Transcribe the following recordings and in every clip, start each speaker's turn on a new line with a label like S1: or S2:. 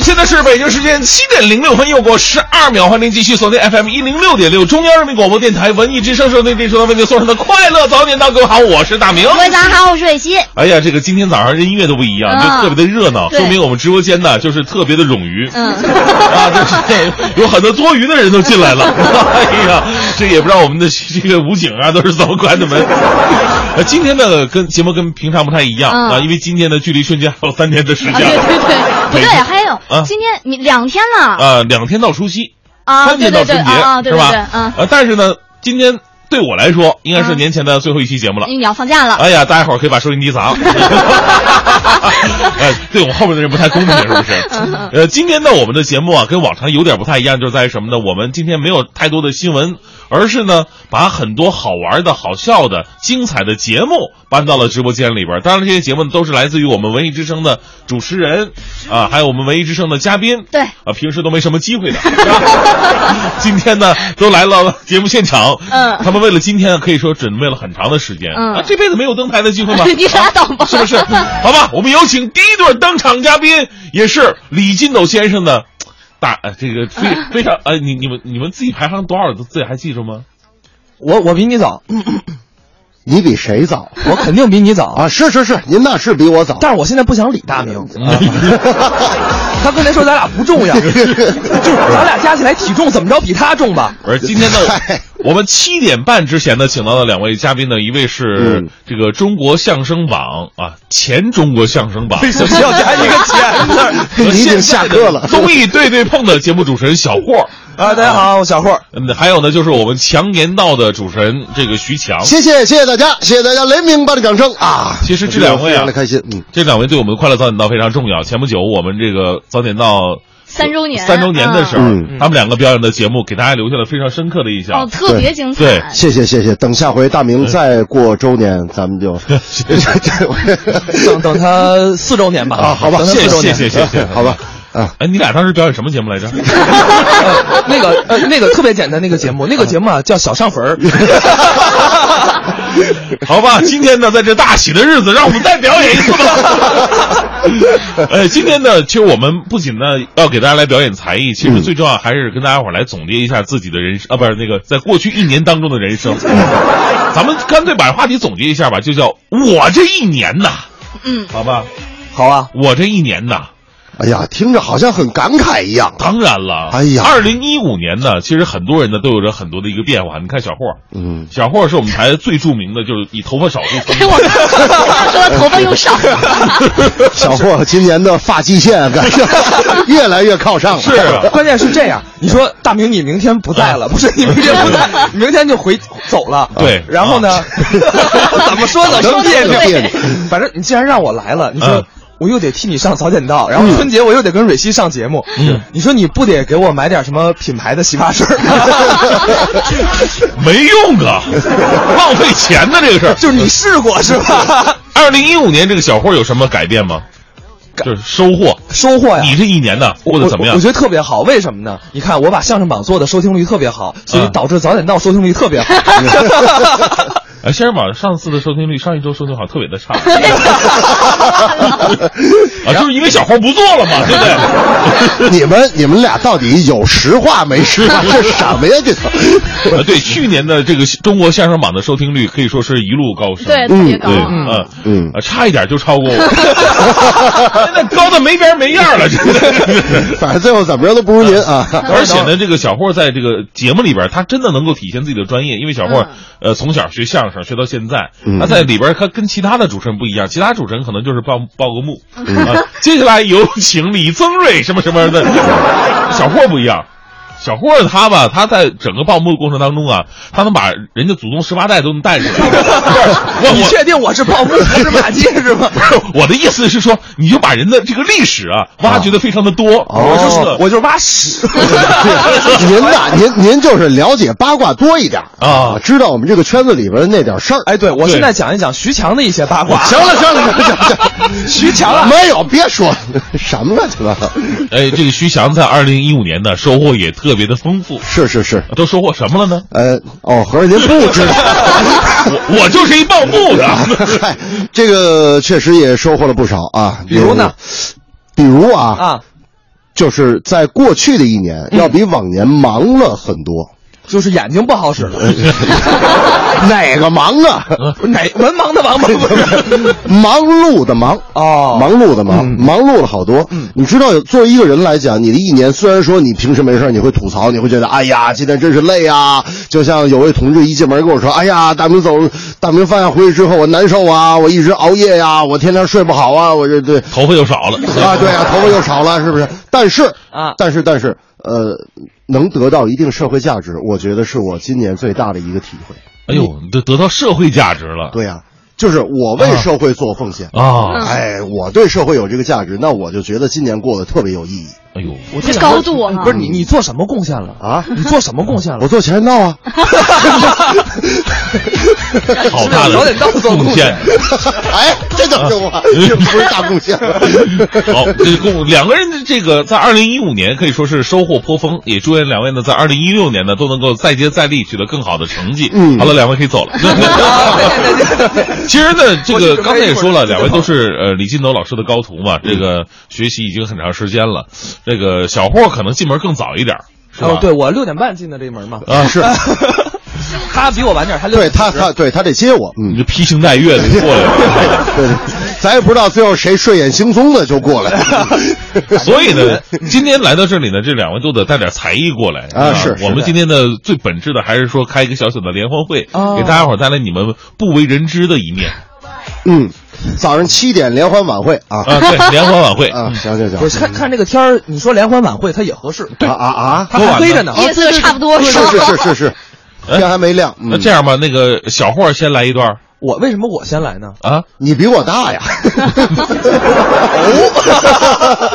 S1: 现在是北京时间七点零六分，又过十二秒，欢迎继续锁定 FM 一零六点六中央人民广播电台文艺之声，收听这收到为您送上的快乐早点到，各位好，我是大明
S2: 各。位早上好，我是 伟新。
S1: 哎呀，这个今天早上这音乐都不一样，
S2: 啊
S1: 就特别的热闹，
S2: 对
S1: 说明我们直播间呢就是特别的冗余。
S2: 嗯
S1: 啊，这有很多多余的人都 进来了。哎呀，这也不知道我们的 这个武警啊都是怎么关的 门。呃，今天呢跟节目跟平常不太一样、
S2: 嗯
S1: 啊，因为今天呢距离春节还有三天的时
S2: 啊，
S1: 间。
S2: 对 对对，不
S1: 每
S2: 对，
S1: 天
S2: 还有
S1: 啊
S2: 今天你两天了
S1: 啊，两天到除夕，
S2: 啊，
S1: 三
S2: 对对
S1: 天到
S2: 对
S1: 春节，
S2: 啊，啊对对
S1: 是吧？
S2: 对，嗯，
S1: 呃，但是呢，今天对我来说应该是
S2: 嗯
S1: 年前的最后一期节目了。
S2: 你要放假了，
S1: 哎呀，大家伙儿可以把收音机 砸了。哎，对我们后面的人不太公平，是不是？
S2: 嗯
S1: 呃，今天呢，我们的节目啊，跟往常有点不太一样，就是在于什么呢？我们今天没有太多的新闻，而是呢，把很多好玩的、好笑的、精彩的节目搬到了直播间里边儿。当然，这些节目呢都是来自于我们文艺之声的主持人啊，还有我们文艺之声的嘉宾。
S2: 对
S1: 啊，平时都没什么机会 的。 是吧今天呢，都来了节目 现 场。
S2: 嗯
S1: 他们为了今天可以说准备了很长的时间。
S2: 嗯
S1: 啊，这辈子没有登台的机会吗？
S2: 你拉倒吧
S1: 啊是不是？ 好吧，我们有请第一对登场嘉宾，也是李金斗先生的。大呃，这个 非非常呃，你你们你们自己排行多少，自己还记住吗？
S3: 我我比你早，
S4: 你比谁早
S3: 我肯定比你早啊！
S4: 啊？是是是，您那是比我早。嗯
S3: 但是我现在不想理大明， 啊他刚才说咱俩不重要，就是咱俩加起来体重怎么着比他重吧？
S1: 而今天呢
S4: 嗨，
S1: 我们七点半之前呢，请到了两位嘉宾呢，一位是
S4: 嗯
S1: 这个中国相声榜啊，前中国相声榜，
S3: 什么要加一个钱字儿
S1: 和
S4: 你已经
S1: 现在
S4: 下
S1: 的
S4: 课了
S1: 综艺对对碰的节目主持人小霍。
S3: 啊？大家好，我小霍。
S1: 嗯，还有呢，就是我们强言道的主持人这个徐强。
S4: 谢谢谢谢大家，谢谢大家雷鸣般的掌声啊！
S1: 其实这两位
S4: 非
S1: 啊
S4: 常的，开心，嗯，
S1: 这两位对我们快乐早点到非常重要。前不久我们这个早点到
S2: 三周年，
S1: 三周年的时候，
S4: 嗯
S1: 他们两个表演的节目给大家留下了非常深刻的印
S2: 嗯，哦，
S1: 象。
S2: 特别精彩，
S3: 哎
S1: 对
S4: 谢谢谢谢。等下回大明再过周年，咱们就
S3: 等等他四周年吧
S4: 啊，好吧，
S3: 等他
S4: 谢
S3: 四周
S4: 谢
S3: 年
S4: 谢谢
S1: 谢
S4: 谢
S1: 谢
S4: 谢， 好吧啊，
S1: 哎，你俩当时表演什么节目来着？
S3: 呃那个呃那个特别简单那个节目，那个节目啊叫小上坟 儿。
S1: 好吧，今天呢，在这大喜的日子，让我们再表 演一次吧。 呃，今天呢，其实我们不仅呢要给大家来表演才艺，
S4: 嗯
S1: 其实最重要还是跟大家伙儿来总结一下自己的人生啊，不是那个在过去一年当中的人 生。咱们干脆把话题总结一下吧，就叫我这一年呐，
S2: 嗯，
S1: 好吧，
S3: 好啊，
S1: 我这一年呐，
S4: 哎呀，听着好像很感慨一样。啊
S1: 当然了，
S4: 哎呀
S1: 二零一五年呢，其实很多人呢都有着很多的一个变化。你看小霍，
S4: 嗯，
S1: 小霍是我们台最著名的，就是以头发少著
S2: 对
S1: 称。
S2: 哎我刚才说头发又少 了，
S4: 小霍今年的发际线 感觉越来越靠上了，
S1: 是啊
S3: 关键是这样，你说大明你明天不在了，不是你明天不 在，你明天就回走了。
S1: 对啊
S3: 然后 呢，怎么说 呢？
S2: 怎么说呢
S3: 真别扭
S2: 对
S4: 别扭
S3: 反正你既然让我来了，你说。
S1: 嗯
S3: 我又得替你上早点到，然后春节我又得跟蕊希上节目。
S1: 嗯
S3: 你说你不得给我买点什么品牌的洗发水儿？
S1: 没用啊， 浪费钱呢这个事儿。
S3: 就是你试过是吧？
S1: 二零一五年这个小霍有什么改变吗？
S3: 改
S1: 就是收获。
S3: 收获呀！
S1: 你这一年呢过得怎
S3: 我
S1: 么
S3: 我
S1: 样
S3: 我？觉得特别好，为什么呢？你看我把相声榜做的收听率特别好，所以
S1: 嗯
S3: 导致早点到收听率特别 好。
S1: 哎，先生宝上次的收听率，上一周收听好像特别的差 啊，就是因为小霍不做了
S3: 哎
S1: 嘛，对不对？
S4: 你们你们俩到底有实话没实 话？这什么呀？这都。
S1: 呃，对，去年的这个中国相声榜的收听率可以说是一路高升，
S2: 对，特别高
S1: 对，，
S2: 嗯
S1: 嗯
S4: 嗯
S1: 呃差一点就超过 我，那高的没边儿没样儿了，真的。
S4: 反正最后怎么着都不如您 啊。
S1: 而且呢，这个小霍在这个节目里边，他真的能够体现自己的专业，因为小霍、
S2: 嗯
S1: 呃从小学相声学到现在，
S4: 嗯
S1: 他在里边他跟其他的主持人不一样，其他主持人可能就是报报个幕、
S3: 嗯
S1: 啊。接下来有请李增瑞什么什么的，小霍不一样。小霍他吧，他在整个报幕的过程当中啊，他能把人家祖宗十八代都能带出 来。我
S3: 你
S1: 我
S3: 确定我是泡沫不是马 介是吗？
S1: 我的意思是说，你就把人的这个历史啊，挖掘的非常的多。我就是
S3: 哦我就是挖屎。
S4: 您呐，您您就是了解八卦多一点
S1: 啊
S4: 知道我们这个圈子里边那点事儿。
S3: 哎，对，我
S1: 对
S3: 现在讲一讲徐强的一些八卦。
S4: 哦行了行了行了行了，行了
S3: 徐强啊，
S4: 没有，别 说了什么乱七八糟。
S1: 哎，这个徐翔在二零一五年呢，收获也特别的丰富。
S4: 是是是，
S1: 都收获什么了呢？
S4: 呃，哦，合着您 不知道。
S1: 我我就是一报幕 的。
S4: 嗨，哎这个确实也收获了不少啊。
S3: 比如呢？
S4: 比如啊
S3: 啊，嗯
S4: 就是在过去的一年，要比往年忙了很多。呃
S3: 就是眼睛不好使了，
S4: 哪个忙啊？
S3: 哪文盲的盲不是？
S4: 忙碌的忙
S3: 哦嗯
S4: 忙碌的忙，忙碌了好多。你知道，作为一个人来讲，你的一年虽然说你平时没事儿你会吐槽，你会觉得哎呀，今天真是累啊。就像有位同志一进门跟我说，哎呀，大明走，大明放假回去之后我难受啊，我一直熬夜呀、我天天睡不好啊，我这对
S1: 头发又少了
S4: 啊，对啊，头发又少了，是不是？但是
S3: 啊
S4: 但是但是，呃，能得到一定社会价值，我觉得是我今年最大的一个体会。
S1: 哎呦，你得得到社会价值了
S4: 对呀、就是我为社会做奉献。
S1: 啊！
S4: 哎，我对社会有这个价值，那我就觉得今年过得特别有意义
S1: 哎呦，
S3: 我就想
S2: 高度啊
S3: 问不是你，你做什么贡献了？
S4: 啊！
S3: 你做什么贡献
S4: 我
S3: 了？
S4: 做前任道啊，
S1: 好大
S3: 早点到
S1: 的
S3: 做贡
S1: 贡献
S3: 献！
S4: 哎，这怎么
S1: 啊
S4: 说话？这不是大贡献吗？
S1: 好，哦这共两个人的这个在二零一五年可以说是收获颇丰，也祝愿两位呢在二零一六年呢都能够再接再厉，取得更好的成绩。
S4: 嗯
S1: 好了，两位可以走 了。 其实呢，这个刚才也说了，两位都是呃李金斗老师的高徒嘛，这
S4: 嗯
S1: 个学习已经很长时间了。这个小霍可能进门更早一点儿，是吧？
S3: 哦，对我六点半进的这门嘛，
S4: 呃
S1: 啊， 是
S3: 他比我晚点，他六
S4: 对
S3: 点
S4: 他，
S3: 四十
S4: 他对他得接我，嗯
S1: 你。这披星戴月的过来了。
S4: 对对，咱也不知道最后谁睡眼惺忪的就过来了。
S1: 所以呢，今天来到这里呢，这两位都得带点才艺过来
S4: 啊是是
S1: 我们今天的最本质的还是说开一个小小的联欢会，
S3: 哦
S1: 给大家伙儿带来你们不为人知的一 面
S4: 嗯，早上七点联欢晚会啊
S1: 啊。 对，联欢晚会，
S4: 啊，行行行，
S3: 不是看看这个天儿，你说联欢晚会它也合适，
S4: 啊啊 啊，
S3: 它还黑着呢。
S2: 夜色差不多
S4: 是
S2: 是吧
S4: 是是是 是，天还没亮。
S1: 哎那
S4: 嗯，
S1: 这样吧，那个小霍先来一段儿
S3: 我为什么我先来呢？
S1: 啊。
S4: 你比我大呀。哦，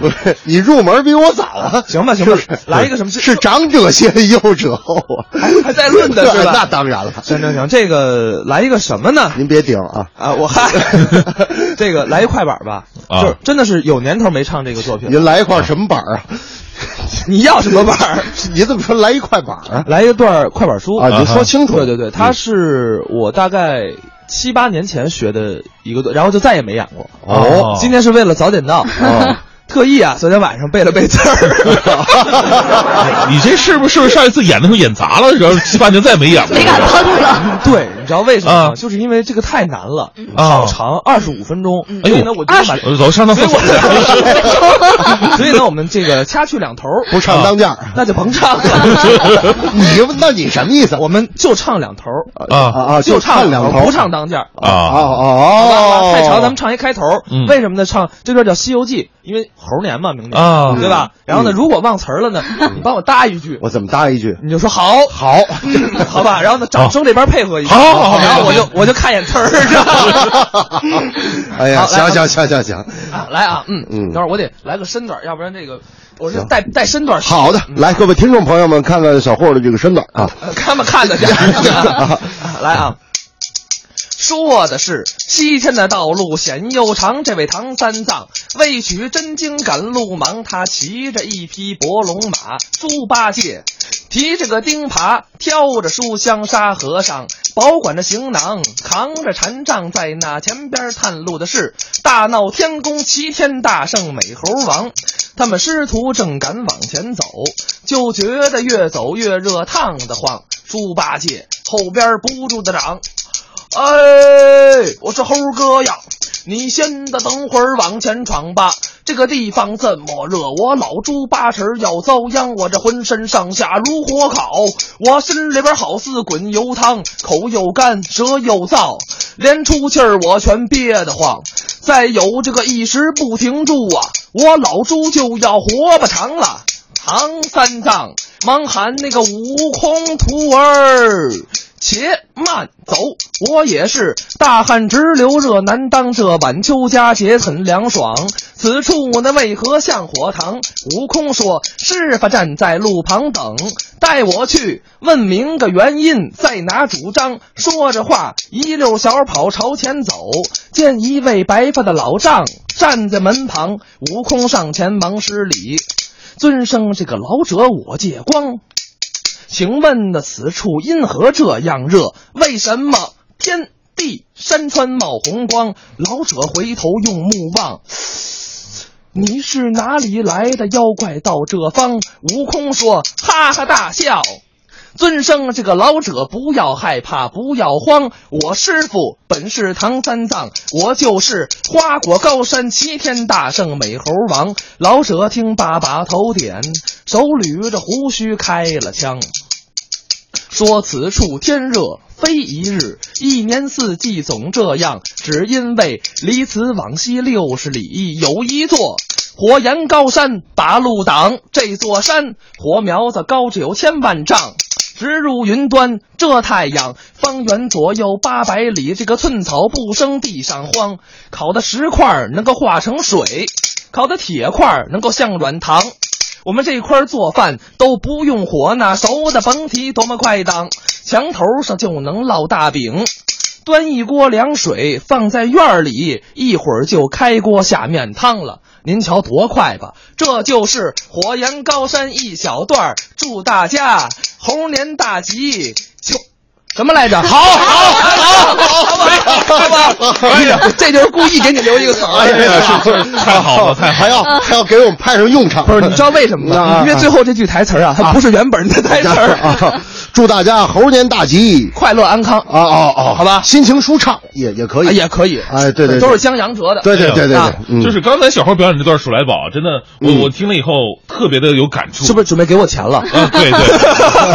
S4: 不是 你入门比我早啊。
S3: 行吧，行吧，来一个什么？
S4: 是长者先，幼者后啊。
S3: 还在论的是吧？
S4: 那当然了，
S3: 行行行，这个来一个什么呢？
S4: 您别顶啊。
S3: 啊，我 嗨，这个来一快板吧，
S1: 啊
S3: 就是真的是有年头没唱这个作品了。
S4: 您来一块什么板儿啊？
S3: 你要什么板 儿？
S4: 你怎么说来一块板儿啊？
S3: 来一段快板书
S4: 啊你说清楚
S3: 对
S4: 嗯
S3: 对对，它是我大概七八年前学的一个，然后就再也没演过。
S1: 哦
S3: 今天是为了早点到，
S4: 哦
S3: 特意啊，昨天晚上背了背词儿。
S1: 你这是不是是不是上一次演的时候演砸了，然后七八年再也没演过？
S2: 没敢碰了，
S3: 对，你知道为什么
S1: 啊
S3: 吗？就是因为这个太难了，
S1: 啊
S3: 好长，二十五分钟。
S2: 嗯
S1: 哎
S3: 所以
S1: 呦
S3: 呢，我就把，
S1: 我走上趟厕所。
S3: 所以呢，我们这个掐去两头儿，啊
S4: 不唱当家儿，
S3: 那就甭唱了，
S4: 你那你什么意思？
S3: 我们就唱两头儿，
S1: 啊
S4: 啊啊，
S3: 就
S4: 唱
S3: 两
S4: 两
S3: 头
S4: 头，
S3: 儿，不唱当间儿。
S4: 哦
S1: 啊！
S3: 好吧好吧，
S4: 哦
S3: 太长，咱们唱一开头儿
S1: 嗯。
S3: 为什么呢？唱这段叫《西游记》，因为猴年嘛，明年
S1: 啊
S3: 对吧？然后呢，如果忘词儿了呢，你帮我搭一句，
S4: 嗯我怎么搭一句？
S3: 你就说好，
S4: 好，
S3: 嗯 好吧。然后呢，掌声这边配合一下，
S1: 好好好
S3: 然后我
S1: 好
S3: 就我就看一眼 词儿，知道吗
S4: 哎呀，
S3: 好来
S4: 行行行行行，
S3: 啊来啊，嗯
S4: 嗯
S3: 等会儿我得来个身段儿，要不然这个我是带带身段儿。
S4: 好的，来各位听众朋友们，看看小霍的这个身段啊，
S3: 呃 看吧 看得见。啊来啊。说的是西天的道路险又长，这位唐三藏为取真经赶路忙，他骑着一匹伯龙马，猪八戒提着个钉耙，挑着书香沙和尚，保管着行囊，扛着禅杖，在那前边探路的是大闹天宫齐天大圣美猴王。他们师徒正赶往前走，就觉得越走越热，烫得慌。猪八戒后边不住的嚷：“哎，我说猴哥呀，你先的等会儿往前闯吧，这个地方这么热，我老猪八十要遭殃，我这浑身上下如火烤，我心里边好似滚油汤，口又干，舌又燥，连出气儿我全憋得慌。再有这个一时不停住啊，我老猪就要活不长了。唐三藏忙喊那个悟空徒儿。且慢走，我也是大汗直流热难当，这晚秋佳节很凉爽。此处那为何像火塘？悟空说：“师傅站在路旁等，带我去问明个原因，再拿主张。”说着话，一溜小跑朝前走，见一位白发的老丈站在门旁，悟空上前忙施礼：“尊生这个老者，我借光。”请问那此处因何这样热？为什么天地山川冒红光？老者回头用目望，你是哪里来的妖怪到这方？悟空说，哈哈大笑。尊生这个老者不要害怕，不要慌。我师傅本是唐三藏，我就是花果高山齐天大圣美猴王。老者听罢把头点，手捋着胡须开了枪，说此处天热。非一日，一年四季总这样，只因为离此往西六十里有一座火焰高山，把路挡。这座山火苗子高着有千万丈，直入云端。这太阳方圆左右八百里，这个寸草不生地上荒。烤的石块能够化成水，烤的铁块能够像软糖。我们这块儿做饭都不用火呢，熟的甭提多么快当，墙头上就能烙大饼。端一锅凉水放在院儿里，一会儿就开锅下面汤了。您瞧多快吧！这就是火焰高山一小段儿。祝大家猴年大吉！就什么来着？
S1: 好好好
S3: 啊好好 吧，哎呀，这就是故意给你留一个词儿。
S1: 哎呀，是太好了，太好
S4: 还要还要给我们派上用场。
S3: 不是，你知道为什么吗？因为最后这句台词啊，它不是原 本的台词
S4: 啊。祝大家猴年大吉，
S3: 快乐安康
S4: 啊！哦哦，
S3: 好吧，
S4: 心情舒畅也也可以，
S3: 啊也可以。
S4: 哎，对对，
S3: 都是江洋折的。啊
S4: 对对对嗯对
S1: 对，啊就是刚才小猴表演这段《鼠来宝》，真的，我我听了以后特别的有感触。
S3: 是不是准备给我钱了？
S1: 啊，对对，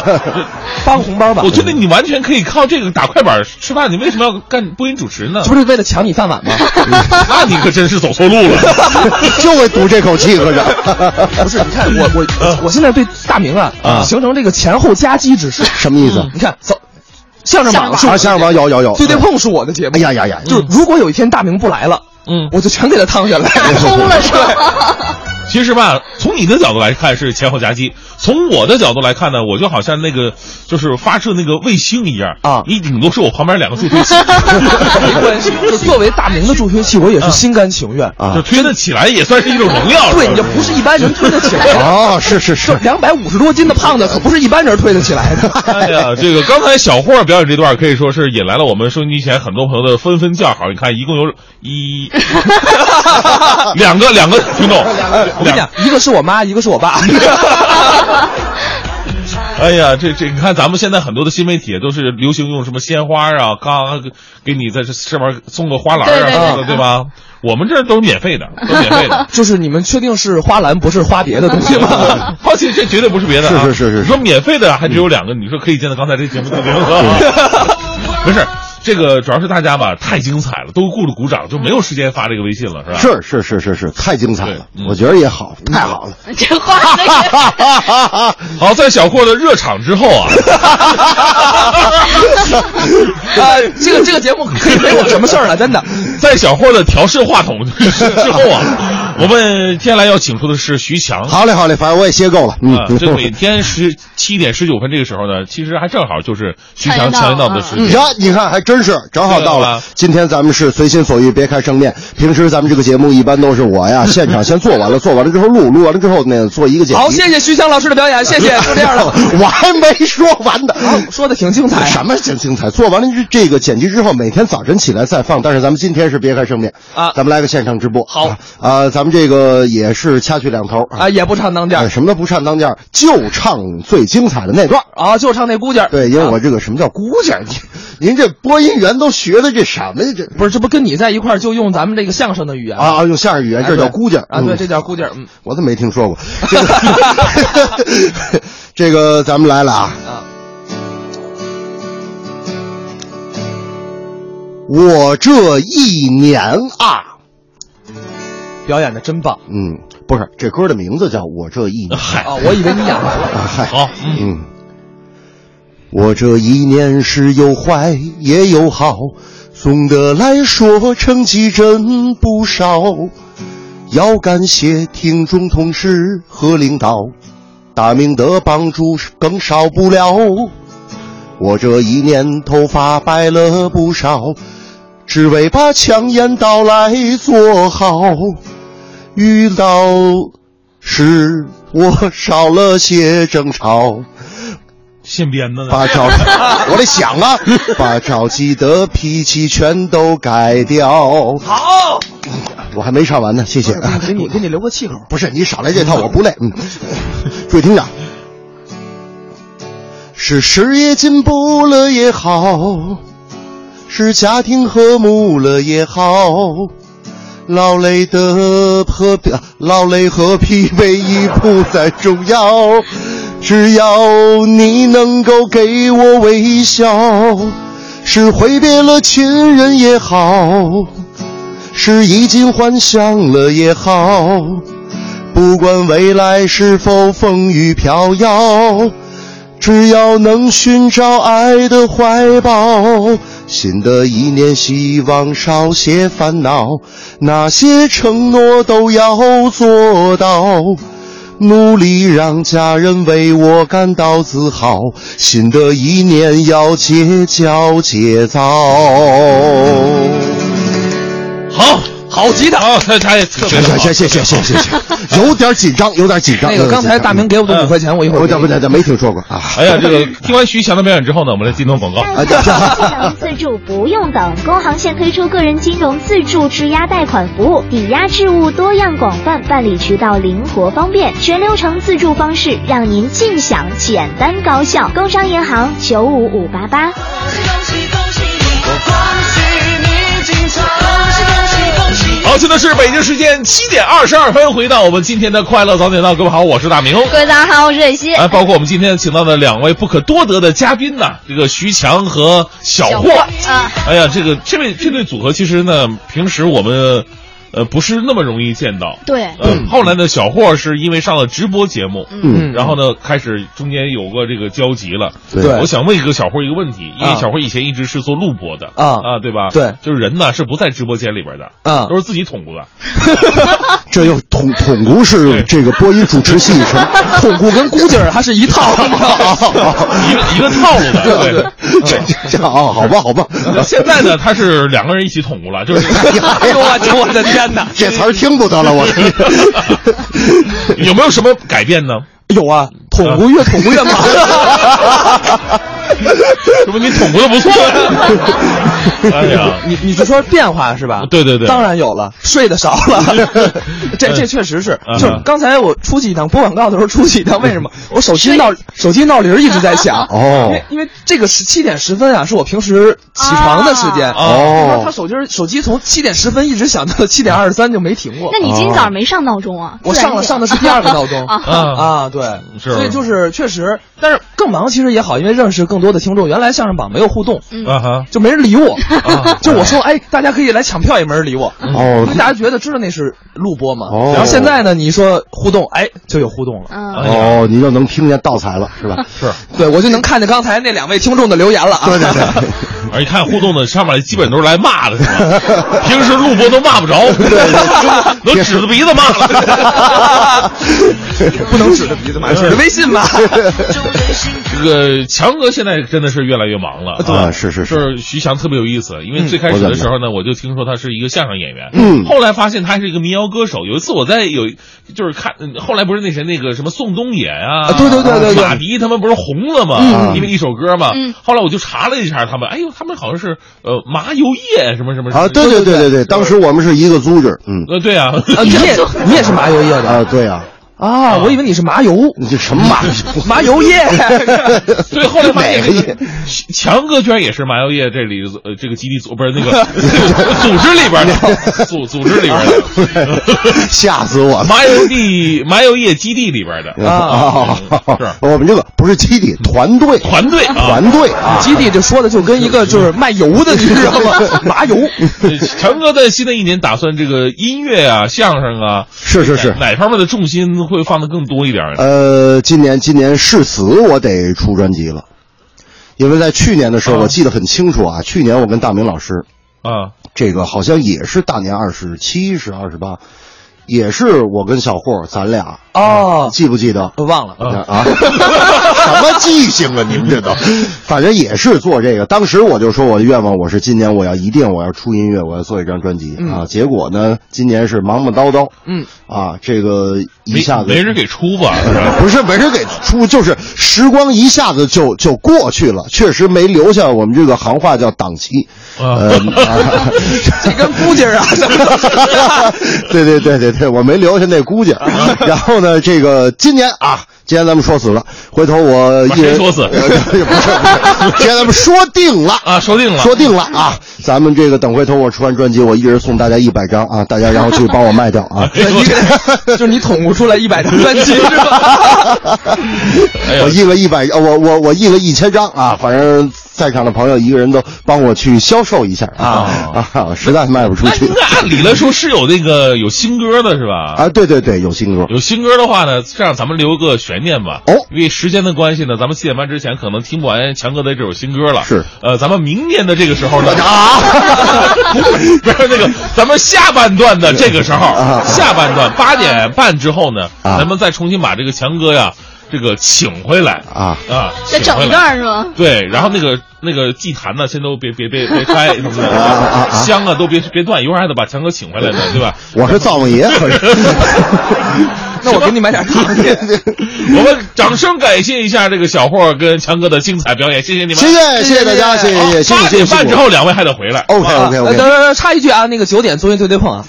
S3: 发个红包吧。
S1: 我觉得你完全可以靠这个打快板吃饭，你为什么要干播音主持呢？
S3: 这不是为了抢你饭碗吗？
S1: 那你可真是走错路 了，
S4: 就会赌这口气，合着。
S3: 不是，你看我我我现在对大明啊形成这个前后夹击之势。嗯
S4: 什么意思？
S3: 你看，走，相声榜
S4: 啊，相声榜有有有，
S3: 对对碰是我的节目。
S4: 哎呀呀呀！
S3: 就如果有一天大明不来了，嗯，我就全给他趟 下来，
S2: 通了是吧？
S1: 其实吧，从你的角度来看是前后夹击，从我的角度来看呢，我就好像那个就是发射那个卫星一样
S3: 啊，
S1: 你顶多是我旁边两个助 推器，
S3: 没关 系。就作为大明的助推器，我也是心甘情愿
S1: 啊，就推得起来也算是一种荣耀。
S3: 对，你这不是一般人推得 起来的
S4: 哦，是是是，
S3: 两百五十多斤的胖子可不是一般人推得起来的。
S1: 哎呀，这个刚才小霍表演这段可以说是引来了我们收音机前很多朋友的纷纷叫好。你看，一共有 一两个两个听众。
S3: 我跟你讲，一个是我妈，一个是我爸。
S1: 哎呀，这这，你看咱们现在很多的新媒体都是流行用什么鲜花啊，刚给你在这上面送个花篮
S2: 啊，
S1: 对嗯吧？我们这都是免费的，都免费的。
S3: 就是你们确定是花篮，不是花别的东西 吗？
S1: 花旗这绝对不是别的，啊
S4: 是是是是。
S1: 你说免费的还只有两个，你说可以见到刚才这节目的名 不是。这个主要是大家吧太精彩了，都顾着鼓掌，就没有时间发这个微信了，是吧？
S4: 是是是是是，太精彩了，
S1: 嗯
S4: 我觉得也好，太好了。
S2: 这话，
S1: 好，在小霍的热场之后 啊，
S3: 啊，这个这个节目可以没我什么事儿了，真的。
S1: 在小霍的调试话筒之后啊，我们接下来要请出的是徐强。
S4: 好嘞好嘞，反正我也歇够了。嗯，
S1: 啊这每天十七点十九分这个时候呢，其实还正好就是徐强强行到的时间。啊
S4: 呀，嗯你看还真。真是正好到了。今天咱们是随心所欲，别开生面。平时咱们这个节目一般都是我呀，现场先做完了，做完了之后录，录完了之后呢做一个剪辑。
S3: 好，谢谢徐强老师的表演，谢谢。就这样 了，
S4: 我还没说完呢，
S3: 说的挺精彩。
S4: 什么挺精彩？做完了这个剪辑之后，每天早晨起来再放。但是咱们今天是别开生面
S3: 啊，
S4: 咱们来个现场直播。
S3: 好
S4: 啊，咱们这个也是掐去两头哎
S3: 啊，也不唱当间，
S4: 什么都不唱当间，就唱最精彩的那段
S3: 啊，就唱那姑啊姐。
S4: 对，因为我这个什么叫姑姐？您这播音。音员都学的这什么呀？这
S3: 不是，这不跟你在一块儿就用咱们这个相声的语言
S4: 啊啊，用相声语言，这叫姑姐
S3: 啊，对，这叫姑姐。嗯，
S4: 我怎么没听说过？这个 咱们来了啊！我这一年啊，
S3: 表演的真棒。
S4: 嗯，不是，这歌的名字叫《我这 一年》啊
S3: 啊，我以为你演了。
S4: 嗨，
S1: 好，
S4: 嗯。我这一年是有坏也有好，总的来说成绩真不少。要感谢听众同事和领导，大明的帮助更少不了。我这一年头发白了不少，只为把强颜到来做好。遇到时我少了些争吵。
S1: 现编的呢。
S4: 把赵，我得想啊，把赵记的脾气全都改掉。
S3: 好，
S4: 我还没唱完呢，谢谢。
S3: 给你给你留个气口。
S4: 不是你少来这套，我不累。嗯， 注意听着。是事业进步了也好，是家庭和睦了也好，劳累的和呃劳累和疲惫已不再重要，只要你能够给我微笑，是挥别了亲人也好，是衣锦还乡了也好，不管未来是否风雨飘摇。只要能寻找爱的怀抱，新的一年希望少些烦恼，那些承诺都要做到，努力让家人为我感到自豪。新的一年要节交节躁。
S1: 好，
S3: 好极了！
S1: 啊，他他也特别好
S4: 谢谢谢谢谢谢谢， 有点紧张，有点紧张。
S3: 那个刚才大明给我的五块钱，我一会儿
S4: 我怎么怎么没听说过啊？
S1: 哎呀，这个 听完徐翔的表演之后呢，我们来金融广告。
S5: 啊，自助不用等，工行现推出个人金融自助质押贷款服务，抵押置物多样广泛，办理渠道灵活方便，全流程自助方式让您尽享简单高效。工商银行九五五八八。
S1: 好，现在是北京时间七点二十二分，回到我们今天的快乐早点到，各位好，我是大明。
S6: 各位大家好，我是磊西。
S1: 哎，包括我们今天请到的两位不可多得的嘉宾呐，这个徐强和小霍。
S6: 啊，
S1: 哎呀，这个这位这对组合其实呢，平时我们。呃，不是那么容易见到。
S6: 对，
S1: 嗯、呃，后来呢，小霍是因为上了直播节目，
S4: 嗯，
S1: 然后呢，开始中间有过这个交集了。
S4: 对，
S1: 我想问一个小霍一个问题，因为小霍以前一直是做录播的
S3: 啊
S1: 啊，对吧？
S3: 对，
S1: 就是人呢是不在直播间里边的，
S3: 啊，
S1: 都是自己捅咕的。
S4: 这又捅捅咕是这个播音主持系 什么？
S3: 捅咕跟咕劲儿它是一套的吗？
S1: 一个一个套路的，
S4: 对对， 这这哦，好吧好吧。
S1: 现在呢，他是两个人一起捅咕了，就是。
S3: 哎呦我去，我的天 哪！
S4: 这词儿听不得了，我。
S1: 有没有什么改变呢？
S3: 有啊，捅咕越捅咕越忙。
S1: 这 不你捅咕的不错。 哎呀，
S3: 你你是说变化是吧？
S1: 对对对，嗯
S3: 当然有了，睡得少 了。这这确实是，就是刚才我出去一趟播广告的时候出去一趟，为什么？我手机闹手机闹铃一直在 响。
S4: 哦，
S3: 因为这个十七点十分啊，是我平时起床的时间。
S1: 哦，
S3: 他手机手机从七点十分一直响到七点二十三就没停过。
S6: 那你今天早上没上闹钟啊？
S3: 嗯我上了，上的是第二 个闹钟。
S1: 嗯
S3: 啊，对，所以就是确实，但是更忙其实也好，因为认识更多的听众。原来相声榜没有互
S7: 嗯
S3: 动，
S1: 啊哈，
S3: 就没人理我。就我说，哎，大家可以来抢票，也没人理我。
S4: 哦，
S3: 大家觉得知道那是录播嘛？
S4: 哦，
S3: 然后现在呢，你说互动，哎，就有互动了。
S4: 哦，你就能听见道材了， 是吧？
S1: 是，
S3: 对我就能看见刚才那两位听众的留言了啊。
S4: 对 对对，
S1: 而一看互动的上面基本都是来骂的，是吧？平时录播都骂不着， 能指着鼻子骂了，
S3: 不能指着鼻子骂，指着微 信骂。
S1: 呃这个强哥现在真的是越来越忙了啊！
S4: 是是
S1: 是，徐强特别有意思，因为最开始的时候呢，我就听说他是一个相声演员，
S4: 嗯，
S1: 后来发现他是一个民谣歌手。有一次我在有就是看，后来不是那谁那个什么宋冬野啊，
S3: 对对对对对，
S1: 马迪他们不是红了吗？因为一首歌嘛。后来我就查了一下他们，哎呦，他们好像是呃麻油叶什么什么
S4: 啊，对对对对对，当时我们是一个组织，嗯，
S1: 呃对啊，
S3: 啊你也你也是麻油叶的
S4: 啊，对 啊。
S3: 啊，我以为你是麻油，
S4: 你这什么麻
S3: 麻油叶？
S1: 对， 后来发现
S4: 哪个叶？
S1: 强哥居然也是麻油叶这里呃这个基地组不是那个 组织里边的 组组织里边的，
S4: 吓死我了！
S1: 麻油地麻油叶基地里边的
S4: 啊，
S1: 是
S4: 我们这个不是基
S3: 嗯
S4: 地，团队，
S1: 团队啊
S4: 团队啊，
S3: 基地这说的就跟一个就是卖油的，你知 道吗？麻油。
S1: 强哥在新的一年打算这个音乐啊、相声啊，
S4: 是是是，
S1: 哪方面的重心会放的更多一点 呢？
S4: 呃，今年今年誓死我得出专辑了，因为在去年的时候
S1: 啊
S4: 我记得很清楚啊，去年我跟大明老师，
S1: 啊，
S4: 这个好像也是大年二十七、是二十八，也是我跟小霍咱俩
S8: 哦，
S4: 记不记得？
S8: 忘了
S4: 啊，什么记 性啊？你们这都，反正也是做这个。当时我就说我的愿望，我是今年我要一定我要出音乐，我要做一张专辑、
S8: 嗯
S4: 啊。结果呢，今年是忙忙叨叨，
S8: 嗯
S4: 啊，这个一
S1: 没
S4: 下子
S1: 没人给出吧？
S4: 不是没人给出，就是时光一下子就就过去了，确实没留下我们这个行话叫档期。呃，啊
S8: 这跟姑姐啊，
S4: 对对对对对，我没留下那估计。
S1: 啊
S4: 然后呢，这个今年啊，今年咱们说死了，回头我一
S1: 谁
S4: 人
S1: 说死
S4: 不是不是， 今天咱们说定了。
S1: 啊，说定了，
S4: 说定了啊，咱们这个等回头我出完专辑，我一人送大家一百张啊，大家然后去帮我卖掉啊。
S1: 哎
S8: 你 给就是你捅咕出来一百张专辑是吧？
S1: 哎呀
S4: 我印了一百，呃我我我印了一千张
S8: 嗯
S4: 啊，反正在场的朋友一个人都帮我去销售一下啊啊，实在卖不出
S1: 那
S4: 去
S1: 应
S8: 哎
S1: 该按理来说是有那个有新歌的是吧？
S4: 啊。对对对，有新歌，
S1: 有新歌的话呢，这样咱们留个悬念吧。
S4: 哦
S1: 因为时间的关系呢，咱们七点半之前可能听不完强哥的这首新歌了。
S4: 是，
S1: 呃，咱们明年的这个时候呢，啊， 不是那个，咱们下半段的这个时候，
S4: 啊
S1: 下半段八点半之后呢，
S4: 啊
S1: 咱们再重新把这个强哥呀，这个请回来
S4: 啊
S1: 啊，
S9: 再
S1: 请回
S9: 整一
S1: 来
S9: 段是吗？
S1: 对，然后那个那个祭坛呢，先都别别别别 拆什么的，
S4: 啊啊啊
S1: 香啊都别别断，一会儿还得把强哥请回 来呢，对吧？
S4: 我是灶 王爷，可是
S8: 那我给你买点糖去。
S1: 我们掌声感谢一下这个小霍跟强哥的精彩表演，谢谢你们。
S4: 谢谢谢谢大家，谢谢谢谢
S1: 八
S4: 谢谢哦
S1: 点
S4: 辛
S1: 半
S4: 苦
S1: 之。后两位还得回来。
S4: OK OK
S8: 呃等
S4: OK，
S8: 等等，插一句啊，那个九点综艺对对碰啊，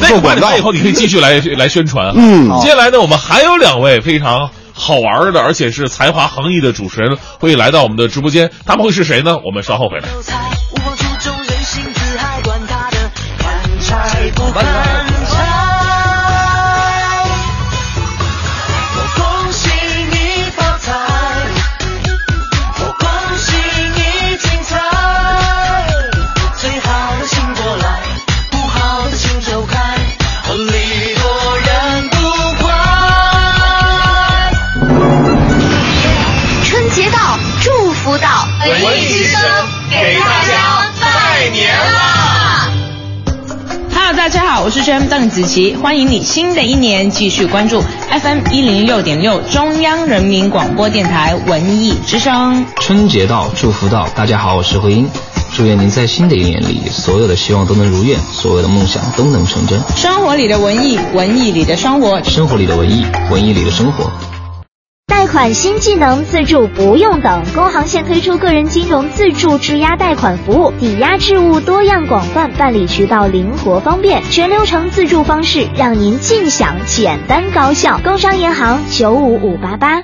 S1: 那
S4: 做
S1: 个八
S4: 广
S1: 点
S4: 告
S1: 半以后你可以继续来来宣传。啊
S4: 嗯
S1: 接下来呢，我们还有两位非常。好玩的，而且是才华横溢的主持人会来到我们的直播间，他们会是谁呢？我们稍后回来。
S10: 秀才，无忘初衷，人心自嗨，管他的砍柴不砍柴。我恭喜你发财，我恭喜你精彩。最好的请过来，不好的请走开，我礼多人不怪。
S11: 春节到，祝福到，文艺之声给大家拜年啦！
S12: Hello，大家好，我是 FM 邓紫棋，欢迎你新的一年继续关注 FM 一零六点六中央人民广播电台文艺之声。
S3: 春节到，祝福到，大家好，我是慧英，祝愿您在新的一年里，所有的希望都能如愿，所有的梦想都能成真，
S12: 生活里的文艺，文艺里的生活，
S3: 生活里的文艺，文艺里的生活。
S11: 贷款新技能自助不用等，工行现推出个人金融自助质押贷款服务，抵押置物多样广泛，办理渠道灵活方便，全流程自助方式让您尽享简单高效。工商银行九五五八八。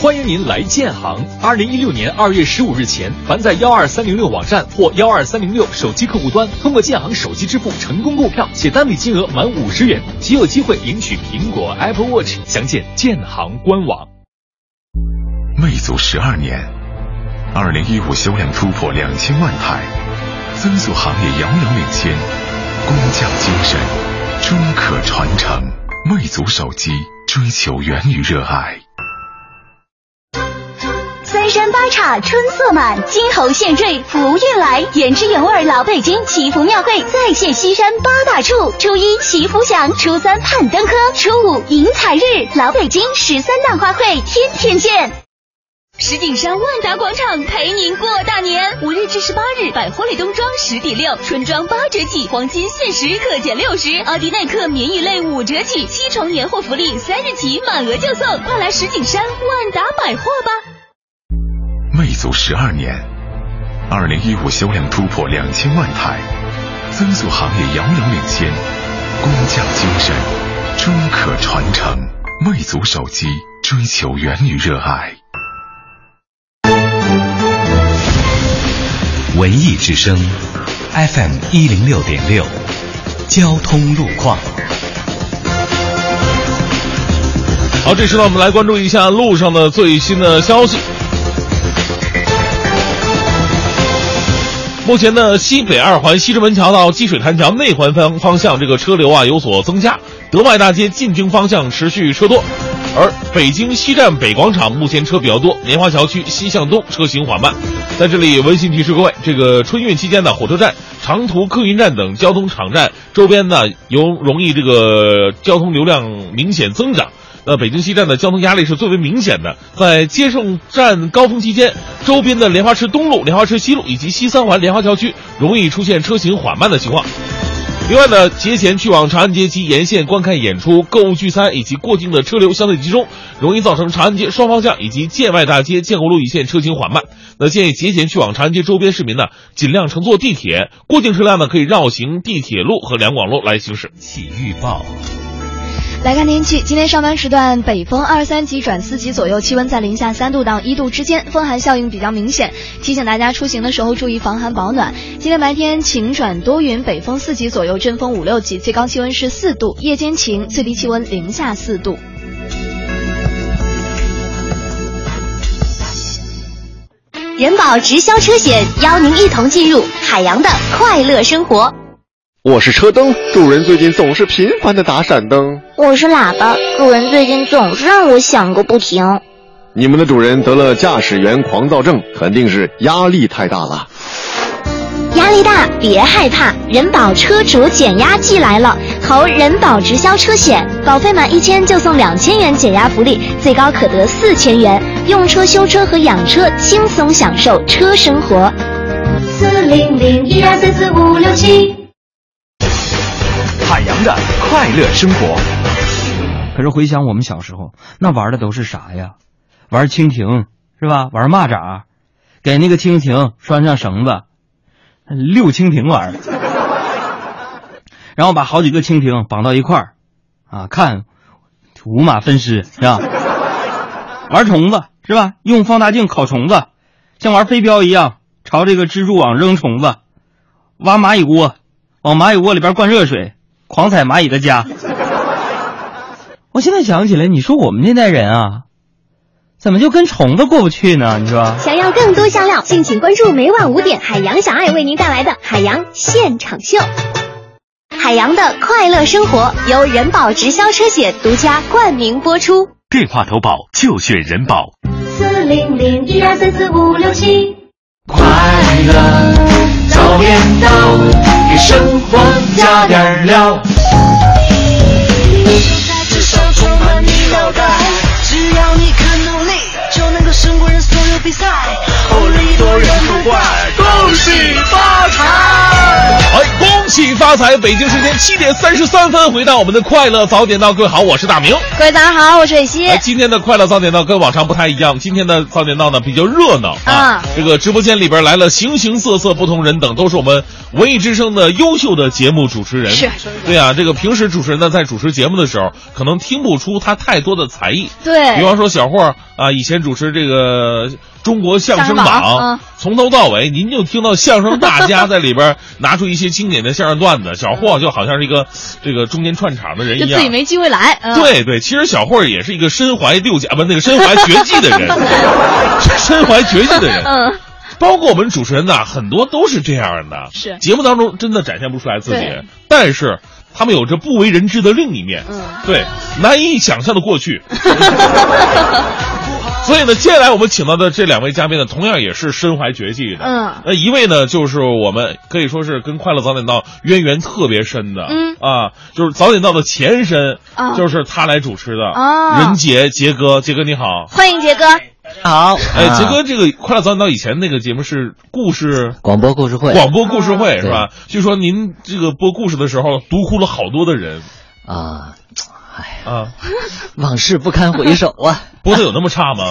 S13: 欢迎您来建行。二零一六年二月十五日前，凡在幺二三零六网站或幺二三零六手机客户端通过建行手机支付成功购票，且单笔金额满五十元，即有机会领取苹果 Apple Watch。详见建行官网。
S7: 魅族十二年，二零一五销量突破两千万台，增速行业遥遥领先，工匠精神终可传承。魅族手机追求源于热爱。
S11: 三山八岔春色满，金猴献瑞福运来。原汁原味老北京祈福庙会再现西山八大处：初一祈福祥，初三盼登科，初五迎财日。老北京十三大花卉，天天见。石景山万达广场陪您过大年，五日至十八日，百活类冬装十抵六，春装八折起，黄金限时可减六十，奥迪耐克棉衣类五折起，七重年货福利，三日起满额就送，快来石景山万达百货吧！
S7: 魅族十二年，二零一五销量突破两千万台，增速行业遥遥领先，工匠精神终可传承。魅族手机追求源于热爱。
S13: 文艺之声，FM 一零六点六，交通路况。
S1: 好，这时呢，我们来关注一下路上的最新的消息。目前呢，西北二环西直门桥到积水潭桥内环方方向，这个车流啊有所增加。德外大街进京方向持续车多。而北京西站北广场目前车比较多，莲花桥区西向东车行缓慢。在这里温馨提示各位，这个春运期间呢，火车站、长途客运站等交通场站周边呢，由容易这个交通流量明显增长。那呃北京西站的交通压力是最为明显的，在接送站高峰期间，周边的莲花池东路、莲花池西路以及西三环莲花桥区容易出现车行缓慢的情况。另外呢，节前去往长安街及沿线观看演出、购物聚餐以及过境的车流相对集中，容易造成长安街双方向以及建外大街、建国路一线车行缓慢。那建议节前去往长安街周边市民呢，尽量乘坐地铁，过境车辆呢可以绕行地铁路和两广路来行驶。体育报。
S6: 来看天气，今天上班时段北风二三级转四级左右，气温在零下三度到一度之间，风寒效应比较明显，提醒大家出行的时候注意防寒保暖。今天白天晴转多云，北风四级左右，阵风五六级，最高气温是四度，夜间晴，最低气温零下四度。
S5: 人保直销车险邀您一同进入海洋的快乐生活。
S14: 我是车灯，主人最近总是频繁的打闪灯。
S15: 我是喇叭，主人最近总是让我响个不停。
S14: 你们的主人得了驾驶员狂躁症，肯定是压力太大了。
S5: 压力大别害怕，人保车主减压季来了！投人保直销车险，保费满一千就送两千元减压福利，最高可得四千元，用车、修车和养车轻松享受车生活。
S11: 四零零一二三四五六七。
S16: 海洋的快乐生活。
S17: 可是回想我们小时候，那玩的都是啥呀？玩蜻蜓是吧？玩蚂蚱，给那个蜻蜓拴上绳子，遛蜻蜓玩儿，然后把好几个蜻蜓绑到一块儿，啊，看五马分尸是吧？玩虫子是吧？用放大镜烤虫子，像玩飞镖一样朝这个蜘蛛网扔虫子，挖蚂蚁窝，往蚂蚁窝里边灌热水。狂踩蚂蚁的家。我现在想起来，你说我们那代人啊，怎么就跟虫子过不去呢？你说，
S5: 想要更多笑料，敬请关注每晚五点海洋小爱为您带来的海洋现场秀。海洋的快乐生活由人保直销车险独家冠名播出。
S18: 电话投保就选人保。
S11: 四零零一二三四五六七。
S19: 快乐早点到，给生活加点料。至少充满你脑袋，只要你肯努力，就能够胜过人所有比赛。哦，利多人不怪，恭喜发
S1: 哎，
S19: 财！
S1: 恭喜发财！北京时间七点三十三分，回到我们的快乐早点到，各位好，我是大明。
S6: 各位早上好，我是蕊希。
S1: 哎，今天的快乐早点到跟往常不太一样，今天的早点到呢比较热闹啊。这个直播间里边来了形形色色不同人等，都是我们文艺之声的优秀的节目主持人。
S6: 是
S1: 对啊，这个平时主持人呢在主持节目的时候，可能听不出他太多的才艺。
S6: 对
S1: 比方说小霍儿啊，以前主持这个中国相声
S6: 相声榜
S1: 榜，
S6: 嗯
S1: 从头到尾您就听到相声大家在里边儿拿出一些经典的相声段子，小霍就好像是一个这个中间串场的人
S6: 嗯就
S1: 一
S6: 自己
S1: 样。
S6: 没机会来。嗯、
S1: 对对，其实小霍也是一个身怀六甲不，那个身怀绝技的 人， 身怀绝技的人。
S6: 嗯，
S1: 包括我们主持人呐、很多都是这样的。
S6: 是
S1: 节目当中真的展现不出来自己
S6: 对，
S1: 但是他们有着不为人知的另一面，
S6: 嗯
S1: 对，难以想象的过去。 所以呢，接下来我们请到的这两位嘉宾呢，同样也是身怀绝技的。
S6: 嗯
S1: 那一位呢，就是我们可以说是跟《快乐早点到》渊源特别深的，
S6: 嗯
S1: 啊，就是《早点到》的前身，
S6: 啊
S1: 就是他来主持的。
S6: 哦
S1: 任杰，杰哥，杰哥你好。
S6: 欢迎杰哥。
S17: 好，
S1: 哎，
S17: 啊
S1: 杰哥，这个《快乐早点到》以前那个节目是故事
S17: 广播故事会，
S1: 广播故事会
S20: 嗯
S17: 啊
S1: 是吧？据说您这个播故事的时候，读哭了好多的人
S20: 啊，
S1: 哎啊，
S20: 往事不堪回首啊！
S1: 播的有那么差 吗？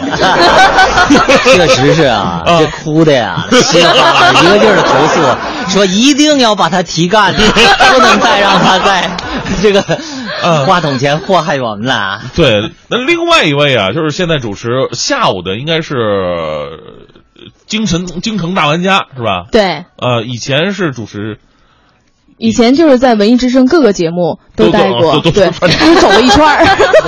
S20: 确实是啊，这哭的呀，稀里哗啦一个劲儿的投 诉，说一定要把他提干，不能再让他在这个
S1: 啊
S20: 话筒前祸害我们了啊。
S1: 对，那另外一位啊，就是现在主持下午的应该是呃京城京城大玩家是吧？，
S21: 对，
S1: 呃，以前是主持
S21: 以前就是在文艺之声各个节目都待过，
S1: 都
S21: 对，就是走了一圈儿。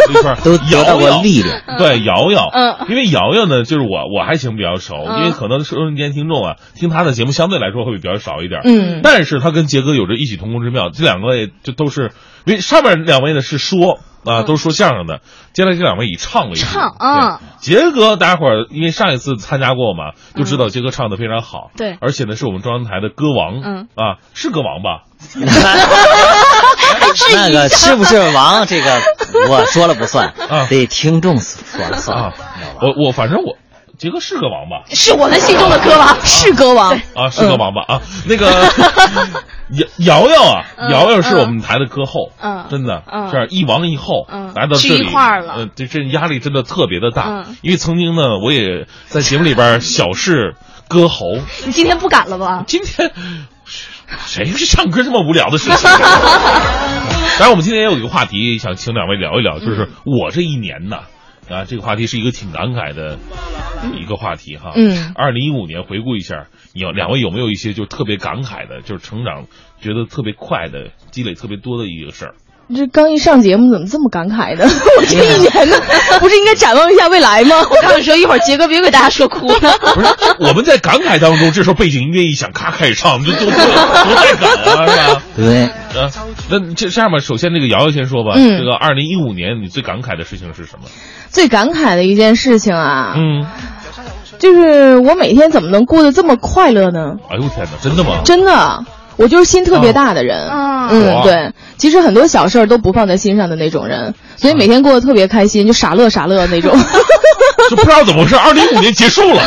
S1: 一圈儿
S20: 都
S1: 瑶
S20: 得到过
S1: 瑶
S20: 历练。
S1: 对，瑶瑶，
S21: 嗯
S1: 因为瑶瑶呢，就是我我还行比较熟，因为可能收音间听众啊，听她的节目相对来说会比较少一点，
S21: 嗯
S1: 但是她跟杰哥有着异曲同工之妙，这两位就都是，因为上面两位呢是说。啊，都是说相声的。接下来这两位以唱为主。
S10: 唱
S21: 嗯
S10: 啊，
S1: 杰哥，大家伙儿因为上一次参加过嘛，就知道杰哥唱的非常好。
S10: 对
S1: 而且呢是我们中央台的歌王。
S10: 嗯
S1: 啊，是歌王 吧？
S22: 那个是不是王？这个我说了不算，得听众说了算。
S1: 啊我我反正我杰哥是歌王吧？
S10: 是我们心中的歌王，是歌王。
S1: 啊，是个王八啊！那个瑶瑶瑶啊，
S10: 嗯
S1: 瑶瑶是我们台的歌后，
S10: 嗯
S1: 真的，
S10: 嗯
S1: 这样一王一后
S10: 嗯
S1: 来到这
S10: 聚一
S1: 里
S10: 块儿了
S1: 呃，这这压力真的特别的大
S10: 嗯，
S1: 因为曾经呢，我也在节目里边小试歌喉，
S10: 你今天不敢了吧？
S1: 今天谁是唱歌这么无聊的事情？
S6: 啊
S1: 当然，我们今天也有一个话题，想请两位聊一聊，就是我这一年呐，啊，这个话题是一个挺感慨的一个话题哈。
S23: 嗯
S1: 二零一五年回顾一下，有两位有没有一些就特别感慨的，就是成长觉得特别快的，积累特别多的一个事儿？
S21: 你 这刚一上节目怎么这么感
S1: 哎
S21: 慨呢？我这一年 呢，不是应该展望一下未来吗？我
S10: 刚说一会儿杰哥别给大家说哭了。
S1: 不是，我们在感慨当中，这时候背景音乐一响，咔开始唱，我们就多多多带感啊，是吧？
S22: 对。
S1: 啊，那这这样吧，首先这个瑶瑶先说吧。
S21: 嗯
S1: 这个二零一五年你最感慨的事情是什么？
S21: 最感慨的一件事情啊，
S1: 嗯，
S21: 就是我每天怎么能过得这么快乐呢？
S1: 哎呦天哪，真的吗？
S21: 真的，我就是心特别大的人。嗯
S1: 哇，
S21: 对，其实很多小事儿都不放在心上的那种人，所以每天过得特别开心，就傻乐傻乐那 种。
S1: 就不知道怎么回事，二零一五 年结束了，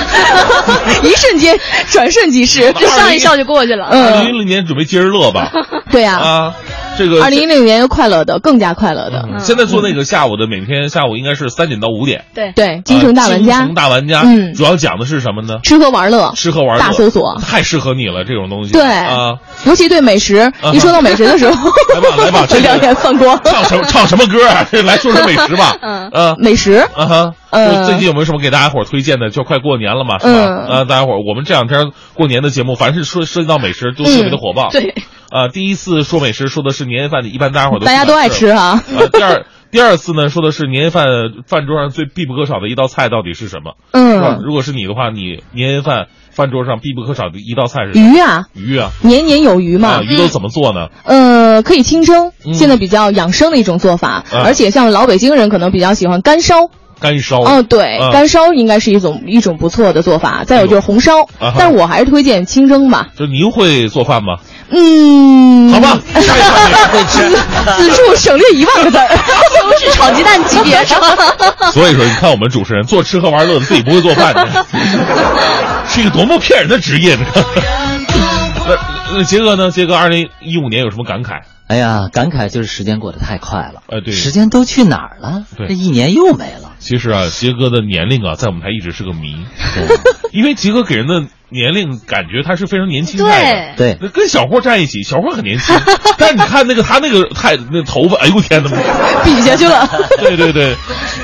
S21: 一瞬间，转瞬即逝，
S1: 就上一笑
S21: 就过去了
S1: 二零
S21: 嗯，
S1: 一零年准备接着乐吧。
S21: 对呀、
S1: 啊，这个嗯
S21: 二零一嗯六年又快乐的，更加快乐的。
S1: 现在做那个下午的，每天下午应该是三点到五点。
S21: 对对，京城嗯大玩
S1: 京
S21: 家，
S1: 城呃大玩家，
S21: 嗯
S1: 主要讲的是什么呢？
S21: 吃喝玩乐，
S1: 吃喝玩乐
S21: 大搜索
S1: 太适合你了，这种东西。
S21: 对
S1: 啊，
S21: 尤其对美食，一说到美食的时候，
S1: 来吧 来吧，这个
S21: 两眼放光。
S1: 唱什么唱什么歌啊？这来说说美食吧。
S21: 嗯
S1: 呃，
S21: 美食
S1: 啊哈。
S21: 嗯
S1: 就最近有没有什么给大家伙儿推荐的？就快过年了嘛，是吧？
S21: 嗯
S1: 呃，大家伙儿，我们这两天过年的节目，凡是说涉及到美食，都特别的火爆。
S21: 嗯对。
S1: 啊，第一次说美食说的是年夜饭，一般大家伙儿都
S21: 大家都爱吃哈
S1: 啊，第二。 第二次呢，说的是年夜饭饭桌上最必不可少的一道菜到底是什么？
S21: 嗯
S1: 是吧如果是你的话，你年夜饭饭桌上必不可少的一道菜是什么
S21: 鱼啊，
S1: 鱼啊，
S21: 年年有余嘛。
S1: 啊，鱼都怎么做呢？
S21: 呃，可以清蒸，
S1: 嗯
S21: 现在比较养生的一种做法，
S1: 啊
S21: 而且像老北京人可能比较喜欢干烧。
S1: 干烧。
S21: 哦，对，
S1: 啊
S21: 干烧应该是一种一种不错的做法。再有就是红烧，
S1: 啊哈
S21: 但我还是推荐清蒸吧。
S1: 就您会做饭 吗？
S21: 嗯，
S1: 好吧，
S21: 此此处省略一万个 字儿，
S10: 都是炒鸡蛋级别上。
S1: 所以说，你看我们主持人做吃喝玩乐的，自己不会做饭 的，是一个多么骗人的职业呢？那那杰哥呢？杰哥，二零一五年有什么感慨？
S22: 哎呀，感慨就是时间过得太快了，
S1: 哎，对，
S22: 时间都去哪儿了？
S1: 对
S22: 这一年又没了。
S1: 其实啊，杰哥的年龄啊，在我们台一直是个谜， 因为杰哥给人的年龄感觉他是非常年轻态的，
S22: 对对
S1: 那跟小霍站一起，小霍很年轻， 但是你看那个他那个太那头发，哎呦 天哪，
S21: 比下去了。
S1: 对对对，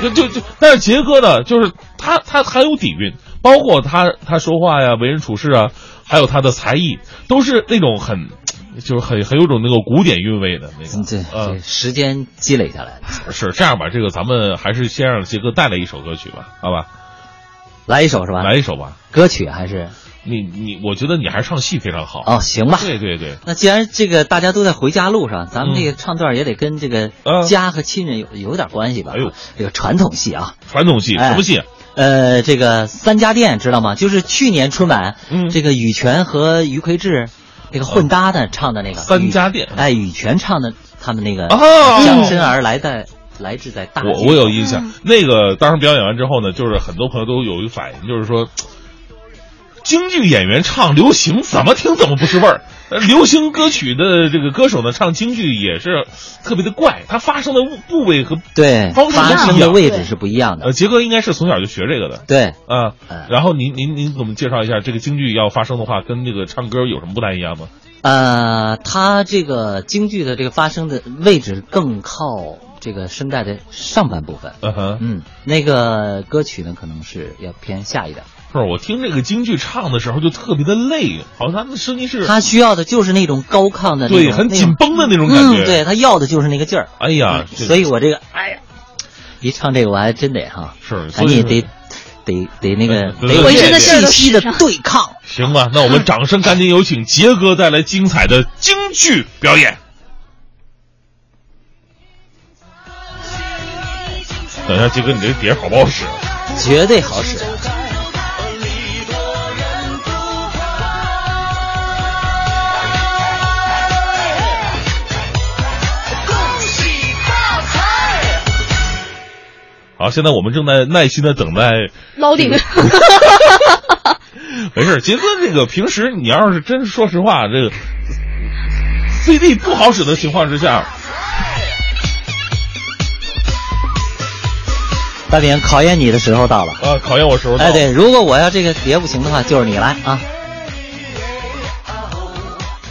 S1: 就就就，但是杰哥呢，就是他他很有底蕴，包括他他说话呀、为人处事啊，还有他的才艺，都是那种很，就是很很有种那个古典韵味的那种。
S22: 对，
S1: 嗯，
S22: 时间积累下来
S1: 的。是这样吧？这个咱们还是先让杰哥带来一首歌曲吧，好吧？
S22: 来一首是吧？
S1: 来一首吧。
S22: 歌曲还是？
S1: 你你，我觉得你还是唱戏非常好。
S22: 哦，行吧。
S1: 对对对。
S22: 那既然这个大家都在回家路上，咱
S1: 嗯
S22: 们
S1: 呃
S22: 这个唱段也得跟这个家和亲人有有点关系吧？哎呦，这个传统戏啊，
S1: 传统戏什么戏？
S22: 呃，这个三家店知道吗？就是去年春晚，
S1: 嗯
S22: 这个羽泉和于魁智那个混搭的唱的那个
S1: 呃三家店，
S22: 哎，羽泉唱的他们那个
S1: 哦
S22: 江深而来的来自在大
S1: 我
S22: 街
S1: 我有印象，那个当时表演完之后呢，就是很多朋友都有一个反应，就是说，京剧演员唱流行怎么听怎么不是味儿，呃流行歌曲的这个歌手呢唱京剧也是特别的怪，他发声的部位和
S22: 对
S1: 方式
S22: 发
S1: 不
S22: 声
S1: 一
S22: 的
S1: 样
S22: 位置是不一样的。
S1: 呃，杰哥应该是从小就学这个的，
S22: 对嗯
S1: 啊。然后您您您给我们介绍一下，这个京剧要发声的话，跟那个唱歌有什么不太一样吗？
S22: 呃，它这个京剧的这个发声的位置更靠这个声带的上半部分。
S1: 嗯哼，
S22: 嗯，那个歌曲呢，可能是要偏下一点。
S1: 不是，我听这个京剧唱的时候就特别的累，好像他们的声音是
S22: 他需要的就是那种高亢的那种，
S1: 对很紧绷的那种
S22: 那
S1: 感觉
S22: 嗯、对他要的就是那个劲儿。
S1: 哎呀，这
S22: 嗯所以我这个哎呀，一唱这个我还真得哈，
S1: 是
S22: 赶紧得得得那个
S1: 嗯
S22: 得有
S1: 浑身的
S22: 这
S1: 劲儿
S22: 个
S1: 都
S22: 气息的对抗。
S1: 行吧，那我们掌声赶紧有请杰哥带来精彩的京剧表演。
S23: 我
S1: 等一下，杰哥，你这个碟儿好不好使？啊
S16: 绝对好使。
S1: 好，现在我们正在耐心的等待
S21: 捞顶。
S1: 没事，杰哥，这个平时你要是真说实话，这个 CD 不好使的情况之下，
S16: 大饼，考验你的时候到了。
S1: 啊，考验我时候到
S16: 哎，对，如果我要这个碟不行的话，就是你来啊。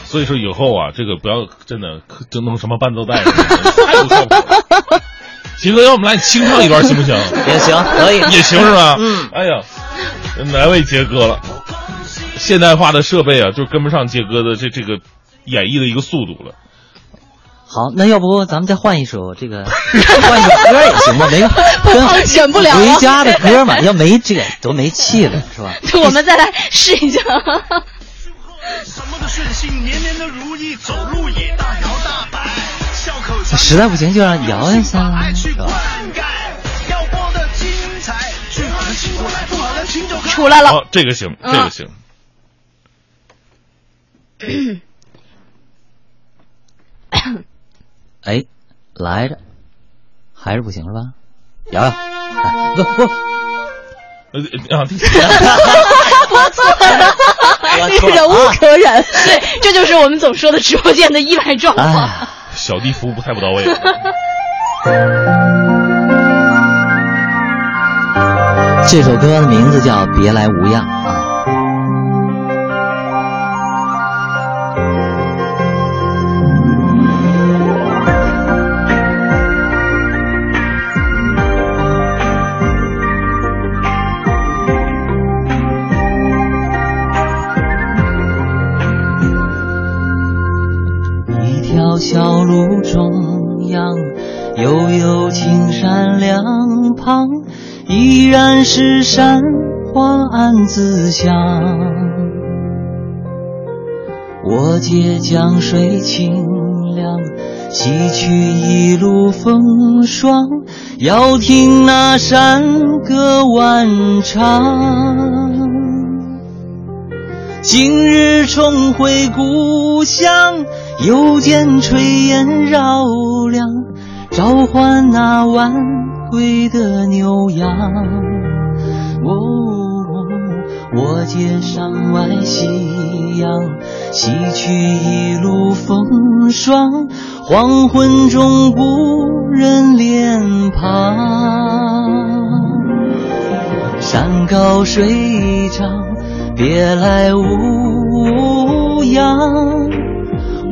S1: 所以说以后啊，这个不要真的就弄什么伴奏带什么的，太不靠谱了。杰哥，要我们来清唱一段行不行？
S16: 也行可以
S1: 也行是吧？
S16: 嗯，
S1: 哎呀，难为杰哥了。现代化的设备啊，就跟不上杰哥的这这个演绎的一个速度了。
S16: 好，那要不咱们再换一首这个，换一首歌也行吧？没跟
S22: 选不了啊
S16: 回家的歌嘛，要没这个多没气了，是吧？
S21: 我们再来试一下。
S10: 什么都顺心，年年都如意，走路也大摇大摆，笑口常
S16: 实在不行就让摇一下啦，
S10: 去
S16: 是吧
S10: 灌？溉，要播的精彩，最好的请过来，不好的请走开。
S21: 出来了嗯
S1: 哦，这个行，这个行。
S16: 哎，来着，还是不行是吧？摇摇，哎不不，
S1: 呃啊，
S21: 我错了，
S1: 哎 错了啊
S21: 忍无可忍。对，这就是我们总说的直播间的意外状况。
S1: 啊 小弟服务太不到位了。
S16: 这首歌的名字叫《别来无恙》啊。一条小路中央，悠悠青山两旁，依然是山花暗自香。我借江水清凉，洗去一路风霜，要听那山歌万唱。今日重回故乡，又见炊烟绕梁，召唤那晚归的牛羊。哦，我借山外夕阳，洗去一路风霜，黄昏中故人脸庞。山高水长，别来无恙。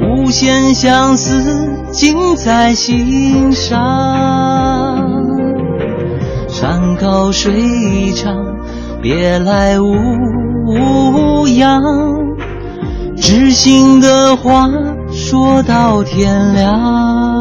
S16: 无限相思尽在心上。山高水长，别来无恙。知心的话说到天亮。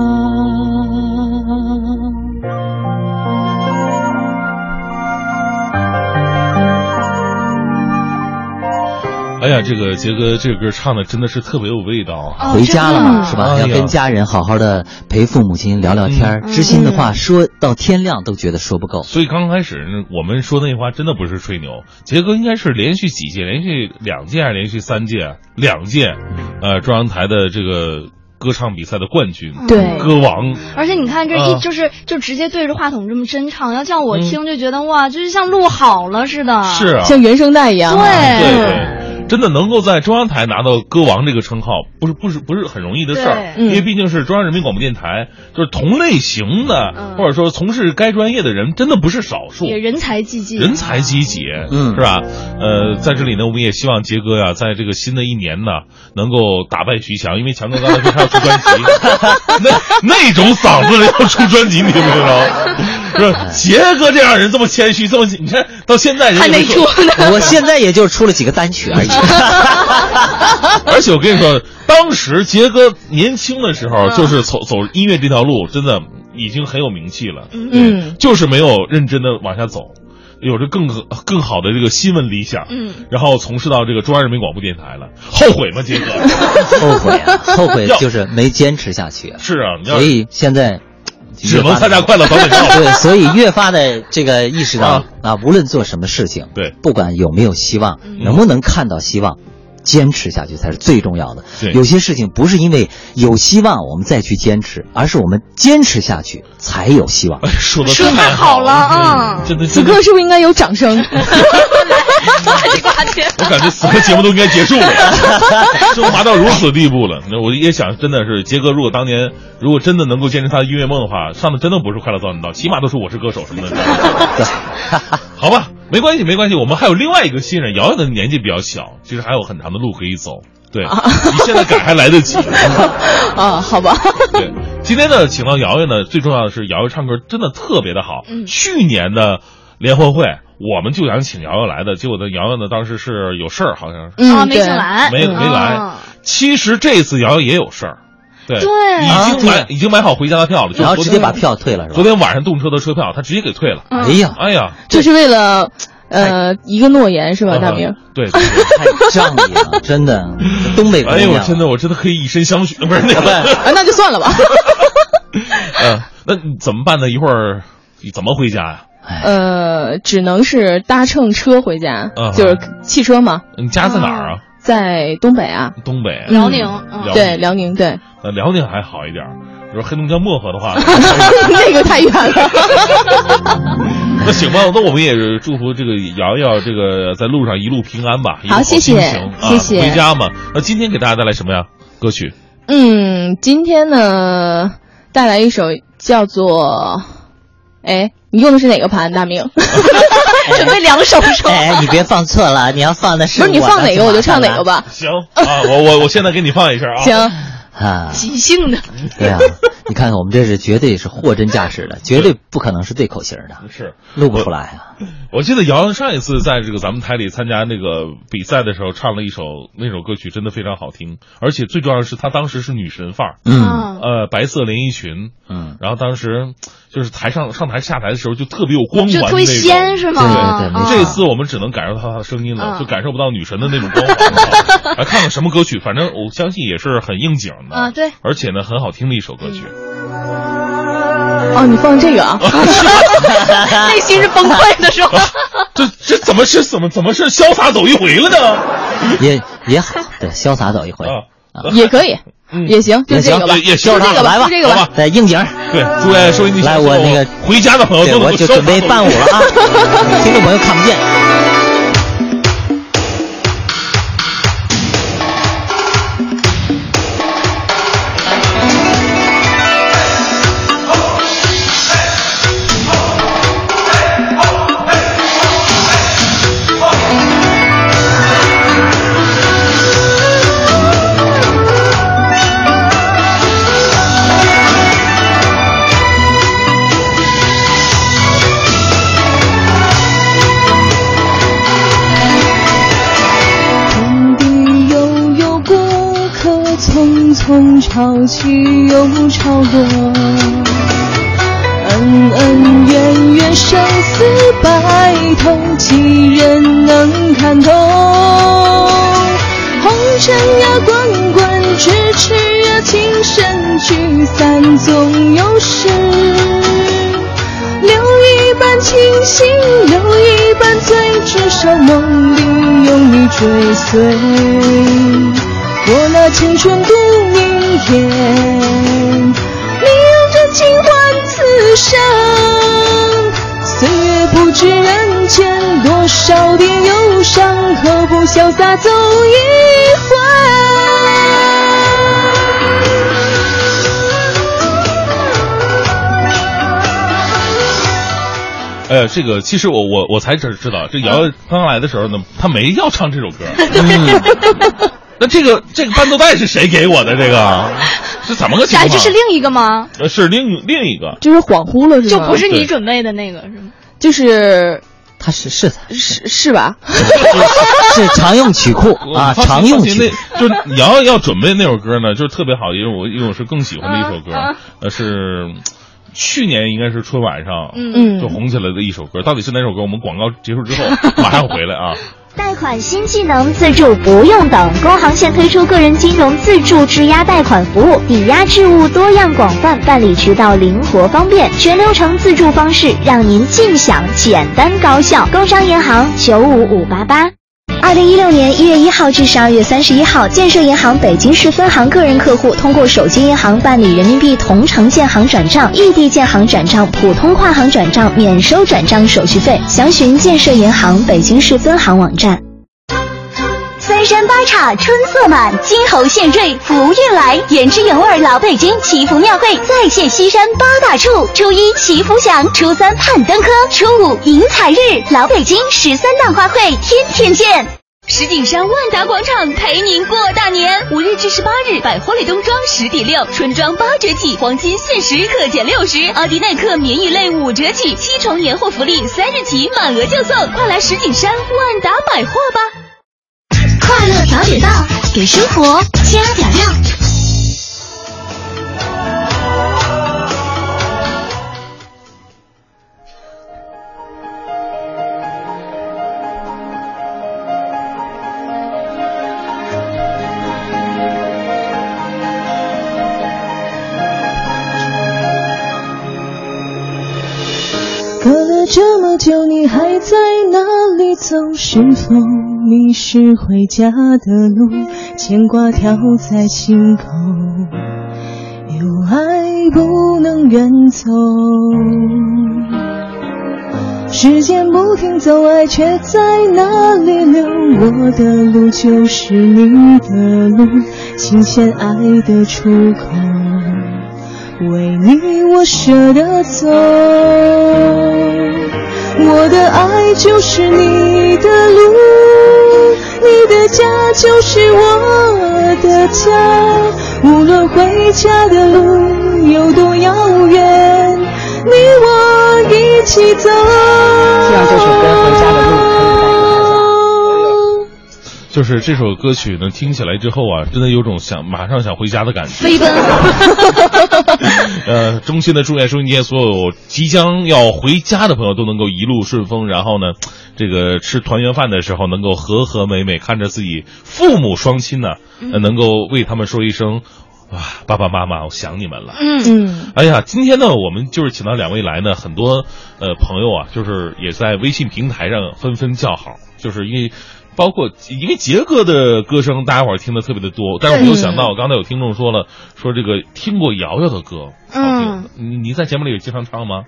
S1: 哎呀，这个杰哥这个歌唱的真的是特别有味道啊。
S16: 回家了嘛，是吧？
S1: 哎呀
S16: 要跟家人好好的陪父母亲聊聊天儿，
S1: 嗯
S16: 知心的话说到天亮都觉得说不够。
S1: 所以刚开始我们说那些话真的不是吹牛，杰哥应该是连续几届，连续两届还是连续三届啊？两届，
S16: 嗯
S1: 呃，中央台的这个歌唱比赛的冠军，
S6: 对
S1: 歌王。
S6: 而且你看这一
S1: 啊嗯
S6: 就是就直接对着话筒这么真唱，要叫我听就觉得哇，就是像录好了似的，
S1: 是啊
S22: 像原声带一样。
S1: 对对，真的能够在中央台拿到歌王这个称号，不是不是不是很容易的事儿，
S22: 对嗯
S1: 因为毕竟是中央人民广播电台，就是同类型的或者说从事该专业的人，真的不是少数。
S6: 也人才济济，
S1: 人才济济，嗯，是吧？呃，在这里呢，我们也希望杰哥呀、在这个新的一年呢，能够打败徐强，因为强哥刚才说他要出 专辑，那 那种嗓子要 出专辑，你听没听着？是吧杰哥这样人这么谦虚，这么你看到现在人也没说
S16: 我现在也就出了几个单曲而已。
S1: 而且我跟你说，当时杰哥年轻的时候，
S10: 嗯
S1: 就是走走音乐这条路，真的已经很有名气了，
S10: 嗯
S1: 就是没有认真的往下走，有着更更好的这个新闻理想，
S10: 嗯，
S1: 然后从事到这个中央人民广播电台了，后悔吗，杰哥？
S16: 后悔啊，后悔
S1: 要
S16: 就是没坚持下去。
S1: 是啊，你要
S16: 所以现在
S1: 只能参加快乐 早点到。
S20: 对，所以越发的这个意识到啊，无论做什么事情，对，不管有没有希望，
S1: 嗯
S20: 能不能看到希望，坚持下去才是最重要的。有些事情不是因为有希望我们再去坚持，而是我们坚持下去才有希望。
S1: 哎说
S20: 的
S1: 说得太
S21: 好了
S1: 啊！ 真的，
S21: 此刻是不是应该有 掌声？
S1: 我感觉此刻节目都应该结 束了，就麻到如此地步了。那我也想，真的是杰哥，如果当年如果真的能够坚持他的音乐梦的话，上的真的不是《快乐早点到》，起码都是《我是歌手》什么的。 好吧，没关系，没关系，我们还有另外一个新人，瑶瑶的年纪比较小，其实还有很长的路可以走。 对，你现在改还来得及。
S10: 嗯
S21: 啊，好吧。
S1: 对，今天呢，请到瑶瑶呢，最重要的是瑶瑶唱歌真的特别的好。去年的联欢会。我们就想请瑶瑶来的，结果呢，瑶瑶呢当时是有事儿，好像是
S21: 嗯啊没请
S5: 来
S1: 没没来
S5: 嗯。
S1: 其实这次瑶瑶也有事儿，对，
S5: 对
S1: 已经
S20: 啊
S1: 买已经买好回家的票了，就
S20: 然后
S1: 昨
S20: 直
S1: 天
S20: 接把票退了是吧？
S1: 昨天晚上动车的车票，他直接给退了。
S21: 哎呀
S1: 哎呀，
S21: 就是为了
S1: 哎
S21: 呃一个诺言是吧，
S1: 嗯
S21: 大明？
S1: 对，
S20: 哎太仗义了，真的，东北姑
S1: 哎呦，我
S20: 娘。
S1: 真的我真的可以以身相许，不是那个，
S21: 啊，那就算了吧。
S1: 嗯，那你怎么办呢？一会儿怎么回家呀？
S21: 呃，只能是搭乘车回家
S1: 嗯，
S21: 就是汽车嘛。嗯
S1: 你家在哪儿啊？
S21: 在东北啊，
S1: 东北，
S21: 嗯
S1: 辽
S21: 对，辽宁，对，
S1: 呃辽宁还好一点儿，比如黑龙江漠河的话，
S21: 那个太远了。
S1: 那行吧，那我们也是祝福这个瑶瑶这个在路上一路平安吧。一路
S21: 好谢谢
S1: 心情啊
S21: 谢谢
S1: 回家嘛。那今天给大家带来什么呀？歌曲
S21: 嗯，今天呢，带来一首叫做，哎，你用的是哪个盘，大明？准备两首是吧？
S20: 哎，你别放错了，你要放的是
S21: 不是你
S20: 我
S21: 放哪个我就唱哪个
S20: 吧。
S21: 吧。
S1: 行啊，我我我现在给你放一下啊。
S21: 行，
S20: 啊，
S21: 即兴的。
S20: 对啊，你看看我们这是绝对是货真价实的，绝对不可能是对口型的，
S1: 是
S20: 录不出来啊。
S1: 我记得瑶瑶上一次在这个咱们台里参加那个比赛的时候，唱了一首那首歌曲，真的非常好听，而且最重要的是她当时是女神范儿，
S20: 嗯
S1: 呃，白色连衣裙，
S20: 嗯，
S1: 然后当时就是台上上台下台的时候就特别有光环
S5: 就
S1: 那种，
S5: 特别仙是吗啊对对对没错
S1: 这次我们只能感受到她的声音了，
S5: 嗯
S1: 就感受不到女神的那种 光环了。来看看什么歌曲，反正我相信也是很应景的，
S5: 啊，对，
S1: 而且呢很好听的一首歌曲。
S5: 嗯
S21: 哦，你放这个 啊？内心是崩溃的是吧？
S1: 这这怎么是怎么怎么是潇洒走一回了呢？
S20: 也也好，对，潇洒走一
S1: 啊
S20: 回，
S21: 也可以，也行，就
S20: 嗯也
S21: 这
S20: 行
S21: 个吧，，就
S20: 也
S21: 这
S20: 潇洒
S21: 个
S20: 来
S21: 吧，
S20: 吧，
S21: 就这个吧。
S20: 对，应景。
S1: 对，祝愿收音机
S20: 来，我那个
S1: 回家的朋友
S20: 对，
S1: 都能
S20: 我
S1: 够
S20: 就
S1: 潇洒
S20: 准备
S1: 走一
S20: 伴 舞了啊
S1: 回，
S20: 听众朋友看不见。
S10: 空地悠悠，过客匆匆，潮起又潮落。恩恩怨怨，生死白头，几人能看透？红尘呀，滚滚，咫尺呀，情深聚散总有时。留一半清醒，留一半醉，至少梦里有你追随。我那青春的明天，你用真情换此生。岁月不知人间，多少的忧伤，何不潇洒走一回？
S1: 哎呀，这个其实我我我才知知道，这瑶瑶刚来的时候呢，她没要唱这首 歌。嗯那这个这个伴奏带是谁给我的？这个这怎么个情
S5: 这
S1: 况？
S5: 哎
S1: 啊
S5: 这是另一个吗？
S1: 呃是另另一个，
S21: 就是恍惚了，是
S5: 就
S21: 吗？
S5: 不是你准备的那个是吗？
S21: 就是
S20: 他是是
S21: 是是吧？
S20: 是常用曲库啊，
S1: 放心
S20: 常用
S1: 放心
S20: 曲。
S1: 那就是瑶瑶要准备那首歌呢，就是特别好，因为我因为我是更喜欢的一首歌
S20: 啊啊，
S1: 呃是。去年应该是春晚上，
S20: 嗯
S1: 就红起来的一首歌，到底是哪首歌？我们广告结束之后马上回来啊。
S5: 贷款新技能自助不用等，工行现推出个人金融自助质押贷款服务，抵押置物多样广泛，办理渠道灵活方便，全流程自助方式让您尽享简单高效。工商银行九五五八八。
S15: 二零一六年一月一号至十二月三十一号，建设银行北京市分行个人客户通过手机银行办理人民币同城建行转账、异地建行转账、普通跨行转账免收转账手续费。详询建设银行北京市分行网站。
S11: 三山八岔春色满，金猴献瑞福运来，原汁原味老北京祈福庙会再现西山八大处：初一祈福祥，初三盼登科，初五迎财日，老北京十三档花卉，天天见。
S12: 石景山万达广场陪您过大年，五日至十八日，百活里冬装十抵六，春装八折起，黄金限时可减六十，阿迪耐克棉衣类五折起，七重年货福利三日起满额就送，快来石景山万达百货吧！
S11: 快乐早点到，给生活加点料。
S24: 隔了这么久，你还在哪里走？是否迷失回家的路？牵挂挑在心口，有爱不能远走。时间不停走，爱却在哪里留？我的路就是你的路，新鲜爱的出口。为你我舍得走， 我的爱就是你的路，你的家就是我的家，无论回家的路有多遥远，你我一起走。
S20: 希望这首歌《回家的路》可以带给大家。
S1: 就是这首歌曲呢，听起来之后啊，真的有种想马上想回家的感觉。
S21: 飞奔。啊
S1: 呃，衷心的祝愿收音机前所有即将要回家的朋友都能够一路顺风，然后呢，这个吃团圆饭的时候能够和和美美，看着自己父母双亲呢、
S21: 嗯
S1: 呃能够为他们说一声。哇，爸爸妈妈，我想你们了。
S21: 嗯，
S1: 哎呀，今天呢，我们就是请到两位来呢，很多呃朋友啊，就是也在微信平台上纷纷叫好，就是因为包括因为杰哥的歌声，大家伙儿听的特别的多，但是我没有想到，刚才有听众说了，说这个听过瑶瑶的歌，
S21: 嗯
S1: 你你在节目里有经常唱吗？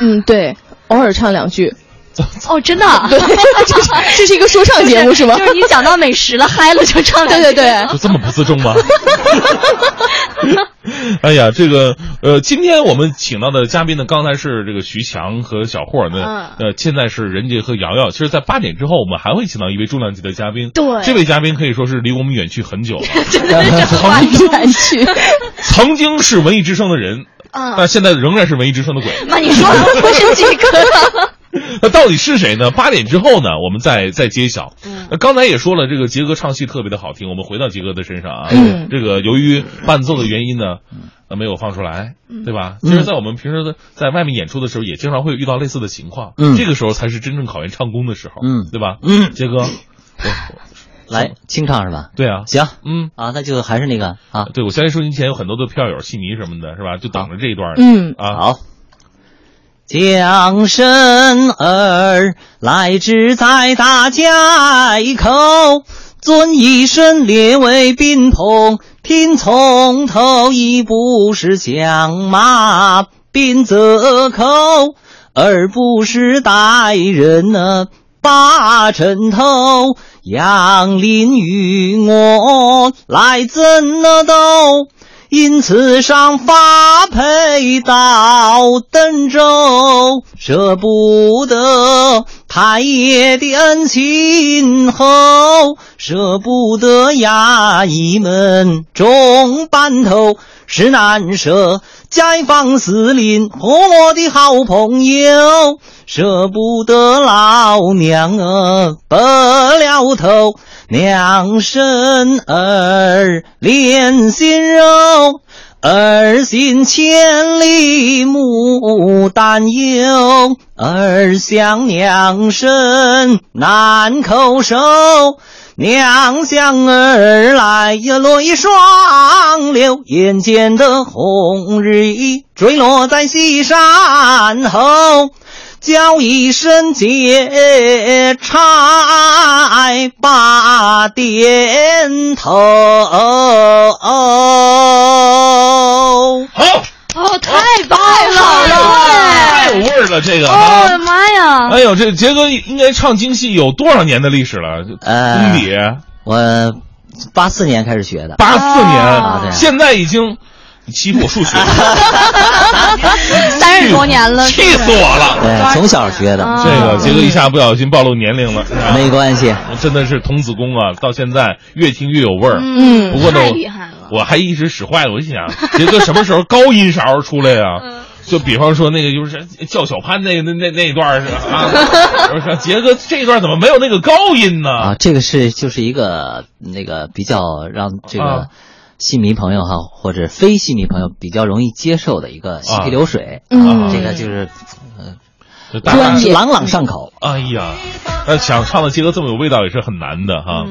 S21: 嗯，对，偶尔唱两句。
S2: 哦，真的啊，
S21: 对，这是这是一个说唱节目是吗？
S2: 就是你讲到美食了，嗨了就唱两句。
S21: 对对对
S1: 就这么不自重吗？ 哎呀，这个呃，今天我们请到的嘉宾呢，刚才是这个徐强和小霍呢，
S2: 嗯
S1: 呃，现在是任杰和瑶瑶。其实，在八点之后，我们还会请到一位重量级的嘉宾。
S2: 对
S1: 这位嘉宾可以说是离我们远去很久 了，
S2: 真的是话
S21: 远去。
S1: 曾经是文艺之声的人，
S2: 嗯
S1: 但现在仍然是文艺之声的鬼。
S2: 那你说不是这个？
S1: 那到底是谁呢？八点之后呢，我们再再揭晓。那刚才也说了，这个杰哥唱戏特别的好听。我们回到杰哥的身上啊，
S21: 嗯
S1: 这个由于伴奏的原因呢，呃，没有放出来，对吧？
S21: 嗯
S1: 其实，在我们平时的在外面演出的时候，也经常会遇到类似的情况。
S20: 嗯
S1: 这个时候才是真正考验唱功的时候，
S20: 嗯
S1: 对吧？嗯，杰哥，
S20: 来清唱是吧？
S1: 对啊，
S20: 行，
S1: 嗯
S20: 啊，那就还是那个啊，
S1: 对我相信收音前有很多的票友、戏迷什么的，是吧？就等着这一段。
S20: 嗯
S1: 啊，
S20: 好。将生儿来至在大家一口，尊一身列为宾朋，听从头一步是响马，宾则口，而不是待人呢、八尘头，杨林与我来争了斗。因此上发配到登州，舍不得太爷的恩情厚，舍不得衙役们中班头，是难舍。解放司令和我的好朋友，舍不得老娘啊，白了头。娘生儿，连心肉，儿行千里母担忧，儿想娘身难叩首。娘向儿来呀落一双柳，眼前的红日已坠落在西山后。叫一声姐，差把点头。
S1: 好，
S6: 哦，太棒了！
S1: 太有哎味儿了，这个。
S6: 哦，
S24: 哎
S6: 我
S1: 啊
S6: 的妈 呀！
S1: 哎呦，这杰哥应该唱京戏有多少年的历史了？功底
S20: 呃我八四年开始学的，
S1: 八四
S20: 啊
S1: 年，
S20: 对
S1: 现在已经欺负我数 学，
S6: 三十多年了，
S1: 气死我了！
S20: 对，从小学的。
S1: 这个杰哥一下不小心暴露年龄了，
S20: 没关系，
S1: 真的是童子功啊，到现在越听越有味儿。
S6: 嗯
S1: 不过呢
S6: 太厉
S25: 啊
S6: 害了，
S1: 我还一直使坏了，我就想杰哥什么时候高音勺出来呀、
S6: 嗯
S1: 就比方说那个就是叫小潘那那那那一段儿是啊， 我说杰哥这段怎么没有那个高音呢？
S20: 啊，这个是就是一个那个比较让这
S1: 啊
S20: 个戏迷朋友哈，或者非戏迷朋友比较容易接受的一个嬉皮流水，啊
S1: 嗯
S20: 这个就是
S1: 啊就大
S20: 专
S1: 家
S20: 朗朗上口。
S1: 哎呀，那想唱的杰哥这么有味道也是很难的哈。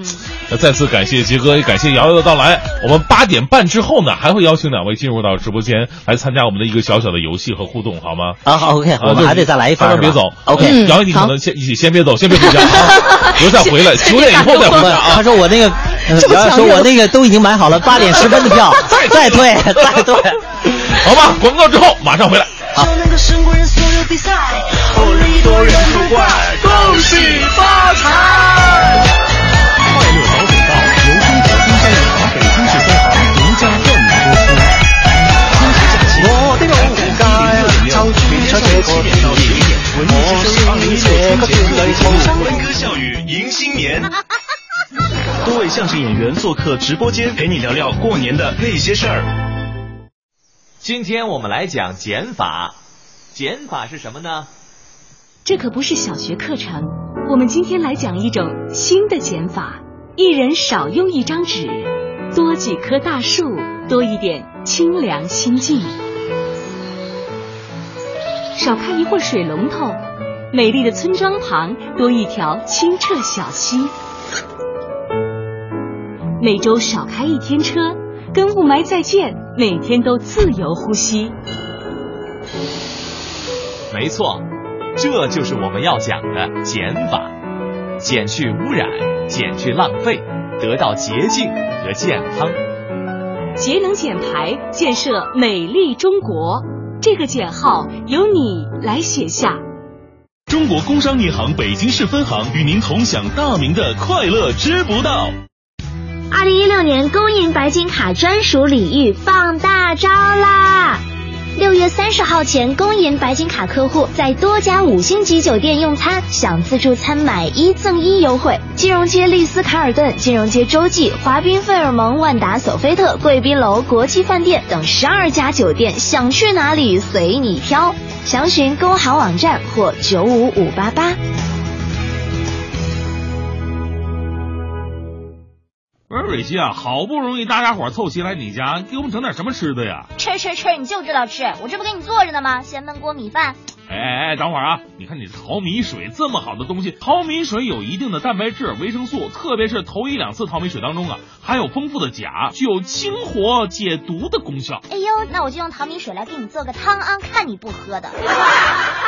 S1: 那再次感谢杰哥，也感谢瑶瑶的到来。我们八点半之后呢，还会邀请两位进入到直播间来参加我们的一个小小的游戏和互动，好吗？
S20: 啊好，OK，我们
S1: 对
S20: 还得再来一番
S1: 千万别
S20: 是吧
S1: 走
S20: OK 嗯
S1: 瑶瑶你可
S20: 好
S1: 能先你先别走，先别回 家，啊留下回来，九点以后再回家啊。
S20: 他说我那个，呃
S1: 这么
S20: 瑶瑶说
S1: 强烈
S20: 我那个都已经买好了八点十分的 票，再退再退，
S1: 好吧，广告之后马上回来。
S10: 好，能够胜过人所有比赛，哦，人多人不怪，恭喜发财。
S25: 快乐早点到，由中国金山银行北京市分行独家冠名播出。
S10: 我的老家呀，就住着这个地我想这个地来
S25: 温哥笑语迎新年。多位相声演员做客直播间，陪你聊聊过年的那些事儿。今天我们来讲减法，减法是什么呢？
S24: 这可不是小学课程。我们今天来讲一种新的减法：一人少用一张纸，多几棵大树，多一点清凉心境；少开一会儿水龙头，美丽的村庄旁多一条清澈小溪；每周少开一天车，跟雾霾再见，每天都自由呼吸。
S25: 没错，这就是我们要讲的减法，减去污染，减去浪费，得到洁净和健康。
S24: 节能减排，建设美丽中国。这个减号由你来写下。
S25: 中国工商银行北京市分行与您同享大明的快乐知不道。
S5: 二零一六年工银白金卡专属礼遇放大招啦！六月三十号前，工银白金卡客户在多家五星级酒店用餐享自助餐买一赠一优惠。金融街丽思卡尔顿、金融街洲际、华彬费尔蒙、万达索菲特、贵宾楼、国际饭店等十二家酒店，想去哪里随你挑。详询工行网站或九五五八八。
S1: 我说蕊希啊，好不容易大家伙凑齐来你家，给我们整点什么吃的呀？
S5: 吃吃吃，你就知道吃，我这不给你做着呢吗？咸焖锅米饭。
S1: 哎哎哎，等会儿啊！你看你淘米水这么好的东西，淘米水有一定的蛋白质、维生素，特别是头一两次淘米水当中啊，含有丰富的钾，具有清火解毒的功效。
S5: 哎呦，那我就用淘米水来给你做个汤啊，看你不喝 的。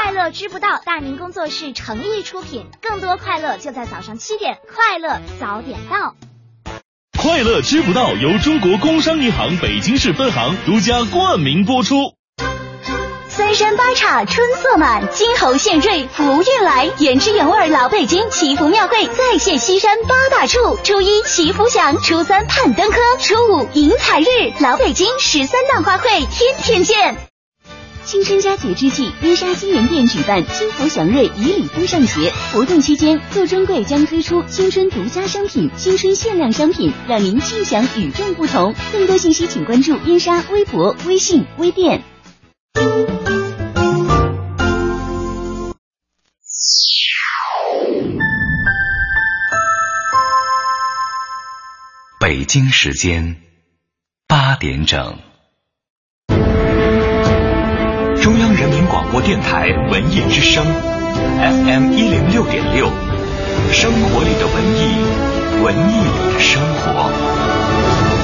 S5: 快乐知不道，大明工作室诚意出品，更多快乐就在早上七点，快乐早点到。
S25: 快乐知不道由中国工商银行北京市分行独家冠名播出。
S11: 三山八岔春色满，金猴献瑞福运来，原汁原味老北京祈福庙会再现西山八大处：初一祈福祥，初三盼登科，初五迎财日，老北京十三大花卉，天天见。
S12: 青春佳节之际，微莎金源店举办“金福祥瑞以礼风尚节”活动期间，最珍贵将推出新春独家商品、新春限量商品，让您尽享与众不同。更多信息请关注微莎微博、微信、微店。
S18: 北京时间八点整。电台文艺之声，FM 一零六点六，生活里的文艺，文艺里的生活。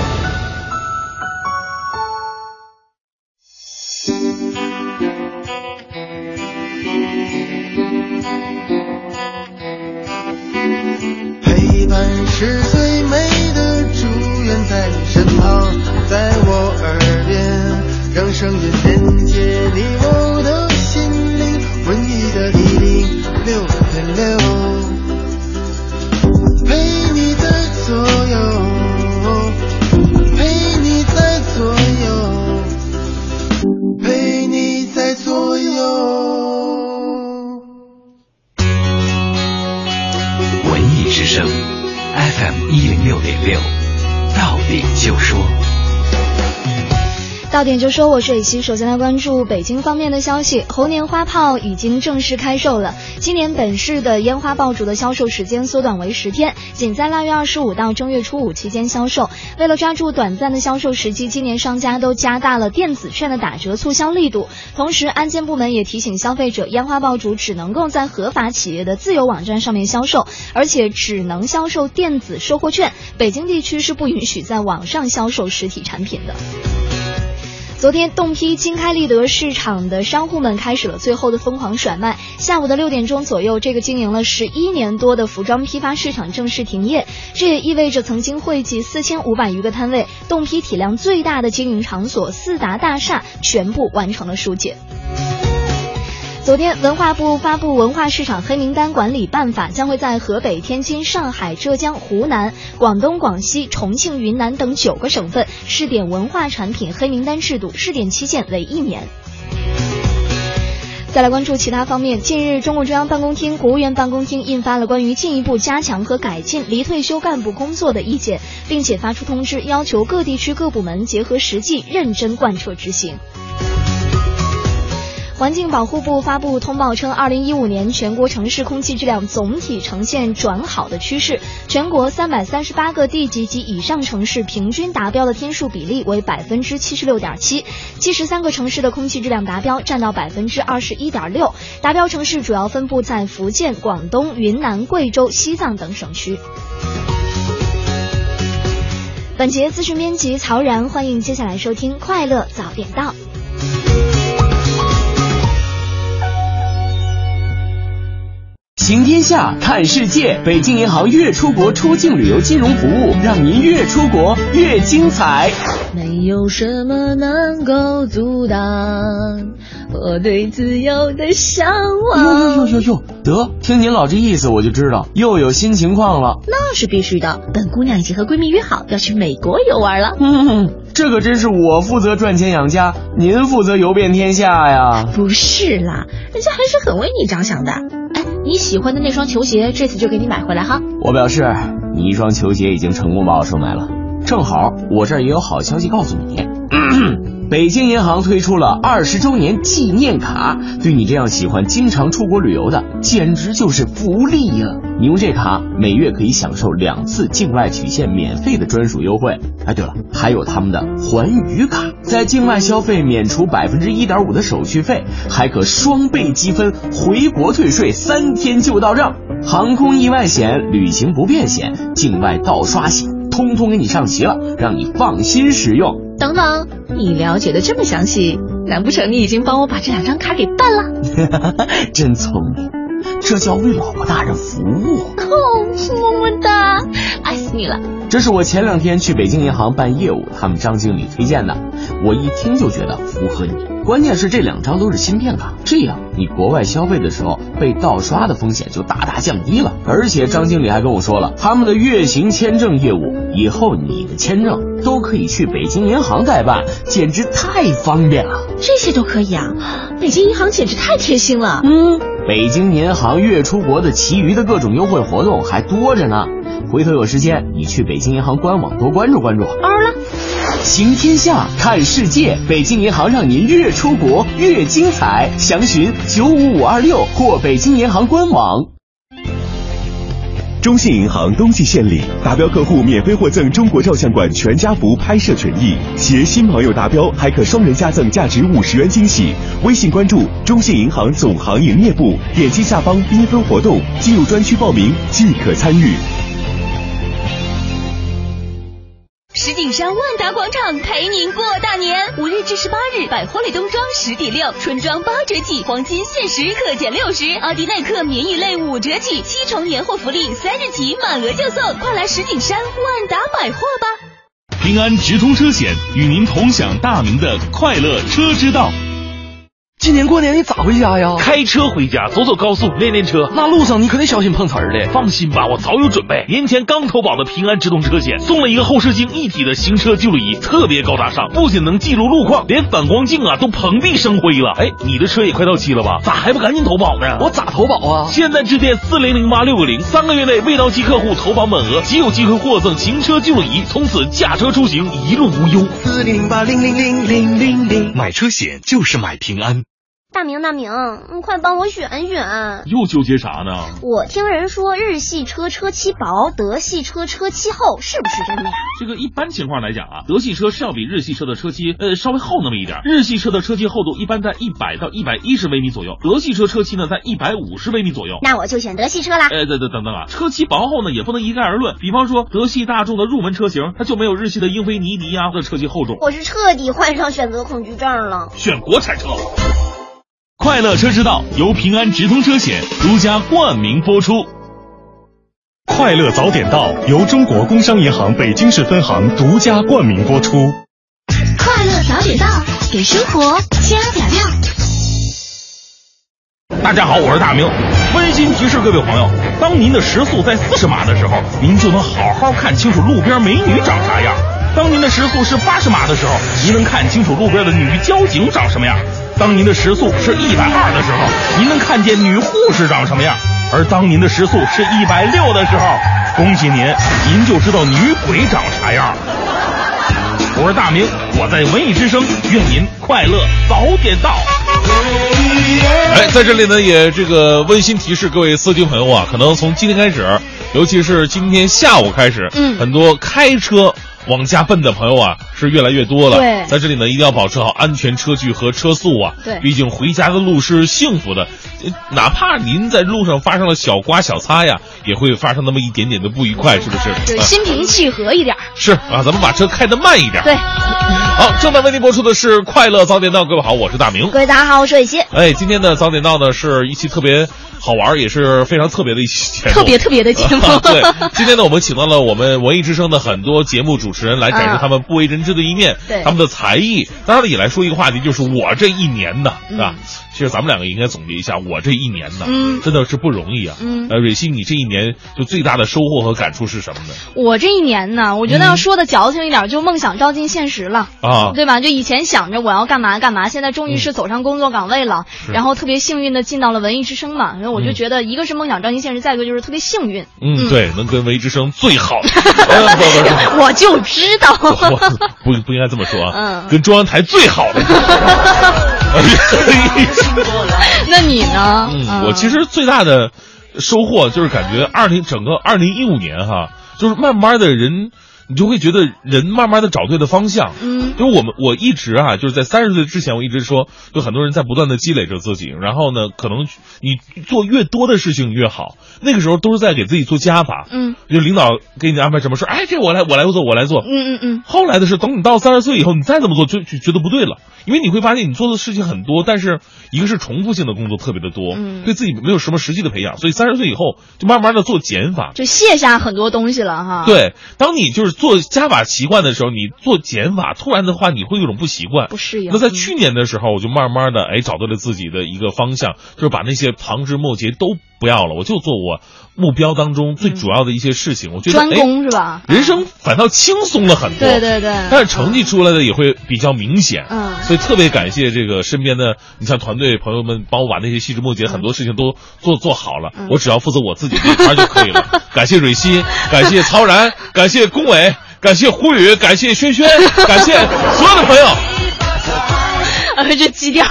S26: 陪伴是最美的祝愿，在你身旁，在我耳边，让声音连接你我的心灵。文艺的一零六点六，陪你在左右，陪你在左右，陪你在左右。
S18: 文艺之声，FM 一零六点六，到点就说。
S6: 到点就说，我是李希。首先来关注北京方面的消息，猴年花炮已经正式开售了。今年本市的烟花爆竹的销售时间缩短为十天，仅在腊月二十五到正月初五期间销售。为了抓住短暂的销售时机，今年商家都加大了电子券的打折促销力度。同时，安监部门也提醒消费者，烟花爆竹只能够在合法企业的自有网站上面销售，而且只能销售电子售货券。北京地区是不允许在网上销售实体产品的。昨天，冻批经开利德市场的商户们开始了最后的疯狂甩卖。下午的六点钟左右，这个经营了十一年多的服装批发市场正式停业。这也意味着曾经汇集四千五百余个摊位、冻批体量最大的经营场所四达大厦全部完成了疏解。昨天，文化部发布《文化市场黑名单管理办法》，将会在河北、天津、上海、浙江、湖南、广东、广西、重庆、云南等九个省份试点文化产品黑名单制度，试点期限为一年。再来关注其他方面。近日，中共中央办公厅、国务院办公厅印发了关于进一步加强和改进离退休干部工作的意见，并且发出通知，要求各地区各部门结合实际，认真贯彻执行。环境保护部发布通报称，二零一五年全国城市空气质量总体呈现转好的趋势，全国三百三十八个地级及以上城市平均达标的天数比例为百分之七十六点七，七十三个城市的空气质量达标占到百分之二十一点六，达标城市主要分布在福建、广东、云南、贵州、西藏等省区。本节资讯编辑曹然，欢迎接下来收听《快乐早点到》。
S25: 行天下，看世界。北京银行月出国出境旅游金融服务，让您越出国越精彩。
S27: 没有什么能够阻挡我对自由的向往。
S25: 哟哟哟哟，得，听您老这意思，我就知道又有新情况了。
S27: 那是必须的，本姑娘已经和闺蜜约好要去美国游玩了。
S25: 嗯， 这可真是我负责赚钱养家，您负责游遍天下呀。
S27: 不是啦，人家还是很为你着想的。哎，你喜欢的那双球鞋，这次就给你买回来哈。
S25: 我表示，你一双球鞋已经成功把我收买了。正好，我这儿也有好消息告诉你。 北京银行推出了二十周年纪念卡，对你这样喜欢经常出国旅游的，简直就是福利呀、你用这卡每月可以享受两次境外取现免费的专属优惠。哎，对了，还有他们的环宇卡，在境外消费免除百分之一点五的手续费，还可双倍积分，回国退税三天就到账。航空意外险、旅行不便险、境外盗刷险，通通给你上齐了，让你放心使用。
S27: 等等，你了解的这么详细，难不成你已经帮我把这两张卡给办了？
S25: 真聪明，这叫为老婆大人服务。
S27: 哦，么么哒，爱死你了！
S25: 这是我前两天去北京银行办业务，他们张经理推荐的，我一听就觉得符合你。关键是这两张都是芯片卡，这样你国外消费的时候被盗刷的风险就大大降低了。而且张经理还跟我说了，他们的月行签证业务，以后你的签证都可以去北京银行代办，简直太方便了。
S27: 这些都可以啊，北京银行简直太贴心了。
S25: 嗯，北京银行月出国的其余的各种优惠活动还多着呢，回头有时间你去北京银行官网多关注关注。
S27: 了，
S25: 行天下，看世界，北京银行让您越出国越精彩。详询九五五二六或北京银行官网。中信银行冬季献礼，达标客户免费获赠中国照相馆全家福拍摄权益，携新朋友达标还可双人加赠价值五十元惊喜。微信关注中信银行总行营业部，点击下方缤纷活动，进入专区报名即可参与。
S12: 石景山万达广场陪您过大年，五日至十八日，百货类冬装十抵六，春装八折起，黄金限时可减六十，奥迪耐克棉衣类五折起，七重年货福利三日起满额就送，快来石景山万达百货吧！
S28: 平安直通车险与您同享大明的快乐车之道。
S29: 今年过年你咋回家呀？
S30: 开车回家，走走高速，练练车。
S29: 那路上你可得小心碰瓷儿的。
S30: 放心吧，我早有准备。年前刚投保的平安直通车险，送了一个后视镜一体的行车记录仪，特别高大上，不仅能记录路况，连反光镜啊都蓬荜生辉了。哎，你的车也快到期了吧？咋还不赶紧投保呢？
S29: 我咋投保啊？
S30: 现在致电四零零八六个零，三个月内未到期客户投保满额，即有机会获赠行车记录仪，从此驾车出行一路无忧。
S4: 四零零八零零零零零零，
S31: 买车险就是买平安。
S5: 大明，大明，你快帮我选选！
S1: 又纠结啥呢？
S5: 啊我听人说日系车车漆薄，德系车车漆厚，是不是真的呀？
S1: 这个一般情况来讲啊，德系车是要比日系车的车漆呃稍微厚那么一点。日系车的车漆厚度一般在一百到一百一十微米左右，德系车车漆呢在一百五十微米左右。
S5: 那我就选德系车啦。
S1: 哎，等等等等啊，车漆薄厚呢也不能一概而论。比方说德系大众的入门车型，它就没有日系的英菲尼迪呀、啊、或者车漆厚重。
S5: 我是彻底患上选择恐惧症了。
S1: 选国产车。
S28: 快乐车之道由平安直通车险独家冠名播出。
S25: 快乐早点到由中国工商银行北京市分行独家冠名播出。
S11: 快乐早点到，给生活加点料。
S28: 大家好，我是大明。温馨提示各位朋友，当您的时速在四十码的时候，您就能好好看清楚路边美女长啥样；当您的时速是八十码的时候，您能看清楚路边的女交警长什么样；当您的时速是一百二的时候，您能看见女护士长什么样；而当您的时速是一百六的时候，恭喜您，您就知道女鬼长啥样。我是大明，我在文艺之声，愿您快乐早点到。
S1: 哎，在这里呢，也这个温馨提示各位司机朋友啊，可能从今天开始，尤其是今天下午开始，
S6: 嗯
S1: 很多开车往家奔的朋友啊，是越来越多了。
S6: 对
S1: 在这里呢，一定要保持好安全车距和车速啊。
S6: 对
S1: 毕竟回家的路是幸福的，呃哪怕您在路上发生了小刮小擦呀，也会发生那么一点点的不愉快，是不是？
S6: 对，
S1: 啊
S6: 心平气和一点儿。
S1: 是啊，咱们把车开得慢一点。
S6: 对，
S1: 好，正在为您播出的是《快乐早点到》，各位好，我是大明。
S6: 各位大家好，我是伟新。
S1: 哎，今天的早点到呢是一期特别好玩儿，也是非常特别的一期节目，
S6: 特 别特别的节目
S1: 啊对，今天呢，我们请到了我们文艺之声的很多节目主持人来展示
S6: 啊
S1: 他们不为人知的一面，
S6: 对
S1: 他们的才艺。当然了也来说一个话题，就是我这一年呢，
S6: 嗯
S1: 啊，其实咱们两个应该总结一下，我这一年呢，
S6: 嗯
S1: 真的是不容易啊。
S6: 嗯
S1: 呃，蕊欣，你这一年就最大的收获和感触是什么呢？
S6: 我这一年呢，我觉
S1: 嗯
S6: 得要说的矫情一点，就梦想照进现实了。
S1: 啊，
S6: 对吧？就以前想着我要干嘛干嘛，现在终于是走上工作岗位了，
S1: 是
S6: 然后特别幸运的进到了文艺之声嘛，然后我就
S1: 嗯
S6: 觉得一个是梦想照进现实，再一个就是特别幸 运。
S1: 嗯，对，能跟文艺之声最好， 呃不不不，
S6: 我就知道，
S1: 不不应该这么说啊，
S6: 嗯
S1: 跟中央台最好的。
S6: 那你呢？
S1: 嗯，我其实最大的收获就是感觉二零整个二零一五年哈，就是慢慢的人，你就会觉得人慢慢的找对了方向。
S6: 嗯
S1: 就我们我一直啊，就是在三十岁之前，我一直说，有很多人在不断的积累着自己，然后呢，可能你做越多的事情越好，那个时候都是在给自己做加法。
S6: 嗯
S1: 就领导给你安排什么事儿，哎，这我来我来做我来做。
S6: 嗯嗯嗯，
S1: 后来的是，等你到三十岁以后，你再这么做就就觉得不对了，因为你会发现你做的事情很多，但是一个是重复性的工作特别的多，
S6: 嗯
S1: 对自己没有什么实际的培养，所以三十岁以后就慢慢的做减法。
S6: 就卸下很多东西了哈。，
S1: 对，当你就是做加法习惯的时候，你做减法，突然的话你会有种不习惯，
S6: 不适应嗯
S1: 那在去年的时候，我就慢慢的哎找到了自己的一个方向，就是把那些旁枝末节都不要了，我就做我目标当中最主要的一些事情。我觉得
S6: 嗯专攻
S1: 哎
S6: 是吧？
S1: 人生反倒轻松了很多。
S6: 对对 对
S1: 但是成绩出来的也会比较明显。
S6: 嗯
S1: 所以特别感谢这个身边的，你像团队朋友们帮我把那些细枝末节很多事情都做做好了，我只要负责我自己这一摊儿就可以了。感谢蕊希，感谢曹然，感谢龚伟，感谢胡宇，感谢轩轩，感谢所有的朋友。
S6: 啊，这基调。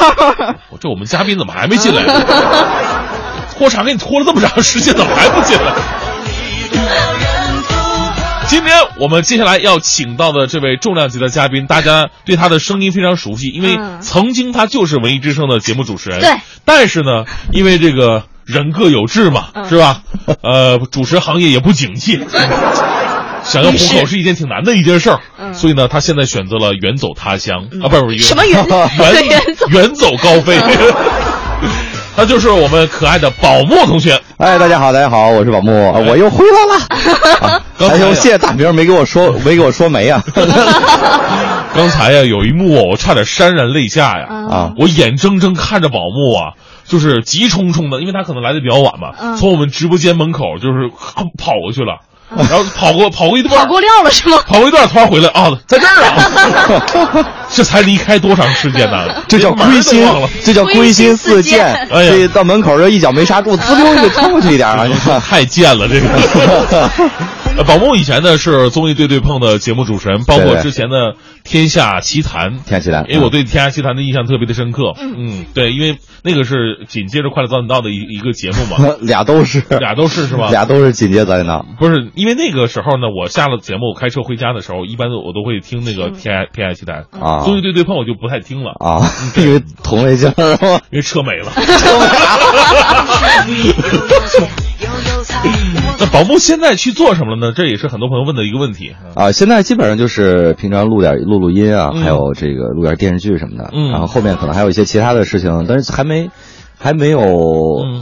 S1: 我这我们嘉宾怎么还没进来呢？拖场给你拖了这么长时间，怎么还不进来？今天我们接下来要请到的这位重量级的嘉宾，大家对他的声音非常熟悉，因为曾经他就是《文艺之声》的节目主持人。
S6: 对。
S1: 但是呢，因为这个人各有志嘛，是吧？呃，主持行业也不景气，想要糊口是一件挺难的一件事儿。所以呢，他现在选择了远走他乡啊，不是不是
S6: 什么 远
S1: 远远走高飞。
S6: 嗯
S1: 他就是我们可爱的宝木同学。哎
S19: 哎，大家好，大家好，我是宝木，啊、我又回来了。哎呦，谢谢大明没给我 说，没给我说媒啊。
S1: 刚才呀、啊，有一幕啊，我差点潸然泪下呀！
S6: 嗯
S1: 啊，我眼睁睁看着宝木啊，就是急冲冲的，因为他可能来的比较晚嘛，嗯、从我们直播间门口就是跑过去了。然后跑过跑过一段，
S6: 嗯跑过料了是吗？
S1: 跑过一段，突然回来啊，在这儿啊！ 这才离开多长时间呢？
S19: 这叫归心，这叫归心似箭。
S1: 哎
S19: 呀，到门口这一脚没刹住，滋溜就跳过去一点啊！你 看，
S1: 太贱了 这个。宝木以前呢是综艺对对碰的节目主持人，包括之前的《天下奇谭》。
S19: 天下奇谭，嗯
S1: 因为我对《天下奇谭》的印象特别的深刻。嗯，对，因为那个是紧接着《快乐早点到》的一一个节目嘛。
S19: 俩都是，
S1: 俩都是是吧？
S19: 俩都是紧接早点到。
S1: 不是。因为那个时候呢，我下了节目，我开车回家的时候，一般我都会听那个《偏爱偏爱奇谈》
S19: 啊，
S1: 综艺对对碰我就不太听了嗯
S19: 啊，因为同类劲儿，
S1: 因为车没了。 那宝木现在去做什么了呢？这也是很多朋友问的一个问题
S19: 啊。现在基本上就是平常录点录录音啊，
S1: 嗯
S19: 还有这个录点电视剧什么的，然后后面可能还有一些其他的事情，但是还没还没有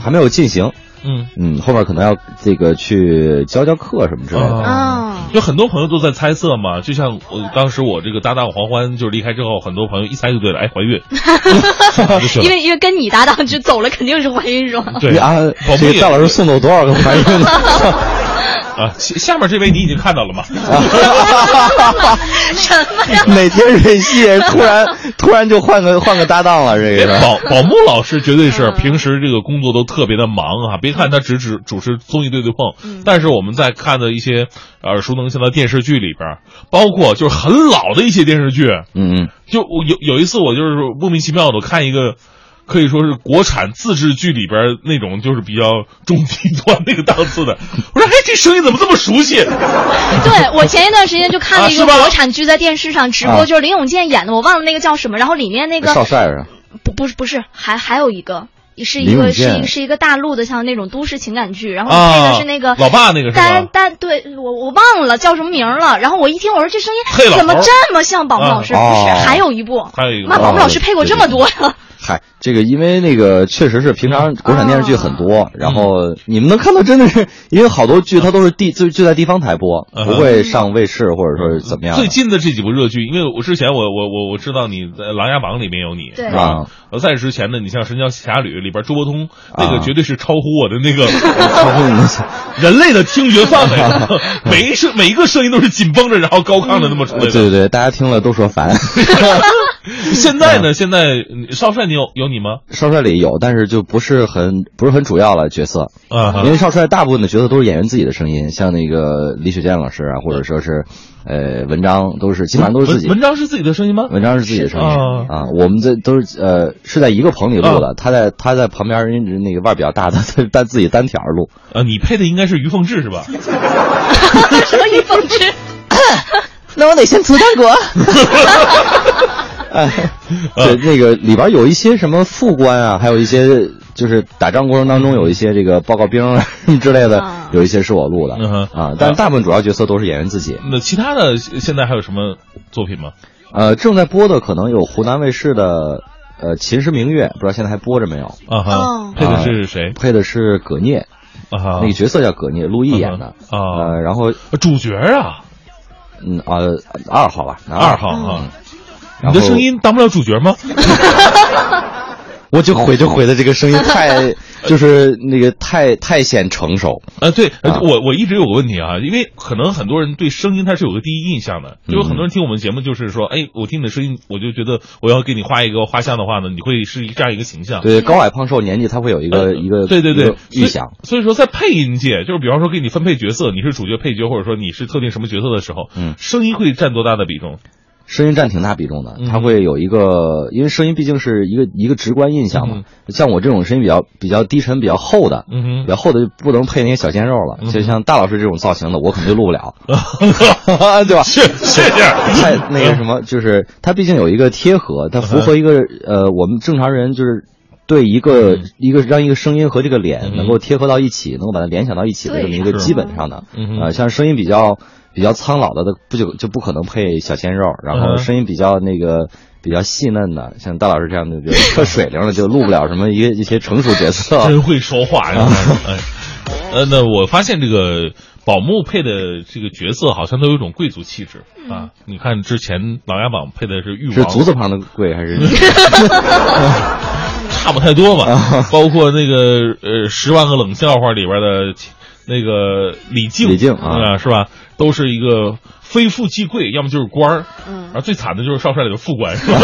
S19: 还没有进行。
S1: 嗯
S19: 嗯，后面可能要这个去教教课什么之类的
S6: 嗯
S1: 啊。就很多朋友都在猜测嘛，就像我当时我这个搭档黄欢就是离开之后，很多朋友一猜就对了，哎，怀 孕。
S6: 因为因为跟你搭档就走了，肯定是怀孕是吧？
S1: 对
S19: 啊，这个大老师送走多少个怀孕呢？
S1: 啊，下面这位你已经看到了吗？
S6: 什么 呀？
S19: 每天演戏，突然突然就换个换个搭档了。这 个
S1: 宝宝木老师绝对是平时这个工作都特别的忙啊！别看他只只主持综艺对对碰，嗯、但是我们在看的一些耳熟能详的电视剧里边，包括就是很老的一些电视剧，
S19: 嗯，
S1: 就有有一次我就是莫名其妙的看一个。可以说是国产自制剧里边那种，就是比较中低端那个档次的。我说，哎，这声音怎么这么熟悉？
S6: 对我前一段时间就看了一
S1: 啊
S6: 个国产剧，在电视上直播，
S19: 啊、
S6: 就是林永健演的，我忘了那个叫什么。然后里面那个
S19: 少帅啊，
S6: 不不是不是，还还有一个。是一个是一是一个大陆的像那种都市情感剧，然后那个是那个
S1: 啊老爸那个
S6: 丹丹对我我忘了叫什么名了，然后我一听我说这声音怎么这么像宝木老师？不是，还有一部，
S1: 啊哦还有一个，
S6: 妈宝木老师配过这么多呀！
S19: 嗨，这个因为那个确实是平
S1: 嗯
S19: 常国产电视剧很
S1: 啊
S19: 多，然后你们能看到真的是因为好多剧它都是地就就在地方台播，不会上卫视或者说怎么
S1: 嗯
S19: 样。
S1: 最近的这几部热剧，因为我之前我我我我知道你在《琅琊榜》里面有你，
S6: 对
S1: 吧？
S19: 啊
S1: 在之前的你像《神雕侠侣》里。里边周伯通那个绝对是超乎我的那个
S19: 超乎你 的
S1: 人类的听觉范
S19: 啊
S1: 围， 每一声每一个声音都是紧绷着，然后高亢的那么出来的。
S19: 对对对，大家听了都说烦。
S1: 现在
S19: 啊
S1: 呢？现在呃少帅你有有你吗？
S19: 少帅里有，但是就不是很不是很主要了角色
S1: 啊，
S19: 因为少帅大部分的角色都是演员自己的声音，像那个李雪健老师啊，或者说是。呃，文章都是基本上都是自己。
S1: 文章是自己的声音 吗？
S19: 文章是自己的哦声音啊！我们这都是呃是在一个棚里录的，他在他在旁边那个腕比较大， 他单自己单挑 录。
S1: 呃，你配的应该是于凤至是吧？
S6: 什么于凤 至？
S19: 那我得先涂糖果。
S13: 啊
S19: 哎，对，那个里边有一些什么副官啊，还有一些就是打仗过程当中有一些这个报告兵 什么之类的，有一些是我录的啊，但是大部分主要角色都是演员自己。
S1: 那其他的现在还有什么作品吗？
S19: 呃，正在播的可能有湖南卫视的呃《秦时明月》，不知道现在还播着没有？
S1: 啊
S2: 哦
S10: 哦
S1: 哈，配的是谁？
S19: 配的是葛聂，
S1: 啊，
S19: 那个角色叫葛聂，陆毅演的呃
S1: 啊。
S19: 然后
S1: 主角啊，
S19: 嗯啊，二号吧，嗯
S1: 二号啊。你的声音当不了主角吗？
S19: 我就毁就毁的这个声音 太，就是那个太太显成熟。
S1: 呃，对，
S19: 啊
S1: 我我一直有个问题啊，因为可能很多人对声音他是有个第一印象的，就有很多
S19: 嗯
S1: 人听我们节目就是说，哎，我听你的声音，我就觉得我要给你画一个画像的话呢，你会是这样一个形象。
S19: 对，高矮胖瘦年纪，他会有一个一
S1: 啊
S19: 个
S1: 呃对对对
S19: 预想。
S1: 所以说，在配音界，就是比方说给你分配角色，你是主角、配角，或者说你是特定什么角色的时候，
S19: 嗯，
S1: 声音会占多大的比重？
S19: 声音占挺大比重
S1: 嗯
S19: 的，它会有一个，因为声音毕竟是一个一个直观印象
S1: 嗯
S19: 嘛。像我这种声音比较比较低沉、比较厚的，比较厚的就不能配那些小鲜肉
S1: 嗯
S19: 了。就像大老师这种造型的，我可能就录不 了，对吧？
S1: 是是这样，
S19: 太那个什么，就是它毕竟有一个贴合，它符合一个
S1: 嗯
S19: 呃，我们正常人就是。对一个、嗯、一个让一个声音和这个
S1: 嗯
S19: 脸能够贴合到一起，嗯、能够把它联想到一起的这么一个基本上的，啊、
S1: 嗯
S19: 呃，像声音比较比较苍老的，不就就不可能配小鲜肉，然
S1: 嗯
S19: 后声音比较那个。嗯比较细嫩的，像大老师这样的，就特水灵的，就录不了什么一一些成熟角 色。
S1: 真会说 话呀！哎，呃，那我发现这个宝木配的这个角色好像都有一种贵族气质啊。你看之前琅琊榜配的是誉王，
S19: 是竹字旁的贵还 是？
S1: 差不太多
S19: 啊
S1: 吧。包括那个呃，《十万个冷笑话》里边的那个李靖，
S19: 李靖啊，
S1: 是吧？都是一个。非富即贵，要么就是官儿，嗯，而最惨的就是少帅里的副官， 是吧？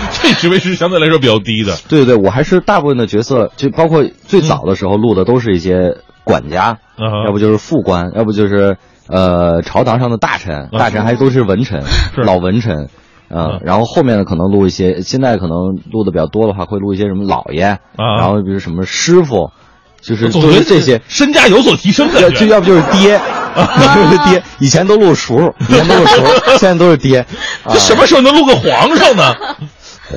S1: 这职位是相对来说比较低的。
S19: 对对对，我还是大部分的角色，就包括最早的时候录的都是一些管家，嗯、要不就是副官，要不就是呃朝堂上的大
S1: 嗯
S19: 臣，大臣还都是文 臣，嗯、老文臣。嗯，然后后面的可能录一些，现在可能录的比较多的话，会录一些什么老爷，嗯、然后比如什么师傅，就是
S1: 总觉得
S19: 这些
S1: 身价有所提升的，
S19: 就要不就是 爹。
S13: 啊
S19: 爹，以前都录 叔，以前都录叔，现在都是爹。
S13: 啊
S1: 这什么时候能录个皇上呢？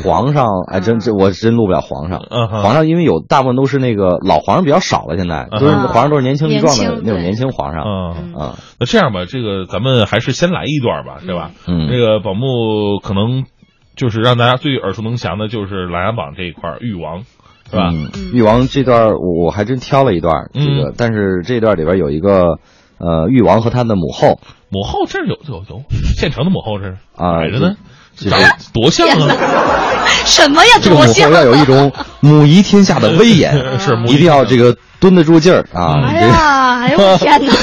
S19: 皇上，哎，
S1: 嗯
S19: 真这我真录不了皇上。皇上，因为有大部分都是那个老皇上比较少了，现在
S1: 嗯
S19: 都是皇上都是年轻力壮的那种年轻皇上。
S1: 啊，那这样吧，这个咱们还是先来一段吧，对吧？嗯，这个宝木可能就是让大家最耳熟能详的就是《琅琊榜》这一块，誉王。是吧？
S19: 嗯誉王这段我我还真挑了一段，这
S1: 嗯
S19: 个但是这段里边有一个。呃，誉王和他的母后，
S1: 母后这有有有现成的母后这是
S19: 啊，
S1: 摆着呢，长多像啊！
S2: 什么呀？
S19: 这个母后要有一种母仪天下的威严，
S1: 是
S19: 一定要这个蹲得住劲儿啊！
S2: 哎呀，哎呦我天哪！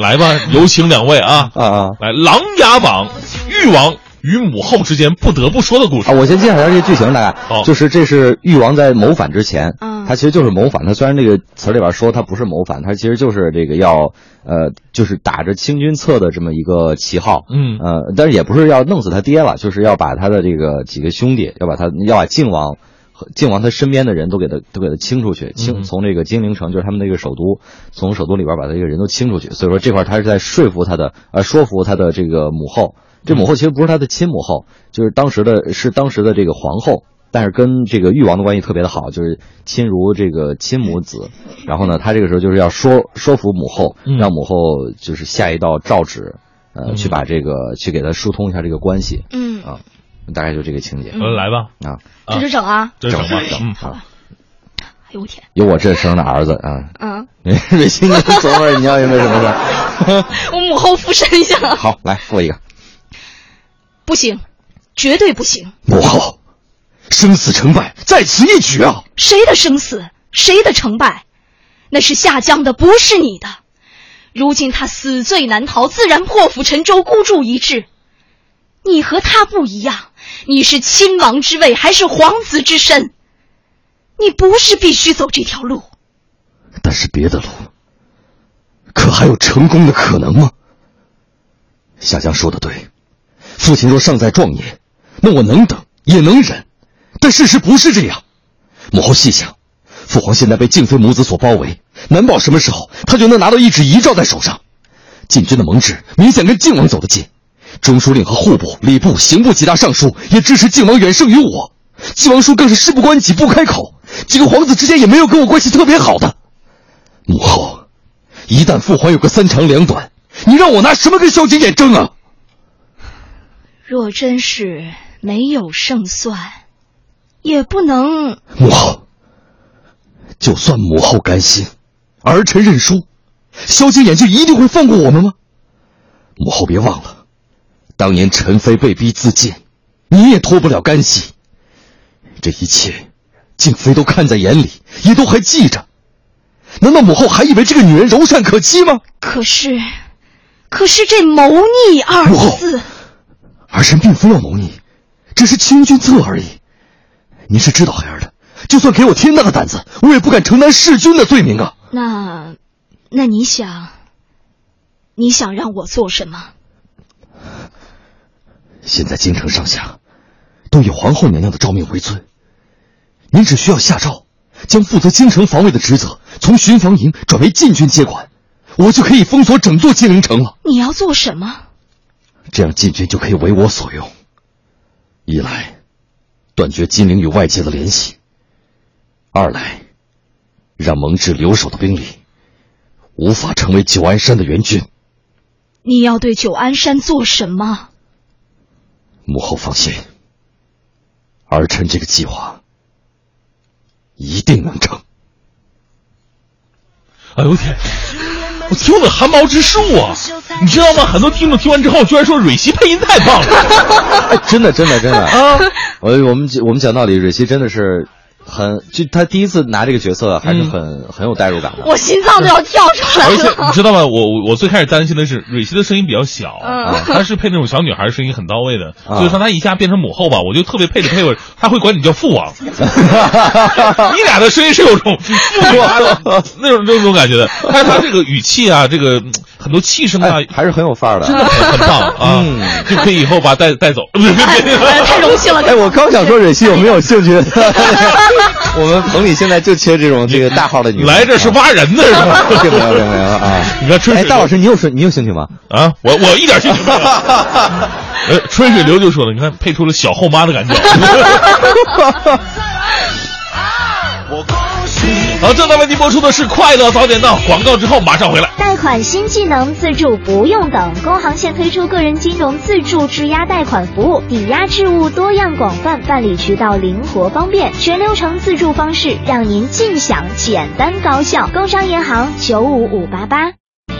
S1: 来吧，有请两位啊
S19: 啊啊！
S1: 来，《琅琊榜》誉王。与母后之间不得不说的故事
S19: 啊！我先介绍一下这剧情，大概、哦、就是这是誉王在谋反之前，嗯、他其实就是谋反。他虽然这个词里边说他不是谋反，他其实就是这个要呃，就是打着清君侧的这么一个旗号，
S1: 嗯
S19: 呃，但是也不是要弄死他爹了，就是要把他的这个几个兄弟，要把他要把靖王。靖王他身边的人都给他都给他清出去，
S1: 嗯
S19: 清从这个金陵城，就是他们那个首都，从首都里边把他这个人都清出去。所以说这块他是在说服他的，呃，说服他的这个母后。这母后其实不是他的亲母后，就是当时的是当时的这个皇后，但是跟这个誉王的关系特别的好，就是亲如这个亲母子。然后呢，他这个时候就是要说说服母后，
S1: 嗯
S19: 让母后就是下一道诏旨，呃，去把这个去给他疏通一下这个关系。
S2: 嗯
S19: 啊。大概就这个情节，
S1: 嗯，来吧，
S19: 啊，
S2: 这是整啊，
S1: 整嗯吧，
S19: 整好吧。
S2: 哎呦我天，
S19: 有我这生的儿子啊，
S2: 嗯，
S19: 瑞鑫，你琢磨你要因为什么
S2: 事？我母后附身一下。
S19: 好，来附一个。
S2: 不行，绝对不行。
S13: 母后，生死成败在此一举啊！
S2: 谁的生死，谁的成败，那是下江的，不是你的。如今他死罪难逃，自然破釜沉舟，孤注一掷。你和他不一样。你是亲王之位还是皇子之身？你不是必须走这条路，
S13: 但是别的路，可还有成功的可能吗？夏江说的对，父亲若尚在壮年，那我能等也能忍，但事实不是这样。母后细想，父皇现在被静妃母子所包围，难保什么时候他就能拿到一纸遗诏在手上。禁军的盟誓明显跟靖王走得近。中书令和户部、礼部、刑部几大尚书也支持靖王远胜于我，靖王叔更是事不关己不 开口。几个皇子之间也没有跟我关系特别好的。母后，啊一旦父皇有个三长两短，你让我拿什么跟萧景琰争啊？
S2: 若真是没有胜算，也不能。
S13: 母后，就算母后甘心，儿臣认输，萧景琰就一定会放过我们吗？母后别忘了。当年陈妃被逼自尽，你也脱不了干系。这一切，静妃都看在眼里，也都还记着。难道母后还以为这个女人柔善可欺吗？
S2: 可是，可是这谋逆二字，
S13: 儿臣并非要谋逆，只是清君侧而已。您是知道孩儿的，就算给我天大的胆子，我也不敢承担弑君的罪名啊。
S2: 那，那你想，你想让我做什么？
S19: 现在京城上下都以皇后娘娘的诏命为尊，您只需要下诏，将负责京城防卫的职责从巡防营转为禁军接管，我就可以封锁整座金陵城了。
S6: 你要做什么？
S19: 这样禁军就可以为我所用。一来，断绝金陵与外界的联系；二来，让蒙挚留守的兵力无法成为九安山的援军。
S6: 你要对九安山做什么？
S19: 母后放心，儿臣这个计划一定能成。
S1: 哎呦我天！我听的汗毛直竖啊！你知道吗？很多听众听完之后居然说蕊希配音太棒了，
S19: 哎真的，真的，真的啊！我我们我们讲道理，蕊希真的是很，就她第一次拿这个角色，还是
S1: 嗯
S19: 很、很有代入 感的。
S6: 我心脏都要跳出来
S1: 而且你
S6: 了。
S1: 知道吗？我我我最开始担心的是蕊希的声音比较小，
S6: 嗯
S1: 她是配那种小女孩声音很到位的，
S19: 啊
S1: 所以说她一下变成母后吧，我就特别配着配我，她会管你叫父王。 你俩的声音是有种父王的那种那种感觉的，但是她这个语气啊，这个嗯很多气声啊，
S19: 还是很有范儿的，
S1: 真的很很棒啊，就可以以后把带带走。
S6: 太荣幸了。
S19: 哎，我刚想说蕊希有没有兴趣，我们棚里现在就缺这种这个大号的女。
S1: 来这是挖人的是吧
S19: 并没有，并没有啊！
S1: 你看春
S19: 哎，
S1: 水
S19: 大老师，你有兴你有兴趣吗？
S1: 啊，我我一点兴 趣没有。 呃，春水流就说了，你看配出了小后妈的 感觉。好，正在为您播出的是《快乐早点到》广告之后马上回来。
S5: 贷款新技能自助不用等，工行现推出个人金融自助质押贷款服务，抵押置物多样广泛，办理渠道灵活方便，全流程自助方式让您尽享简单高效。工商银行九五五八八。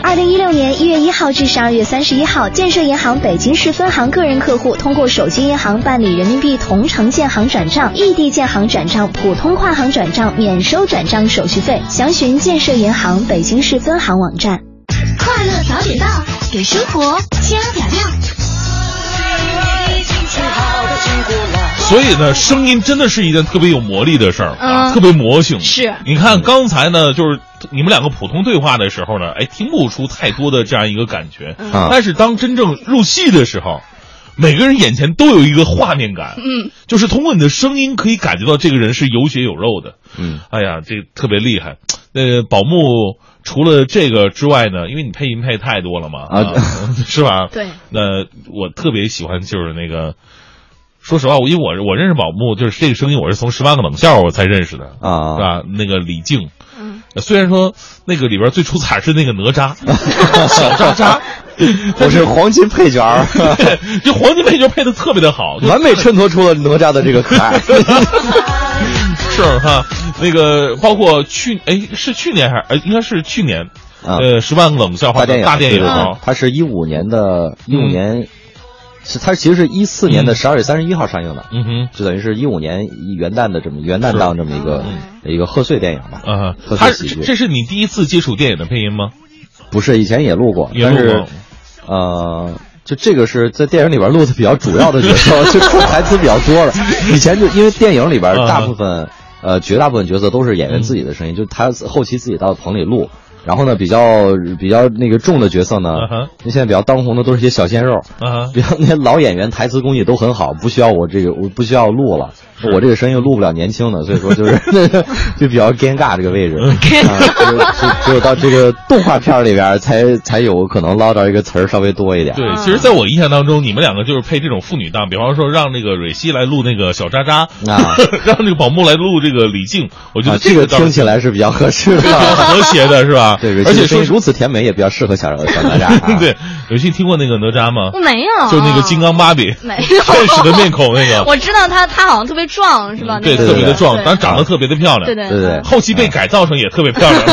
S5: 二零一六年一月一号至十二月三十一号，建设银行北京市分行个人客户通过手机银行办理人民币同城建行转账、异地建行转账、普通跨行转账免收转账手续费。详询建设银行北京市分行网站。
S11: 快乐早点到，给生活加点料。
S1: 所以呢，声音真的是一件特别有魔力的事儿、啊，
S6: 嗯
S1: 特别魔性。
S6: 是
S1: 你看刚才呢，就是你们两个普通对话的时候呢，哎，听不出太多的这样一个感觉。
S19: 啊
S6: 嗯
S1: 但是当真正入戏的时候，每个人眼前都有一个画面感，
S6: 嗯，
S1: 就是通过你的声音可以感觉到这个人是有血有肉的。
S19: 嗯，
S1: 哎呀，这特别厉害。呃，宝木除了这个之外呢，因为你配音配太多了嘛，
S19: 啊
S1: 是吧？
S6: 对
S1: 那我特别喜欢就是那个，说实话，我因为我我认识宝木，就是这个声音，我是从《十万个冷笑话》我才认识的
S19: 啊，
S1: 是吧？那个李靖，
S6: 嗯，
S1: 虽然说那个里边最出彩是那个哪 吒，小哪吒，
S19: 我是黄金配 角儿，
S1: 就黄金配角配的特别的好，就
S19: 完美衬托出了哪吒的这个可爱。
S1: 是哈，那个包括去哎是去年还是呃应该是去年，
S19: 啊
S1: 呃十万个冷笑话
S19: 大电
S1: 的
S19: 影，
S1: 大电影
S19: 对对对
S1: 啊，嗯
S19: 它是一五年的，一五年是它其实是一四年的十二月三十一号上映的，
S1: 嗯哼，
S19: 就等于是一五年元旦的这么元旦档这么一个
S1: 嗯
S19: 一个贺岁电影吧，
S1: 啊
S19: 贺，
S1: 他
S19: 岁喜
S1: 这这
S19: 剧。
S1: 是你第一次接触电影的配音吗？
S19: 不是以前也录过，
S1: 也
S19: 但
S1: 录
S19: 是
S1: 过
S19: 呃。就这个是在电影里边录的比较主要的角 色，就台词比较多的。以前就因为电影里边
S1: 嗯
S19: 大部分，呃，绝大部分角色都是演员自己的声音，就他后期自己到棚里录。然后呢，比较比较那个重的角色呢
S1: 嗯哼，
S19: 那现在比较当红的都是一些小鲜肉，
S1: 啊
S19: 比较那些老演员台词功底都很好，不需要我这个我不需要录了，我这个声音录不了年轻的，所以说就是 就比较尴尬这个位 置，啊就是就只有到这个动画片里边儿才才有可能捞到一个词儿稍微多一点。
S1: 对，
S6: 嗯
S1: 其实在我印象当中，你们两个就是配这种父女档，比方说让那个蕊希来录那个小渣渣，
S19: 啊
S1: 让那个宝木来录这个李靖，我觉
S19: 啊
S1: 得，
S19: 这
S1: 个
S19: 个
S1: 倒是
S19: 听起来是比较合适的
S1: 比，较 和谐的是吧？
S19: 对，
S1: 而且
S19: 声
S1: 说
S19: 音
S1: 是。
S19: 如此甜美，也比较适合小小大家、啊
S1: 对，有幸听过那个哪吒吗
S6: 我？没有，
S1: 就那个金刚芭比，
S6: 没有
S1: 天使的面孔那个，
S6: 我知道他，他好像特别壮，是吧？
S1: 对，
S6: 那个
S1: 特别的壮，
S6: 对
S1: 然后长得特别的漂亮，
S6: 对对对对
S1: 后
S19: 嗯
S1: 期被改造成也特别漂亮。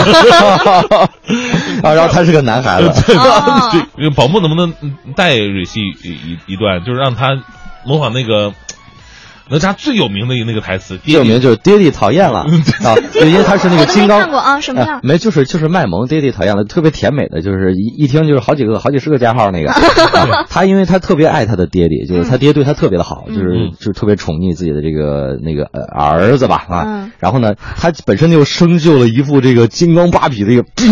S19: 啊，然后他是个
S1: 呃
S19: 男孩子，
S6: 哦
S1: 对，宝木能不能带蕊希一一一段，就是让他模仿那个。哪吒最有名的那个台词，
S19: 最有名就是爹地讨厌了啊，就因为他是那个金刚。
S6: 我都没看过啊什么样
S19: 哎没，就是就是卖萌，爹地讨厌了，特别甜美的，就是一一听就是好几个好几十个加号那 个。啊他因为他特别爱他的爹地，就是他爹对他特别的好，就是
S1: 嗯
S19: 就是特别宠溺自己的这个那个呃儿子吧啊。
S1: 嗯
S19: 然后呢，他本身就生就了一副这个金刚芭比的一个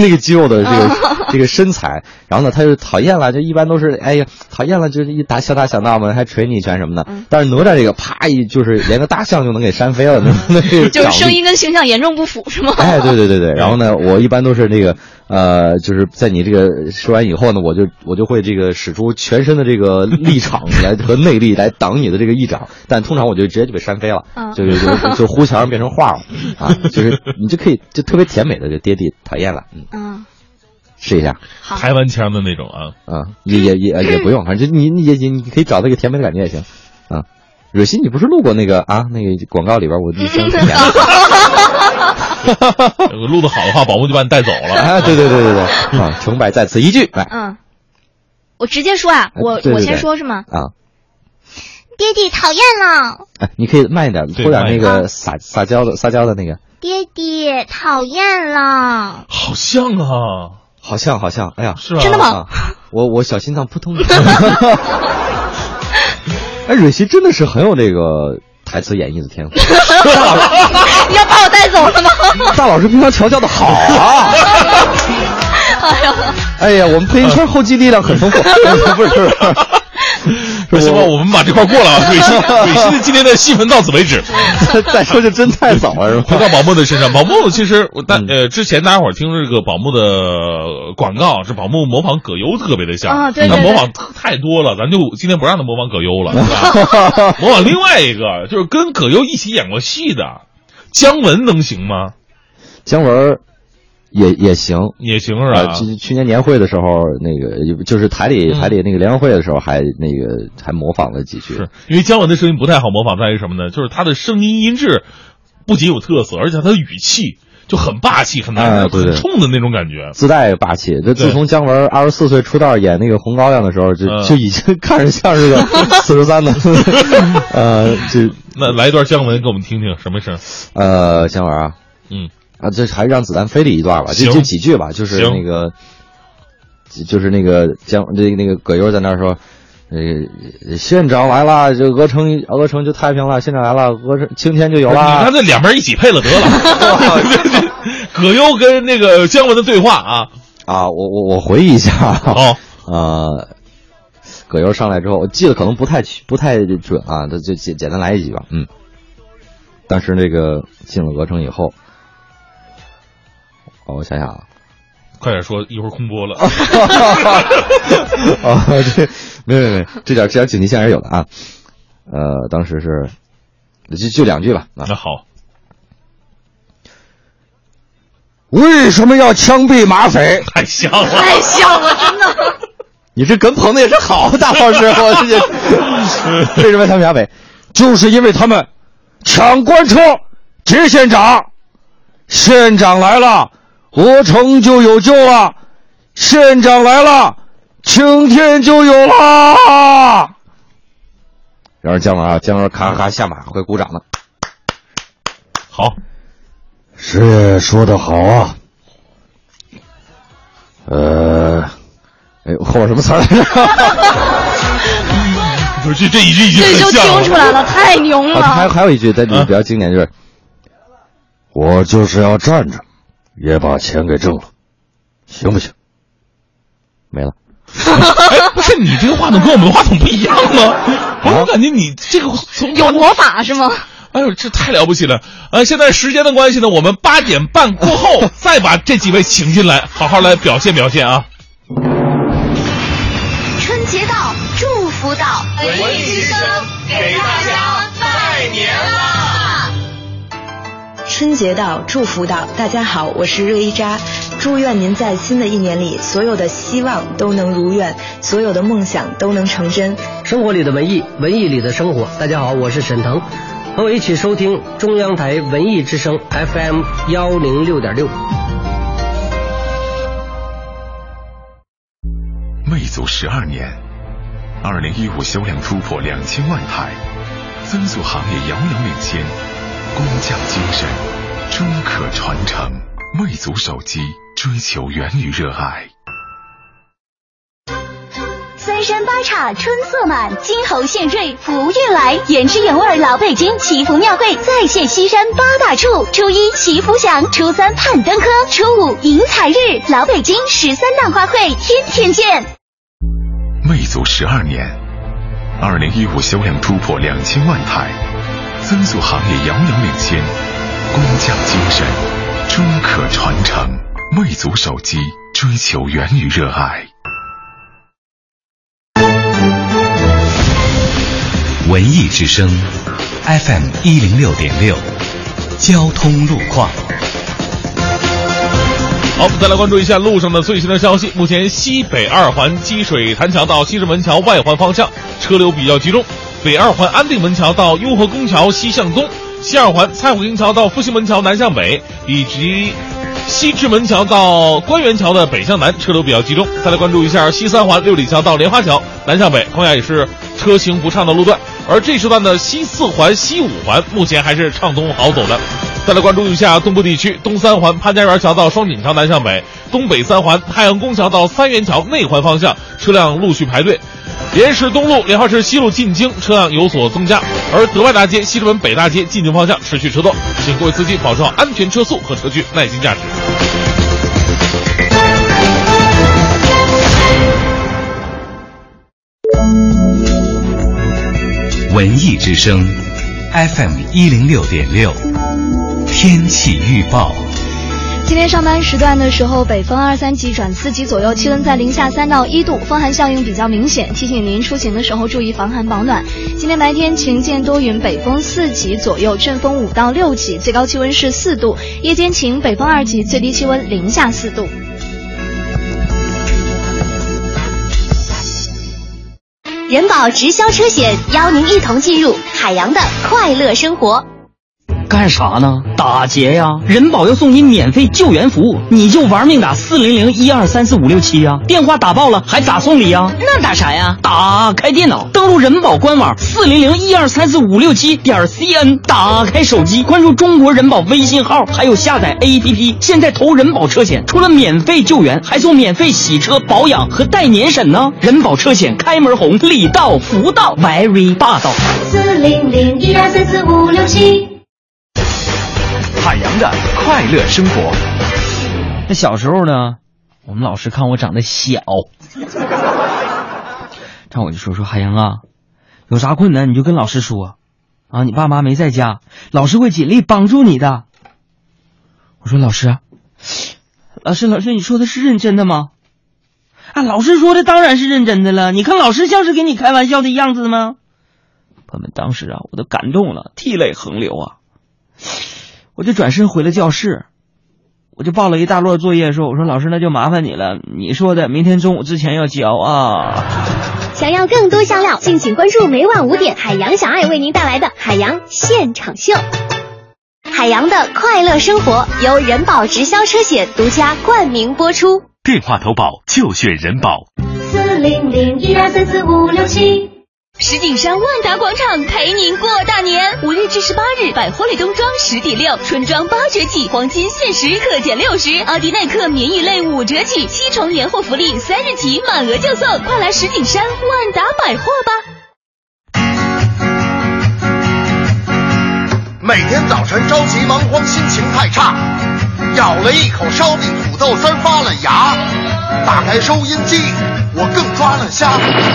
S19: 那个肌肉
S6: 嗯
S19: 的这个这个身材。然后呢，他就讨厌了，就一般都是哎呀讨厌了，就是一打小打小闹嘛，还捶你一拳什么的。
S24: 嗯
S19: 但是哪吒这个啪一就是连个大象就能给扇飞了，那 那个
S24: 就是
S19: 掌
S24: 声
S19: 力
S24: 音跟形象严重不符，是吗？
S19: 哎，对对对对，然后呢，我一般都是那个呃，就是在你这个说完以后呢，我就我就会这个使出全身的这个力场来和内力来挡你的这个一掌，但通常我就直接就被扇飞了，
S32: 嗯
S19: 就就就就呼墙变成画了啊，就是你就可以就特别甜美的就爹地讨厌了，嗯，
S24: 嗯，
S19: 试一下，
S24: 好
S1: 台湾腔的那种啊，
S19: 啊，也也也也不用，反正就你你也你你可以找那个甜美的感觉也行，啊，蕊希，你不是录过那个啊那个广告里边我一声甜 的。
S1: 我录的好的话，宝木就把你带走了。
S19: 啊，对对对对对，啊，成败在此一哎举，来，
S24: 嗯，我直接说啊，我
S19: 对对
S24: 我先
S19: 对
S24: 说是吗？
S19: 啊，
S24: 啊
S5: 爹地讨厌了，
S19: 哎，你可以慢一点，泼点那个撒撒娇的撒娇的那个，
S5: 爹地讨厌了，
S1: 好像啊，
S19: 好像好像，哎呀，是
S5: 吧真的吗？
S19: 我我小心脏扑通。 哎，蕊希真的是很有这个台词演绎的天 赋，
S24: 你要把我带走 了吗？
S19: 大老师平常调教的好啊。
S24: 哎呦，
S19: 哎呀，我们配音圈后继力量很 丰富，不是不是。
S1: 那行吧，我们把这块过了 啊。蕊希，蕊希的今天的戏份到此为止。
S19: 再说就真太早了，是吧？
S1: 回
S19: 嗯
S1: 到宝木的身上，宝木其实我但呃之前大家伙儿听这个宝木的呃广告，是宝木模仿葛优特别的像，
S24: 啊对对
S1: 他模
S24: 对
S1: 仿特太多了，咱就今天不让他模仿葛优了，是吧？模仿另外一个就是跟葛优一起演过戏的姜文能行吗？
S19: 姜文儿也也行，
S1: 也行是吧
S19: 呃去去年年会的时候，那个就是台里
S1: 嗯
S19: 台里那个联欢会的时候，还那个还模仿了几句。是，
S1: 因为姜文的声音不太好模仿，在于什么呢？就是他的声音音质不仅有特色，而且他的语气就很霸气，很男人、
S19: 啊对对
S1: 很冲的那种感觉。
S19: 自带霸气。这自从姜文二十四岁出道演那个《红高粱》的时候，就
S1: 嗯
S19: 就已经看着像是 个四十三的。呃，这
S1: 那来一段姜文给我们听听什么声？
S19: 呃，姜文啊，
S1: 嗯
S19: 啊，这还让子弹飞里一段吧，就
S1: 行
S19: 就几句吧，就是
S1: 行
S19: 那个，就就是那个姜那那个葛优在那儿说。呃，县长来了，这鹅城鹅城就太平了，县长来了，鹅城青天就有
S1: 你
S19: 了。
S1: 看这两边一起配了得 了。葛优跟那个姜文的对话啊，
S19: 啊，我我我回忆一下啊，
S1: 哦，
S19: 呃，葛优上来之后，我记得可能不太不太准啊，那就简简单来一集吧，嗯。当时那个进了鹅城以后，哦，我想想啊，
S1: 快点说，一会儿空播了。
S19: 啊，哦这没有没有没有，这点这点警惕线还是有的啊。呃，当时是就就两句吧啊。
S1: 那好，
S10: 为什么要枪毙马匪？
S1: 太像了，
S24: 太像了，真的。
S10: 你这梗捧的也是好，大老师，我这为什么他们马匪？就是因为他们抢官车，劫县长，县长来了，鹅城就有救了；县长来了，青天就有啦。
S19: 然后姜文啊，姜文咔咔咔下马会鼓掌的。
S1: 好，
S10: 是说的好啊。呃，
S19: 哎，后边什么词儿来着？
S1: 不是这这一句一句
S24: 这就
S1: 很像
S24: 听出来了，太牛
S19: 哦，还
S24: 了。
S19: 还有一句在这里比较经典，就是
S10: 我就是要站着，也把钱给挣了，行不行？
S19: 没了。
S1: 哎，不是你这个话筒跟我们的话筒不一样吗？不是，我感觉你这个从
S24: 啊有魔法是吗？
S1: 哎呦，这太了不起了！呃，现在时间的关系呢，我们八点半过后 再把这几位请进来，好好来表现表现啊！
S33: 春节到，祝福到，
S11: 文艺之声给大家拜年啦！
S12: 春节到，祝福到，大家好，我是热依扎，祝愿您在新的一年里，所有的希望都能如愿，所有的梦想都能成真。
S22: 生活里的文艺，文艺里的生活。大家好，我是沈腾，和我一起收听中央台文艺之声 FM 幺零六点六。
S7: 魅族十二年，二零一五销量突破两千万台，增速行业遥遥领先，工匠精神终可传承。魅族手机追求源于热爱。
S5: 三山八岔春色满，金猴献瑞福运来，原汁原味老北京祈福庙会再现西山八大处：初一祈福祥，初三盼登科，初五迎财日，老北京十三档花卉，天天见。
S7: 魅族十二年，二零一五销量突破两千万台，增速行业遥遥领先，工匠精神终可传承。魅族手机追求源于热爱。
S10: 文艺之声，FM 一零六点六，交通路况。
S1: 好，我们再来关注一下路上的最新的消息。目前西北二环积水潭桥到西直门桥外环方向车流比较集中，北二环安定门桥到雍和宫桥西向东，西二环蔡胡营桥到复兴门桥南向北，以及西直门桥到官园桥的北向南车流比较集中。再来关注一下西三环六里桥到莲花桥南向北，同样也是车行不畅的路段。而这时段的西四环、西五环目前还是畅通好走的。再来关注一下东部地区，东三环潘家园桥到双井桥南向北，东北三环太阳宫桥到三元桥内环方向车辆陆续排队。莲市东路、莲花市西路进京车辆有所增加，而德外大街、西直门北大街进京方向持续车多，请各位司机保持好安全车速和车距，耐心驾驶。
S10: 文艺之声，FM 一零六点六，天气预报。
S6: 今天上班时段的时候，北风二三级转四级左右，气温在零下三到一度，风寒效应比较明显，提醒您出行的时候注意防寒保暖。今天白天晴间多云，北风四级左右，阵风五到六级，最高气温是四度；夜间晴，北风二级，最低气温零下四度。
S5: 人保直销车险邀您一同进入海洋的快乐生活。
S26: 干啥呢？打劫呀！人保要送你免费救援服务，你就玩命打四零零一二三四五六七呀！电话打爆了还打送礼呀？
S34: 那打啥呀？
S26: 打开电脑，登录人保官网四零零一二三四五六七点 cn，打开手机，关注中国人保微信号，还有下载 APP。现在投人保车险，除了免费救援，还送免费洗车保养和带年审呢！人保车险开门红，礼到福到，very 霸道。
S5: 四零零一二三四五六七。
S10: 海洋的快乐生活。
S26: 那小时候呢，我们老师看我长得小，这我就说说海洋啊，有啥困难你就跟老师说，啊，你爸妈没在家，老师会尽力帮助你的。我说老师，啊老师老师，你说的是认真的吗？啊，老师说的当然是认真的了，你看老师像是给你开玩笑的样子吗？朋友们，当时啊，我都感动了，涕泪横流啊。我就转身回了教室，我就报了一大摞作业，说：“我说老师，那就麻烦你了，你说的明天中午之前要交啊。”
S5: 想要更多香料，敬请关注每晚五点海洋小爱为您带来的海洋现场秀。海洋的快乐生活由人保直销车险独家冠名播出。
S10: 电话投保就选人保。
S5: 四零零一二三四五六七。
S12: 石景山万达广场陪您过大年，五日至十八日，百货类冬装十抵六，春装八折起，黄金限时可减六十，奥迪耐克棉衣类五折起，七重年货福利三日起满额就送，快来石景山万达百货
S35: 吧！每天早晨着急忙慌，心情太差，咬了一口烧饼土豆丝发了芽，打开收音机。我更抓了瞎，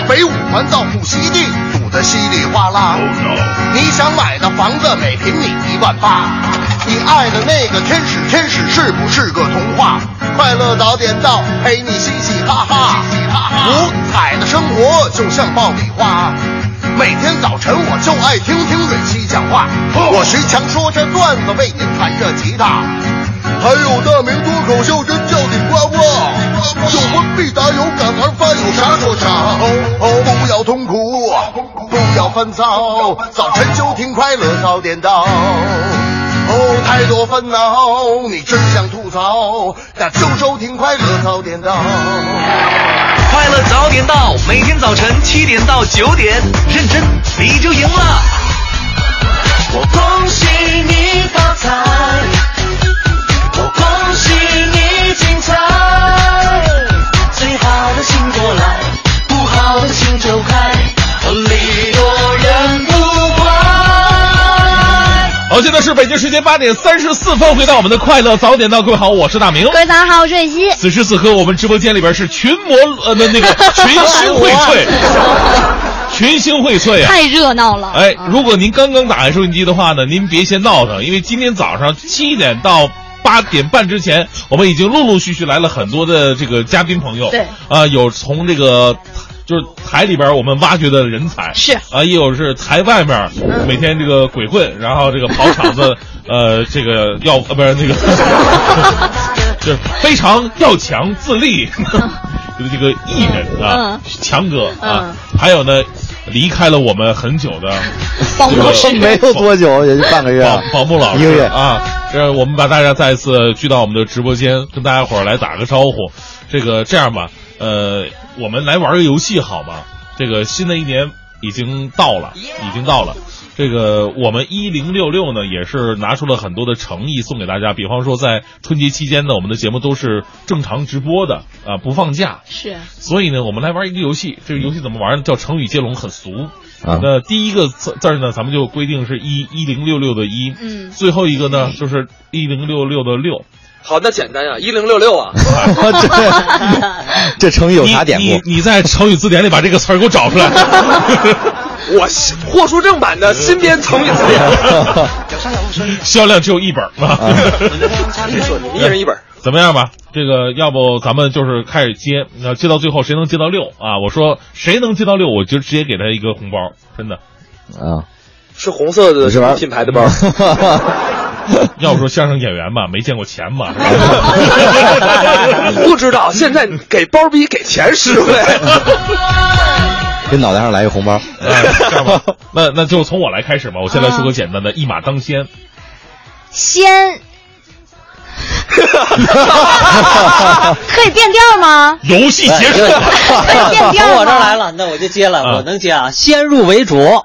S35: 北五环到户西地堵得稀里哗啦。你想买的房子每平米一万八，你爱的那个天使，天使是不是个童话？快乐早点到，陪你嘻嘻哈哈。五彩的生活就像爆米花，每天早晨我就爱听听瑞希讲话。我徐强说着段子，为您弹着吉他。还有大明脱口秀真叫你呱呱，有问必答，有感而发，有啥说啥。哦哦，不要痛苦，不要烦躁，早晨就听快乐早点到。哦，太多烦恼，你只想吐槽，那就收听快乐早点到。
S10: 快乐早点到，每天早晨七点到九点，认真你就赢了。我恭喜你发财，我恭喜你精彩。最好的请过来，不好的请走开，礼多人不怪。
S1: 好，现在是北京时间八点三十四分，回到我们的快乐早点到，各位好，我是
S19: 哎
S1: 大明。
S6: 各位早上好，我是蕊希。
S1: 此时此刻，我们直播间里边是群魔呃，那那个群星荟
S10: 哎
S1: 萃，群星荟萃啊！
S16: 太热闹了。啊
S1: 哎，如果您刚刚打开收音机的话呢，您别嫌闹腾，因为今天早上七点到。八点半之前，我们已经陆陆续续来了很多的这个嘉宾朋友，
S16: 对
S1: 啊、有从这个就是台里边我们挖掘的人才，
S16: 是嗯
S1: 啊、也有是台外面每天这个鬼混，然后这个跑场 子，呃，这个要呃不是那个， 就是非常要强自立， 就是这个艺人啊
S16: 嗯，
S1: 强哥啊，还有呢，离开了我们很久的
S19: 保姆老师没有多久，也就半个月，
S1: 保保木老师
S19: 一个月
S1: 啊，这我们把大家再一次聚到我们的直播间，跟大家伙儿来打个招呼。这个这样吧，呃，我们来玩个游戏好吗？这个新的一年已经到了，已经到了。这个我们一零六六呢，也是拿出了很多的诚意送给大家。比方说，在春节期间呢，我们的节目都是正常直播的啊、不放假。
S16: 是
S1: 所以呢，我们来玩一个游戏，这个游戏怎么玩呢？叫成语接龙，很俗。
S19: 啊
S1: 那第一个字字儿呢，咱们就规定是一一零六六的一，
S3: 嗯
S1: 最后一个呢就是一零六六的六。
S3: 好，那简单啊，一零六六啊，
S19: 这成语有啥典
S1: 你
S19: 故？
S1: 你在成语字典里把这个词儿给我找 出来。
S3: 我豁出正版的新编成语词典，
S1: 销量只有一本儿啊。
S3: 你说你们一人一本儿，
S1: 怎么样吧？这个要不咱们就是开始接，那接到最后谁能接到六啊？我说谁能接到六，我就直接给他一个红包，真的。
S19: 啊，
S3: 是红色的
S19: 这玩意儿
S3: 品牌的 包，
S1: 要不说相声演员嘛，没见过钱嘛，是吧
S3: 不知道现在给包比给钱实惠。
S19: 给脑袋上来一个红包。
S1: 哎这 样吧，那那就从我来开始吧。我先来
S6: 啊
S1: 说个简单的，一马当先。
S6: 先，可以变调吗？
S1: 游戏结束了
S10: 哎
S6: 可以 变调吗
S22: 哎从我这儿来了，那我就接了，我能接啊。先入为主，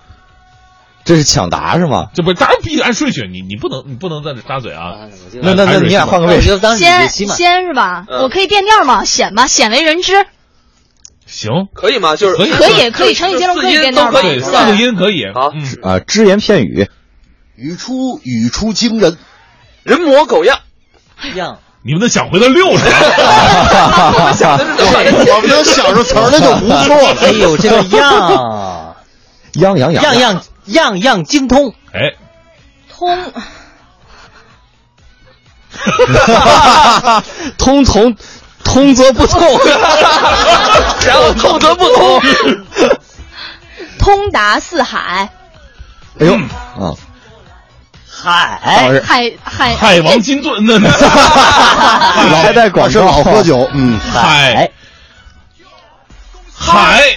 S19: 这是抢答是吗？
S1: 这不是，当然必须按顺序，你你不能你不能在这插嘴啊。
S19: 那那那你俩换个位置我就当是
S6: 先先是吧？
S1: 嗯
S6: 我可以变调吗？显吧，鲜为人知。
S1: 行，
S3: 可以吗？就是
S1: 可以
S6: 可以可以成语接龙可以嗯变调吗
S1: 对，四个音可以。好，
S19: 啊，只言片语，
S3: 语出语出惊人，人模狗样，
S22: 样。
S1: 你们都想回到六 十
S3: 我想的是这个
S22: 我们能想出词儿来就不错了哎呦这个样，
S19: 样样
S22: 样样样样精通。
S1: 哎，
S6: 通
S19: 通从通则不
S10: 嗯
S19: 通，
S3: 然后通则不通。
S6: 通达四海，
S1: 嗯
S19: 哎呦啊，
S6: 海海海
S1: 海王金盾，那
S19: 还在 广州啊老喝 酒，嗯，
S1: 海海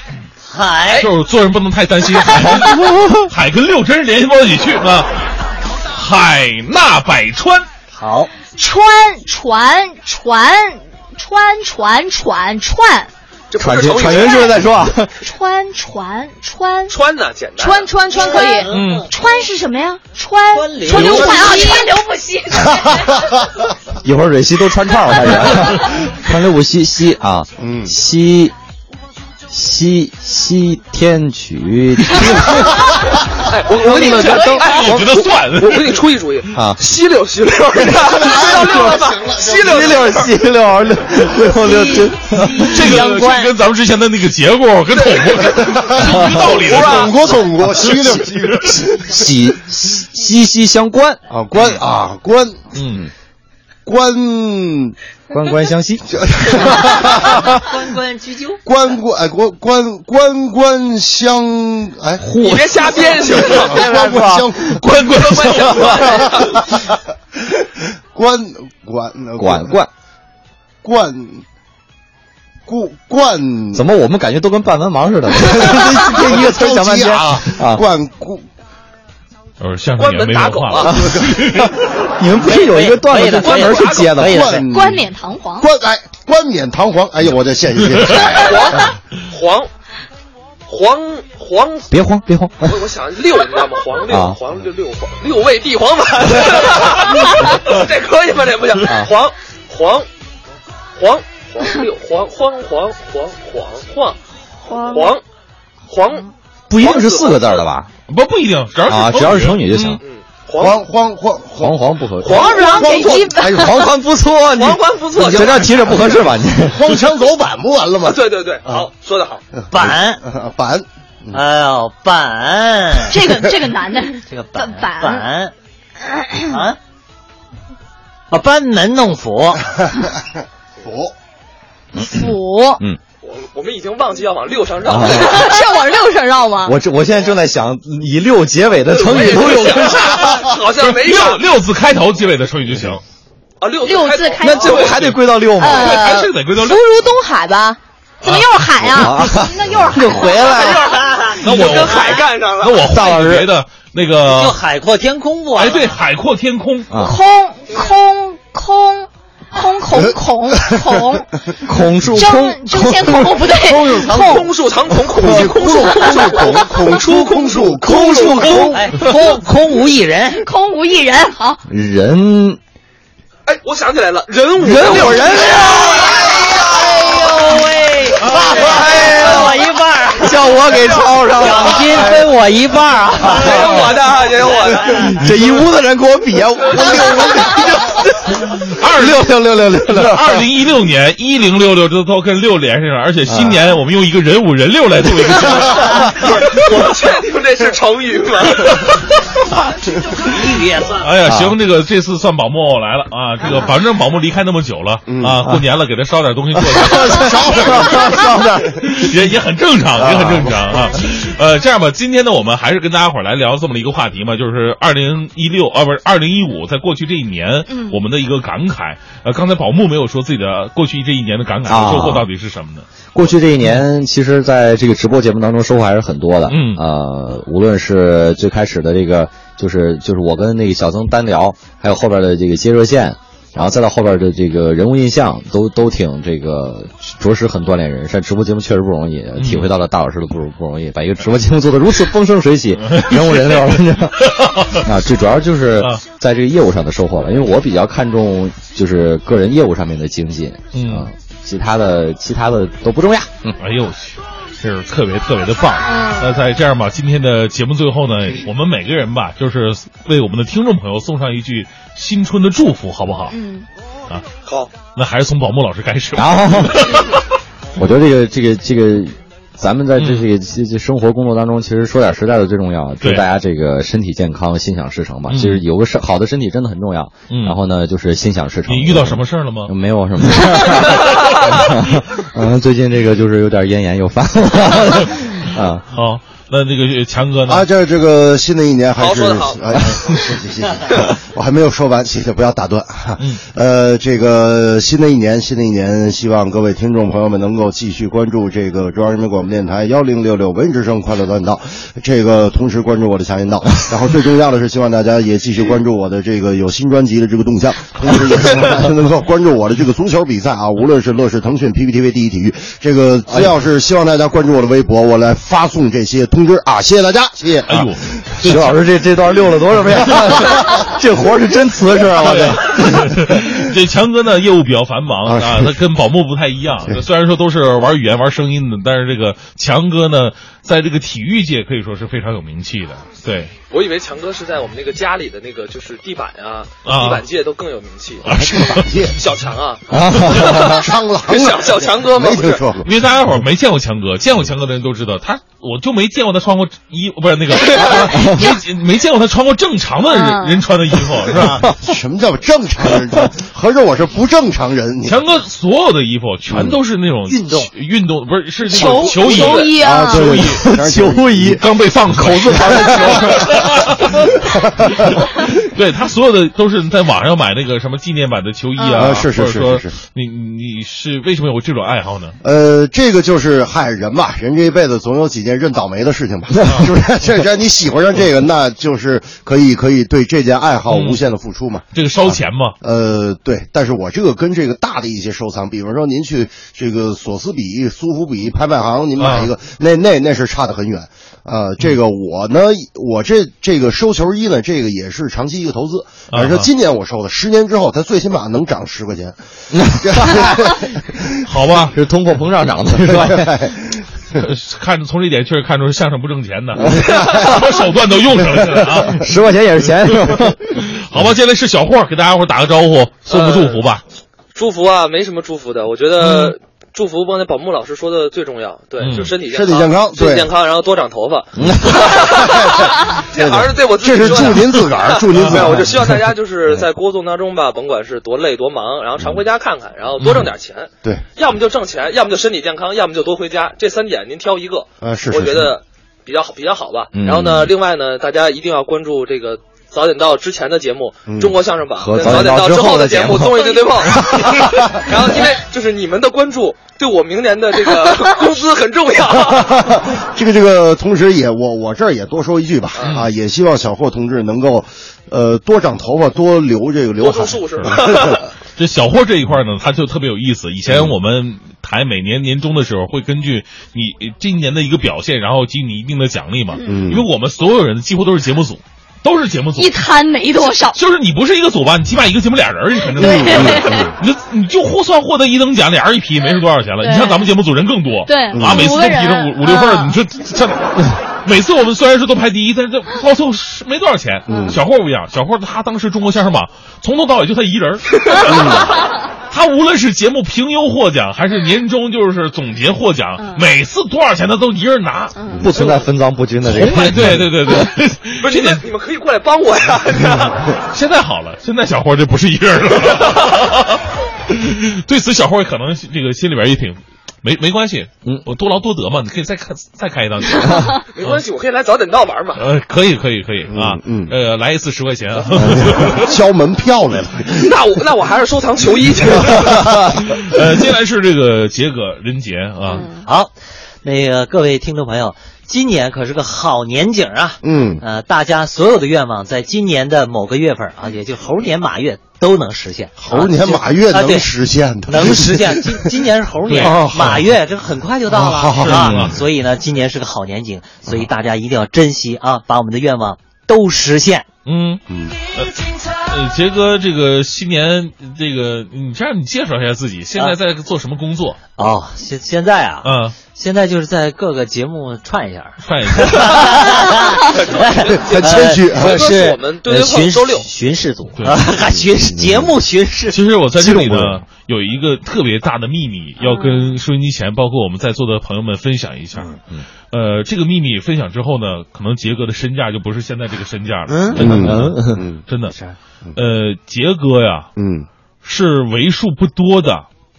S22: 海
S1: 就是做人不能太担心，海跟海跟六真是联系不到一起去啊。海纳百川，
S22: 好，
S6: 川船船川船喘串
S19: 喘气，喘匀是不是再 说啊？
S6: 川船川
S3: 川呢简单，
S6: 川川川可以，
S1: 嗯，
S6: 川是什么呀？川
S22: 流
S6: 川流不息
S10: 啊川流不息
S6: 川流不息。
S19: 一会儿蕊希都穿串了，开 始川流不息息啊，嗯，西西 西天取
S3: 哎，我我给你们
S19: 我
S3: 都，
S19: 哎
S3: 我
S19: 我觉得算
S3: 我我给你出 一主意，
S19: 啊，
S3: 吸溜吸溜，你知道吗？吸溜溜
S19: 西六西六六六六六，
S1: 这个这跟咱们之前的那个结果跟捅过 是一个道理的。
S19: 捅过捅过，西六息息息相关啊，关啊关，
S1: 嗯，
S4: 关
S19: 关关相 惜，
S22: 关关雎鸠，
S4: 关关哎关关关关相哎，
S22: 你别瞎编行吗
S4: 关关相
S1: 关关相
S4: 关关
S19: 管管
S4: 关顾冠
S19: 怎么我们感觉都跟半文盲似的，这一个词儿想半天
S4: 啊
S19: 啊，
S4: 冠顾
S1: 呃，相声也没文化了。
S19: 你们不是有一个段子就专门去接的吗？
S4: 冠
S6: 冠冕堂皇，
S4: 冠哎冠冕堂皇，哎呦我这谢谢谢谢，
S3: 黄黄黄，
S19: 别慌，别慌，
S3: 我我想六，你知道吗？黄六，
S19: 啊
S3: 黄六六黄六味地黄 丸，这可以吗？这不行
S19: 啊，
S3: 黄黄黄黄六黄黄黄黄黄黄黄黄
S19: 不一定是四个字儿的吧？
S1: 不不一定，只要
S19: 啊，只要是成语就行。
S4: 黄黄黄
S19: 黄黄不合适，
S4: 黄
S19: 黄
S4: 黄
S19: 黄哎呦，黄黄不错，你
S3: 黄黄不错
S19: 你在这儿提着不合适吧？你
S4: 荒腔走板不完了吗？
S3: 对对对，好，说的好，
S22: 板
S4: 板，
S22: 哎呦板，
S10: 这个这个男的，
S22: 这个板
S10: 板
S22: 板啊，啊班门弄斧，
S4: 斧
S10: 斧，
S19: 嗯，
S3: 我我们已经忘记要往六上绕了
S19: 啊。
S10: 是要往六上绕吗？
S19: 我这我现在正在想以六结尾的成语都有多少？
S3: 好像没有
S1: 六六字开头结尾的成语就行。
S3: 啊，六
S10: 六字开头
S19: 那这不还得归到六吗？
S21: 呃
S1: 对，还是得归到
S10: 福
S1: 六。
S10: 如东海吧？怎么又是海啊
S19: 啊？
S10: 那又是海，
S19: 又回来了。
S1: 那我
S3: 跟海干上了
S1: 那我换一个别的那
S22: 就
S1: 个，
S22: 海阔天空不？
S1: 哎，对，海阔天空
S19: 啊，
S10: 空空空空空空 空，
S19: 孔树
S10: 争
S19: 空，
S10: 争先恐后不对，空
S3: 空树藏孔，孔雀空树，
S4: 孔出空树，
S19: 空树空，
S22: 哎，空空无一人，
S10: 空无一人。好，
S19: 人
S3: 哎，我想起来了，人五
S19: 人有人
S22: 哎呦喂，哎分我一半儿，
S19: 哎 叫我给抄上
S22: 奖
S19: 了。
S22: 金分我一半儿 啊！
S3: 也有我的啊，也有我的。
S19: 这一屋子人跟我比啊，我六我二六六六六六六
S1: 二零一六年一零六六这都跟六连上了，而
S19: 啊
S1: 且新年我们用一个人五人六来做一个结 尾。
S3: 我确定这是成语吗？
S22: 一语 也算。
S1: 哎呀，
S19: 啊
S1: 行，这个这次算宝木来了啊！这个反正宝木离开那么久了
S19: 嗯
S1: 啊，过年了，给他烧点东西做做，
S19: 烧点 烧 点
S1: 也也很正常，也很正常啊。呃，这样吧，今天呢，我们还是跟大家伙儿来聊这么一个话题嘛，就是二零一六啊，不是二零一五，在过去这一年，
S10: 嗯
S1: 我们的一个感慨。呃，刚才宝木没有说自己的过去这一年的感慨
S19: 啊
S1: 和收获到底是什么呢？
S19: 过去这一年，其实在这个直播节目当中收获还是很多的。
S1: 嗯
S19: 呃，无论是最开始的这个，就是就是我跟那个小曾单聊，还有后边的这个接热线，然后再到后边的这个人物印象，都都挺这个，着实很锻炼人。上直播节目确实不容易，体会到了大老师的不不容易， 把一个直播节目做得如此风生水 起，人物人 料了。你知道吗啊，最主要就是在这个业务上的收获了，因为我比较看重就是个人业务上面的精进。
S1: 嗯
S19: 啊其他的其他的都不重要。嗯，
S1: 哎呦我去，这是特别特别的棒。那在这样吧，今天的节目最后呢，我们每个人吧，就是为我们的听众朋友送上一句新春的祝福，好不好？
S10: 嗯，
S1: 啊，
S3: 好，
S1: 那还是从宝木老师开始吧。
S19: 然后，
S1: 嗯
S19: 我觉得这个这个这个，咱们在这这个这这生活工作当中，其实说点实在的最重要。祝
S1: 对
S19: 大家这个身体健康，心想事成吧。
S1: 嗯
S19: 其实有个身好的身体真的很重要。
S1: 嗯
S19: 然后呢，就是心想事成。嗯
S1: 你遇到什么事儿了吗？
S19: 没有什么 事。嗯，最近这个就是有点咽炎又犯了。 啊，
S1: 好，那那个呃强哥呢？
S4: 啊，这这个新的一年还
S3: 好
S4: 是
S3: 说得好
S4: 哎，谢谢谢谢， 我还没有说完，谢谢，不要打断。
S1: 嗯
S4: 呃，这个新的一年，新的一年，希望各位听众朋友们能够继续关注这个中央人民广播电台幺零六六文艺之声快乐短道，这个同时关注我的下音 道，然后最重要的是希望大家也继续关注我的这个有新专辑的这个动 向，同时也希望大家能够关注我的这个足球比赛啊，无论是乐视、腾讯、PPTV、第一体育，这个
S19: 哎
S4: 只要是希望大家关注我的微博，我来发送这些通知啊，谢谢大家，谢谢。
S1: 哎呦，
S19: 徐老师这这段溜了多 少遍？ 这活儿是真瓷实 啊！我这。
S1: 对， 这强哥呢业务比较繁忙
S4: 啊
S1: 啊，
S4: 是
S1: 他跟宝木不太一样。虽然说都是玩语言、玩声音的，但是这个强哥呢，在这个体育界可以说是非常有名气的。对，
S3: 我以为强哥是在我们那个家里的那个就是地板啊，
S1: 啊
S3: 地板界都更有名气。
S1: 啊，是
S3: 小强啊，
S4: 啊，上了，
S3: 小小强哥吗
S4: 没听说过。
S1: 因为大家伙儿没见过强哥，见过强哥的人都知道，他我就没见过他穿过衣，不是那 个，没没见过他穿过正常的
S3: 嗯
S1: 人人穿的衣服，是吧？
S4: 什么叫正常人？合着我是不正常人？你
S1: 强哥所有的衣服全都是那种
S4: 运动
S1: 运动不是是那种球衣，
S10: 球衣
S4: 啊，
S10: 啊，
S4: 对对对
S19: 秋衣
S1: 刚被放口字旁的球。对他所有的都是在网上买那个什么纪念版的球衣
S4: 嗯
S1: 啊，
S4: 啊是是
S1: 或者
S4: 是
S1: 说
S4: 是
S1: 你你是为什么有这种爱好呢？
S4: 呃，这个就是嗨，人吧，人这一辈子总有几件认倒霉的事情 吧，是不是？这这你喜欢上这个，那就是可以可以对这件爱好无限的付出嘛。
S1: 这个烧钱嘛。
S4: 呃，对，但是我这个跟这个大的一些收藏，比方说您去这个索斯比、苏富比拍卖行，您买一
S1: 啊
S4: 个，那那那是差得很远。呃，这个我呢，我这这个收球衣呢，这个也是长期一个投资。而
S1: 啊
S4: 说今年我收的，十年之后它最起码能涨十块钱。
S1: 好吧，
S19: 是通货膨胀涨 的是吧？
S1: 看从这点确实看出相声不挣钱 的，什么手段都用上去了啊！
S19: 十块钱也是钱是吧？
S1: 好吧，现在是小霍给大家伙打个招呼，送个祝福吧。
S3: 祝福啊，没什么祝福的，我觉得祝福刚才宝木老师说的最重要，对，
S4: 嗯
S3: 就身体
S4: 身体健康
S3: 身体
S4: 对
S3: 健康，然后多长头 发。
S4: 这
S3: 还是对我自己
S4: 这是
S3: 说的
S4: 祝您自个 儿，祝您自
S3: 没
S4: 个
S3: 有，
S4: 儿。
S3: 我就希望大家就是在工作当中吧，甭管是多累多忙，然后常回家看看，然后多挣点钱。
S4: 对，
S3: 要么就挣钱，要么就身体健康，要么就多回家。这三点您挑一个，
S4: 呃是是
S3: 我觉得比较好，比较好吧。
S4: 嗯
S3: 然后呢，另外呢，大家一定要关注这个。早点到之前的节目，
S4: 嗯
S3: 中国相声榜
S4: 和
S3: 跟
S4: 早
S3: 早
S4: 点
S3: 点
S4: 到
S3: 到
S4: 之后
S3: 后
S4: 的
S3: 的
S4: 节目
S3: 目综艺对对碰， 然后因为就是你们的关注对我明年的这 个工资很重要。
S4: 这个这个，同时也我我这儿也多说一句吧，
S22: 嗯
S4: 啊，也希望小霍同志能够，呃，多长头发，多留这个刘海。
S3: 术士。
S1: 这小霍这一块呢，他就特别有意思。以前我们台每年年终的时候，会根据你呃今年的一个表现，然后给你一定的奖励嘛。
S4: 嗯
S1: 因为我们所有人几乎都是节目组，都是节目组，
S21: 一摊没多少。
S1: 就是你不是一个组吧，你起码一个节目俩人儿，你肯定
S21: 对
S1: 你就你就获算获得一等奖，俩人一匹没是多少钱了。
S21: 对
S1: 你像咱们节目组人更多，
S21: 对
S1: 啊，
S21: 嗯
S1: 每次
S21: 五
S1: 都
S21: 个
S1: 提
S21: 人
S1: 着五五六份儿，
S21: 嗯
S1: 你说这。每次我们虽然说都排第一，但是这到最后是没多少钱。
S21: 嗯
S1: 小霍不一样，小霍他当时中国相声榜从头到尾就他一人儿， 他无论是节目评优获奖，还是年终就是总结获
S21: 嗯
S1: 奖，每次多少钱他都一人拿，
S19: 不存在 分赃不均的这个。
S1: 从来哎对对对对，
S3: 不是你们，你们可以过来帮我呀！
S1: 嗯 现在好了，现在小霍这不是一人 了。对此，小霍可能这个心里边也挺没没关系，嗯，我多劳多得嘛，你可以再看再开一档节目。
S3: 没关系，我可以来早点到玩嘛。
S1: 呃，可以可以可以啊，嗯，呃，来一次十块钱 啊，
S4: 交门票来了。
S3: 那我那我还是收藏球衣去。
S1: 呃，接下来是这个杰哥任杰啊，
S22: 嗯好，那个各位听众朋友，今年可是个好年景啊！
S4: 嗯，
S22: 呃，大家所有的愿望在今年的某个月份啊，也就猴年马月都能实现。
S4: 猴年
S22: 啊就
S4: 马月
S22: 啊对
S4: 能实现的，
S22: 能实 现。今今年是猴年
S4: 对哦，好
S22: 马月这很快就到了，哦好好是好吧？所以呢，今年是个好年景，所以大家一定要珍惜啊，把我们的愿望都实现。
S1: 嗯
S22: 嗯，
S1: 呃，杰哥这个新年这个，你这样你介绍一下自己，
S3: 啊
S1: 现在在做什么工作？
S22: 哦，现现在啊，
S1: 嗯，
S22: 现在就是在各个节目串一下，
S1: 串一
S22: 下，
S3: 很谦
S22: 呃
S3: 虚嗯回头是我们对对碰
S22: 巡
S3: 周六
S22: 巡视组啊，还巡视节目巡视。
S1: 其实我在这里呢，有一个特别大的秘密要
S22: 嗯
S1: 跟收音机前，包括我们在座的朋友们分享一下。
S22: 嗯
S1: 呃，这个秘密分享之后呢，可能杰哥的身价就不是现在这个身价了。
S22: 嗯
S1: 真的真
S22: 嗯
S1: 的
S22: 嗯
S1: 真的。呃，杰哥呀，
S4: 嗯，
S1: 是为数不多的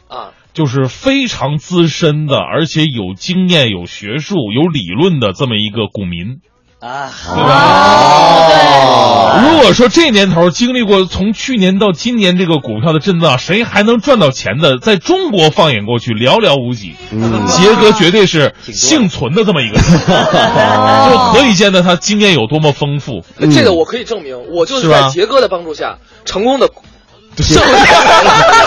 S3: 啊，
S1: 就是非常资深的，而且有经验、有学术、有理论的这么一个股民。
S22: 啊
S1: 如果说这年头经历过从去年到今年这个股票的震荡，谁还能赚到钱的？在中国放眼过去，寥寥无几。
S22: 嗯
S1: 杰哥绝对是幸存的这么一个 人，就可以见得他经验有多么丰富。
S3: 哦这
S4: 嗯
S3: 个我可以证明，我就是是在
S1: 吧
S3: 杰哥的帮助下成 功的
S1: 嗯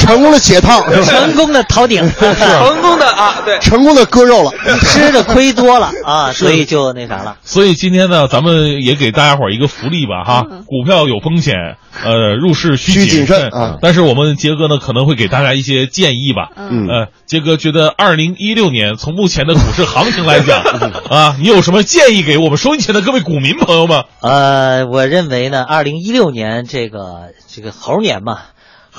S4: 成功的解套，
S22: 成功的逃顶，
S3: 成功的啊，对，
S4: 成功的割肉了，
S22: 吃的亏多了啊，
S1: 是
S22: 所以就那啥了。
S1: 所以今天呢，咱们也给大家伙儿一个福利吧，哈，股票有风险，呃，入市需
S4: 需谨慎
S1: 啊。但是我们杰哥呢，可能会给大家一些建议吧。
S4: 嗯
S1: 呃，杰哥觉得二零一六年从目前的股市行情来 讲，啊，你有什么建议给我们收音前的各位股民朋友们？
S22: 呃，我认为呢，二零一六年这个这个猴年嘛，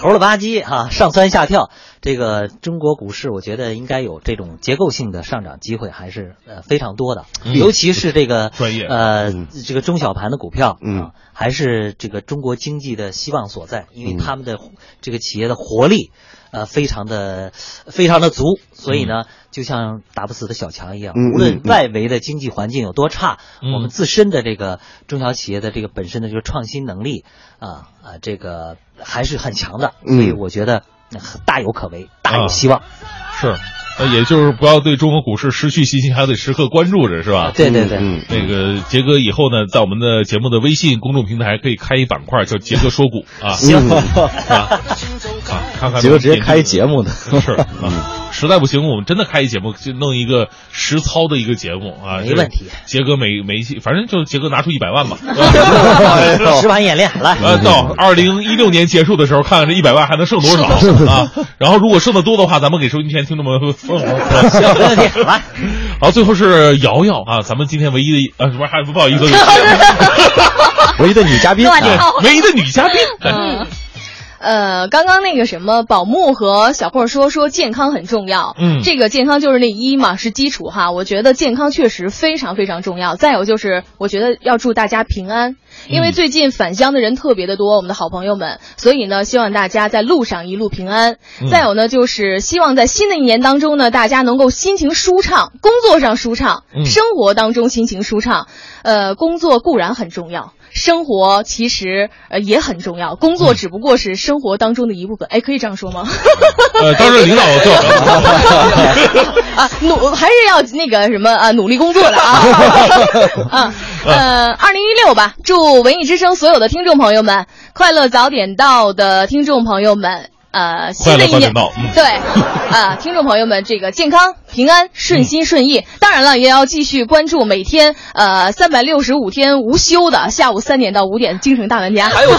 S22: 猴了吧唧啊，上蹿下跳，这个中国股市，我觉得应该有这种结构性的上涨机会，还是呃非常多的，尤其是这个
S1: 嗯专业
S22: 呃这个中小盘的股票，啊
S4: 嗯，
S22: 还是这个中国经济的希望所在，
S1: 嗯
S22: 因为他们的这个企业的活力。呃，非常的非常的足，所以
S1: 嗯
S22: 呢，就像打不死的小强一样，
S4: 嗯
S22: 无论
S4: 嗯嗯
S22: 外围的经济环境有多差，
S4: 嗯
S22: 我们自身的这个中小企业的这个本身的这个创新能力啊啊、这个还是很强的，
S1: 嗯
S22: 所以我觉得呃大有可为， 大有希望。
S1: 是，呃，也就是不要对中国股市失去信心，还得时刻关注着，是吧？
S22: 对对对嗯
S1: 那个杰哥以后呢，在我们的节目的微信公众平台可以开一板块叫“杰哥说股”啊，
S19: 行
S1: 啊啊，看看
S19: 结果直接开节目的，
S1: 是
S22: 嗯
S1: 啊，实在不行，我们真的开一节目，就弄一个实操的一个节目啊，
S22: 没问题。
S1: 杰哥每每一期，反正就是杰哥拿出一百 万吧，
S22: 实盘演练来
S1: 呃，到二零一六年结束的时候，看看这一百万还能剩多少啊？然后如果剩的多的话，咱们给收音机前听众们分红。
S22: 行没问题来。
S1: 好，最后是瑶瑶啊，咱们今天唯一的呃，不是还不好意思，
S19: 唯一的女嘉宾
S21: 乱套
S1: 唯一的女嘉宾，
S21: 嗯，呃，刚刚那个什么，宝木和小慧说说健康很重要，
S1: 嗯
S21: 这个健康就是那一嘛，是基础哈。我觉得健康确实非常非常重要。再有就是，我觉得要祝大家平安，因
S1: 嗯
S21: 为最近返乡的人特别的多，我们的好朋友们，所以呢，希望大家在路上一路平安。
S24: 嗯
S21: 再有呢，就是希望在新的一年当中呢，大家能够心情舒畅，工作上舒畅，
S24: 嗯
S21: 生活当中心情舒畅。呃，工作固然很重要。生活其实呃也很重要，工作只不过是生活当中的一部分。哎，可以这样说吗？
S1: 呃，当然领导最好
S21: 啊，努还是要那个什么啊，努力工作的 啊。啊，呃，二零一六吧，祝文艺之声所有的听众朋友们快乐早点到的听众朋友们。呃，新的一
S1: 快乐早点
S21: 年
S1: 到嗯
S21: 对，啊，听众朋友们，这个健康、平安、顺心顺意，当然了，也要继续关注每天呃三百六十五天无休的下午三点到五点《京城大玩家》，还有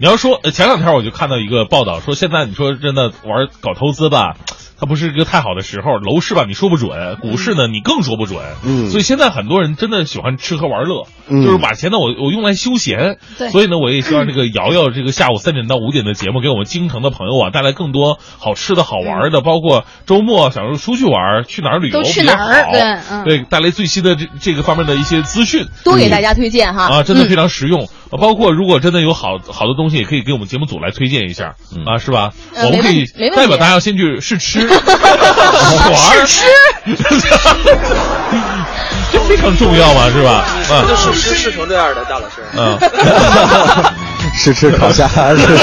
S1: 你要说呃前两天我就看到一个报道，说现在你说真的玩搞投资吧，它不是一个太好的时候。楼市吧，你说不准；股市呢，你更说不准。
S4: 嗯
S1: 所以现在很多人真的喜欢吃喝玩乐，
S4: 嗯
S1: 就是把钱呢我我用来休闲。
S4: 对
S1: 所以呢，我也希望这个瑶瑶这个下午三点到五点的节目，给我们京城的朋友啊带来更多好吃的好玩的，包括周末想说出去玩，去哪儿旅游
S21: 嗯都去
S1: 比较
S21: 哪儿
S1: 好
S21: 对嗯
S1: 对，带来最新的这这个方面的一些资讯， 嗯
S21: 多给大家推荐哈
S1: 啊，真的
S21: 嗯
S1: 非常实用。呃包括如果真的有好好的东西，也可以给我们节目组来推荐一下啊，是吧？
S21: 呃
S1: 我们可以
S21: 没问没问题
S1: 代表大家先去试吃、玩
S21: 试
S1: 这非常重要嘛，是 吧？啊，
S3: 就试吃试成这样的，大老师。
S1: 嗯，
S19: 是吃烤虾，是吃 吃。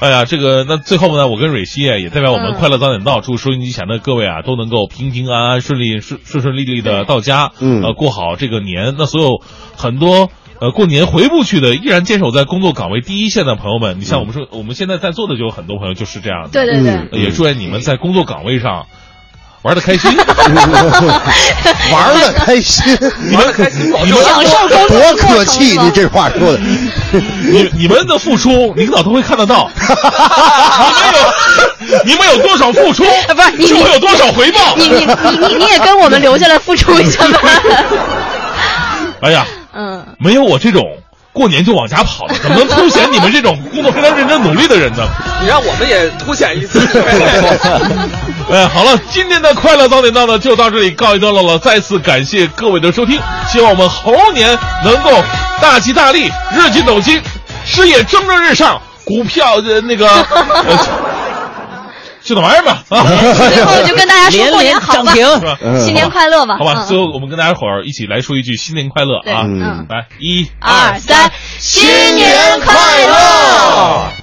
S1: 哎呀，这个那最后呢，我跟蕊希啊也代表我
S21: 嗯
S1: 们快乐早点到，祝收音机前的各位啊都能够平平安安、顺利顺顺顺利利的到家，
S4: 嗯
S1: 呃，过好这个年。那所有很多。呃，过年回不去的，依然坚守在工作岗位第一线的朋友们，你像我们说，我们现在在座的就有很多朋友就是这样的。
S21: 对对对嗯
S1: 呃也祝愿你们在工作岗位上玩的开 心，
S4: 玩的开心，
S1: 你们 开心
S4: 你们多客气，你这话说的，
S1: 你你们的付出，领导都会看得 到。你们有你们有多少付出，
S10: 不是你
S1: 就会有多少回报。
S10: 你你你你你也跟我们留下来付出一下吧。
S1: 哎呀，
S21: 嗯。
S1: 没有我这种过年就往家跑的，怎么能凸显你们这种工作非常认真努力的人呢？
S3: 你让我们也凸显一 次。
S1: 哎，好了，今天的快乐早点到呢，就到这里告一段落了。再次感谢各位的收听，希望我们猴年能够大吉大利，日进斗金，事业蒸蒸日上，股票的、呃、那个。 呃就那玩意儿 吧啊！
S20: 最后就跟大家说过年好吧，
S1: 是吧
S20: 新年快乐吧，
S1: 好吧，
S20: 嗯
S1: 最后我们跟大家伙儿一起来说一句新年快乐
S20: 对
S1: 啊
S20: 嗯！
S1: 来，一
S20: 二三，
S1: 新年快乐！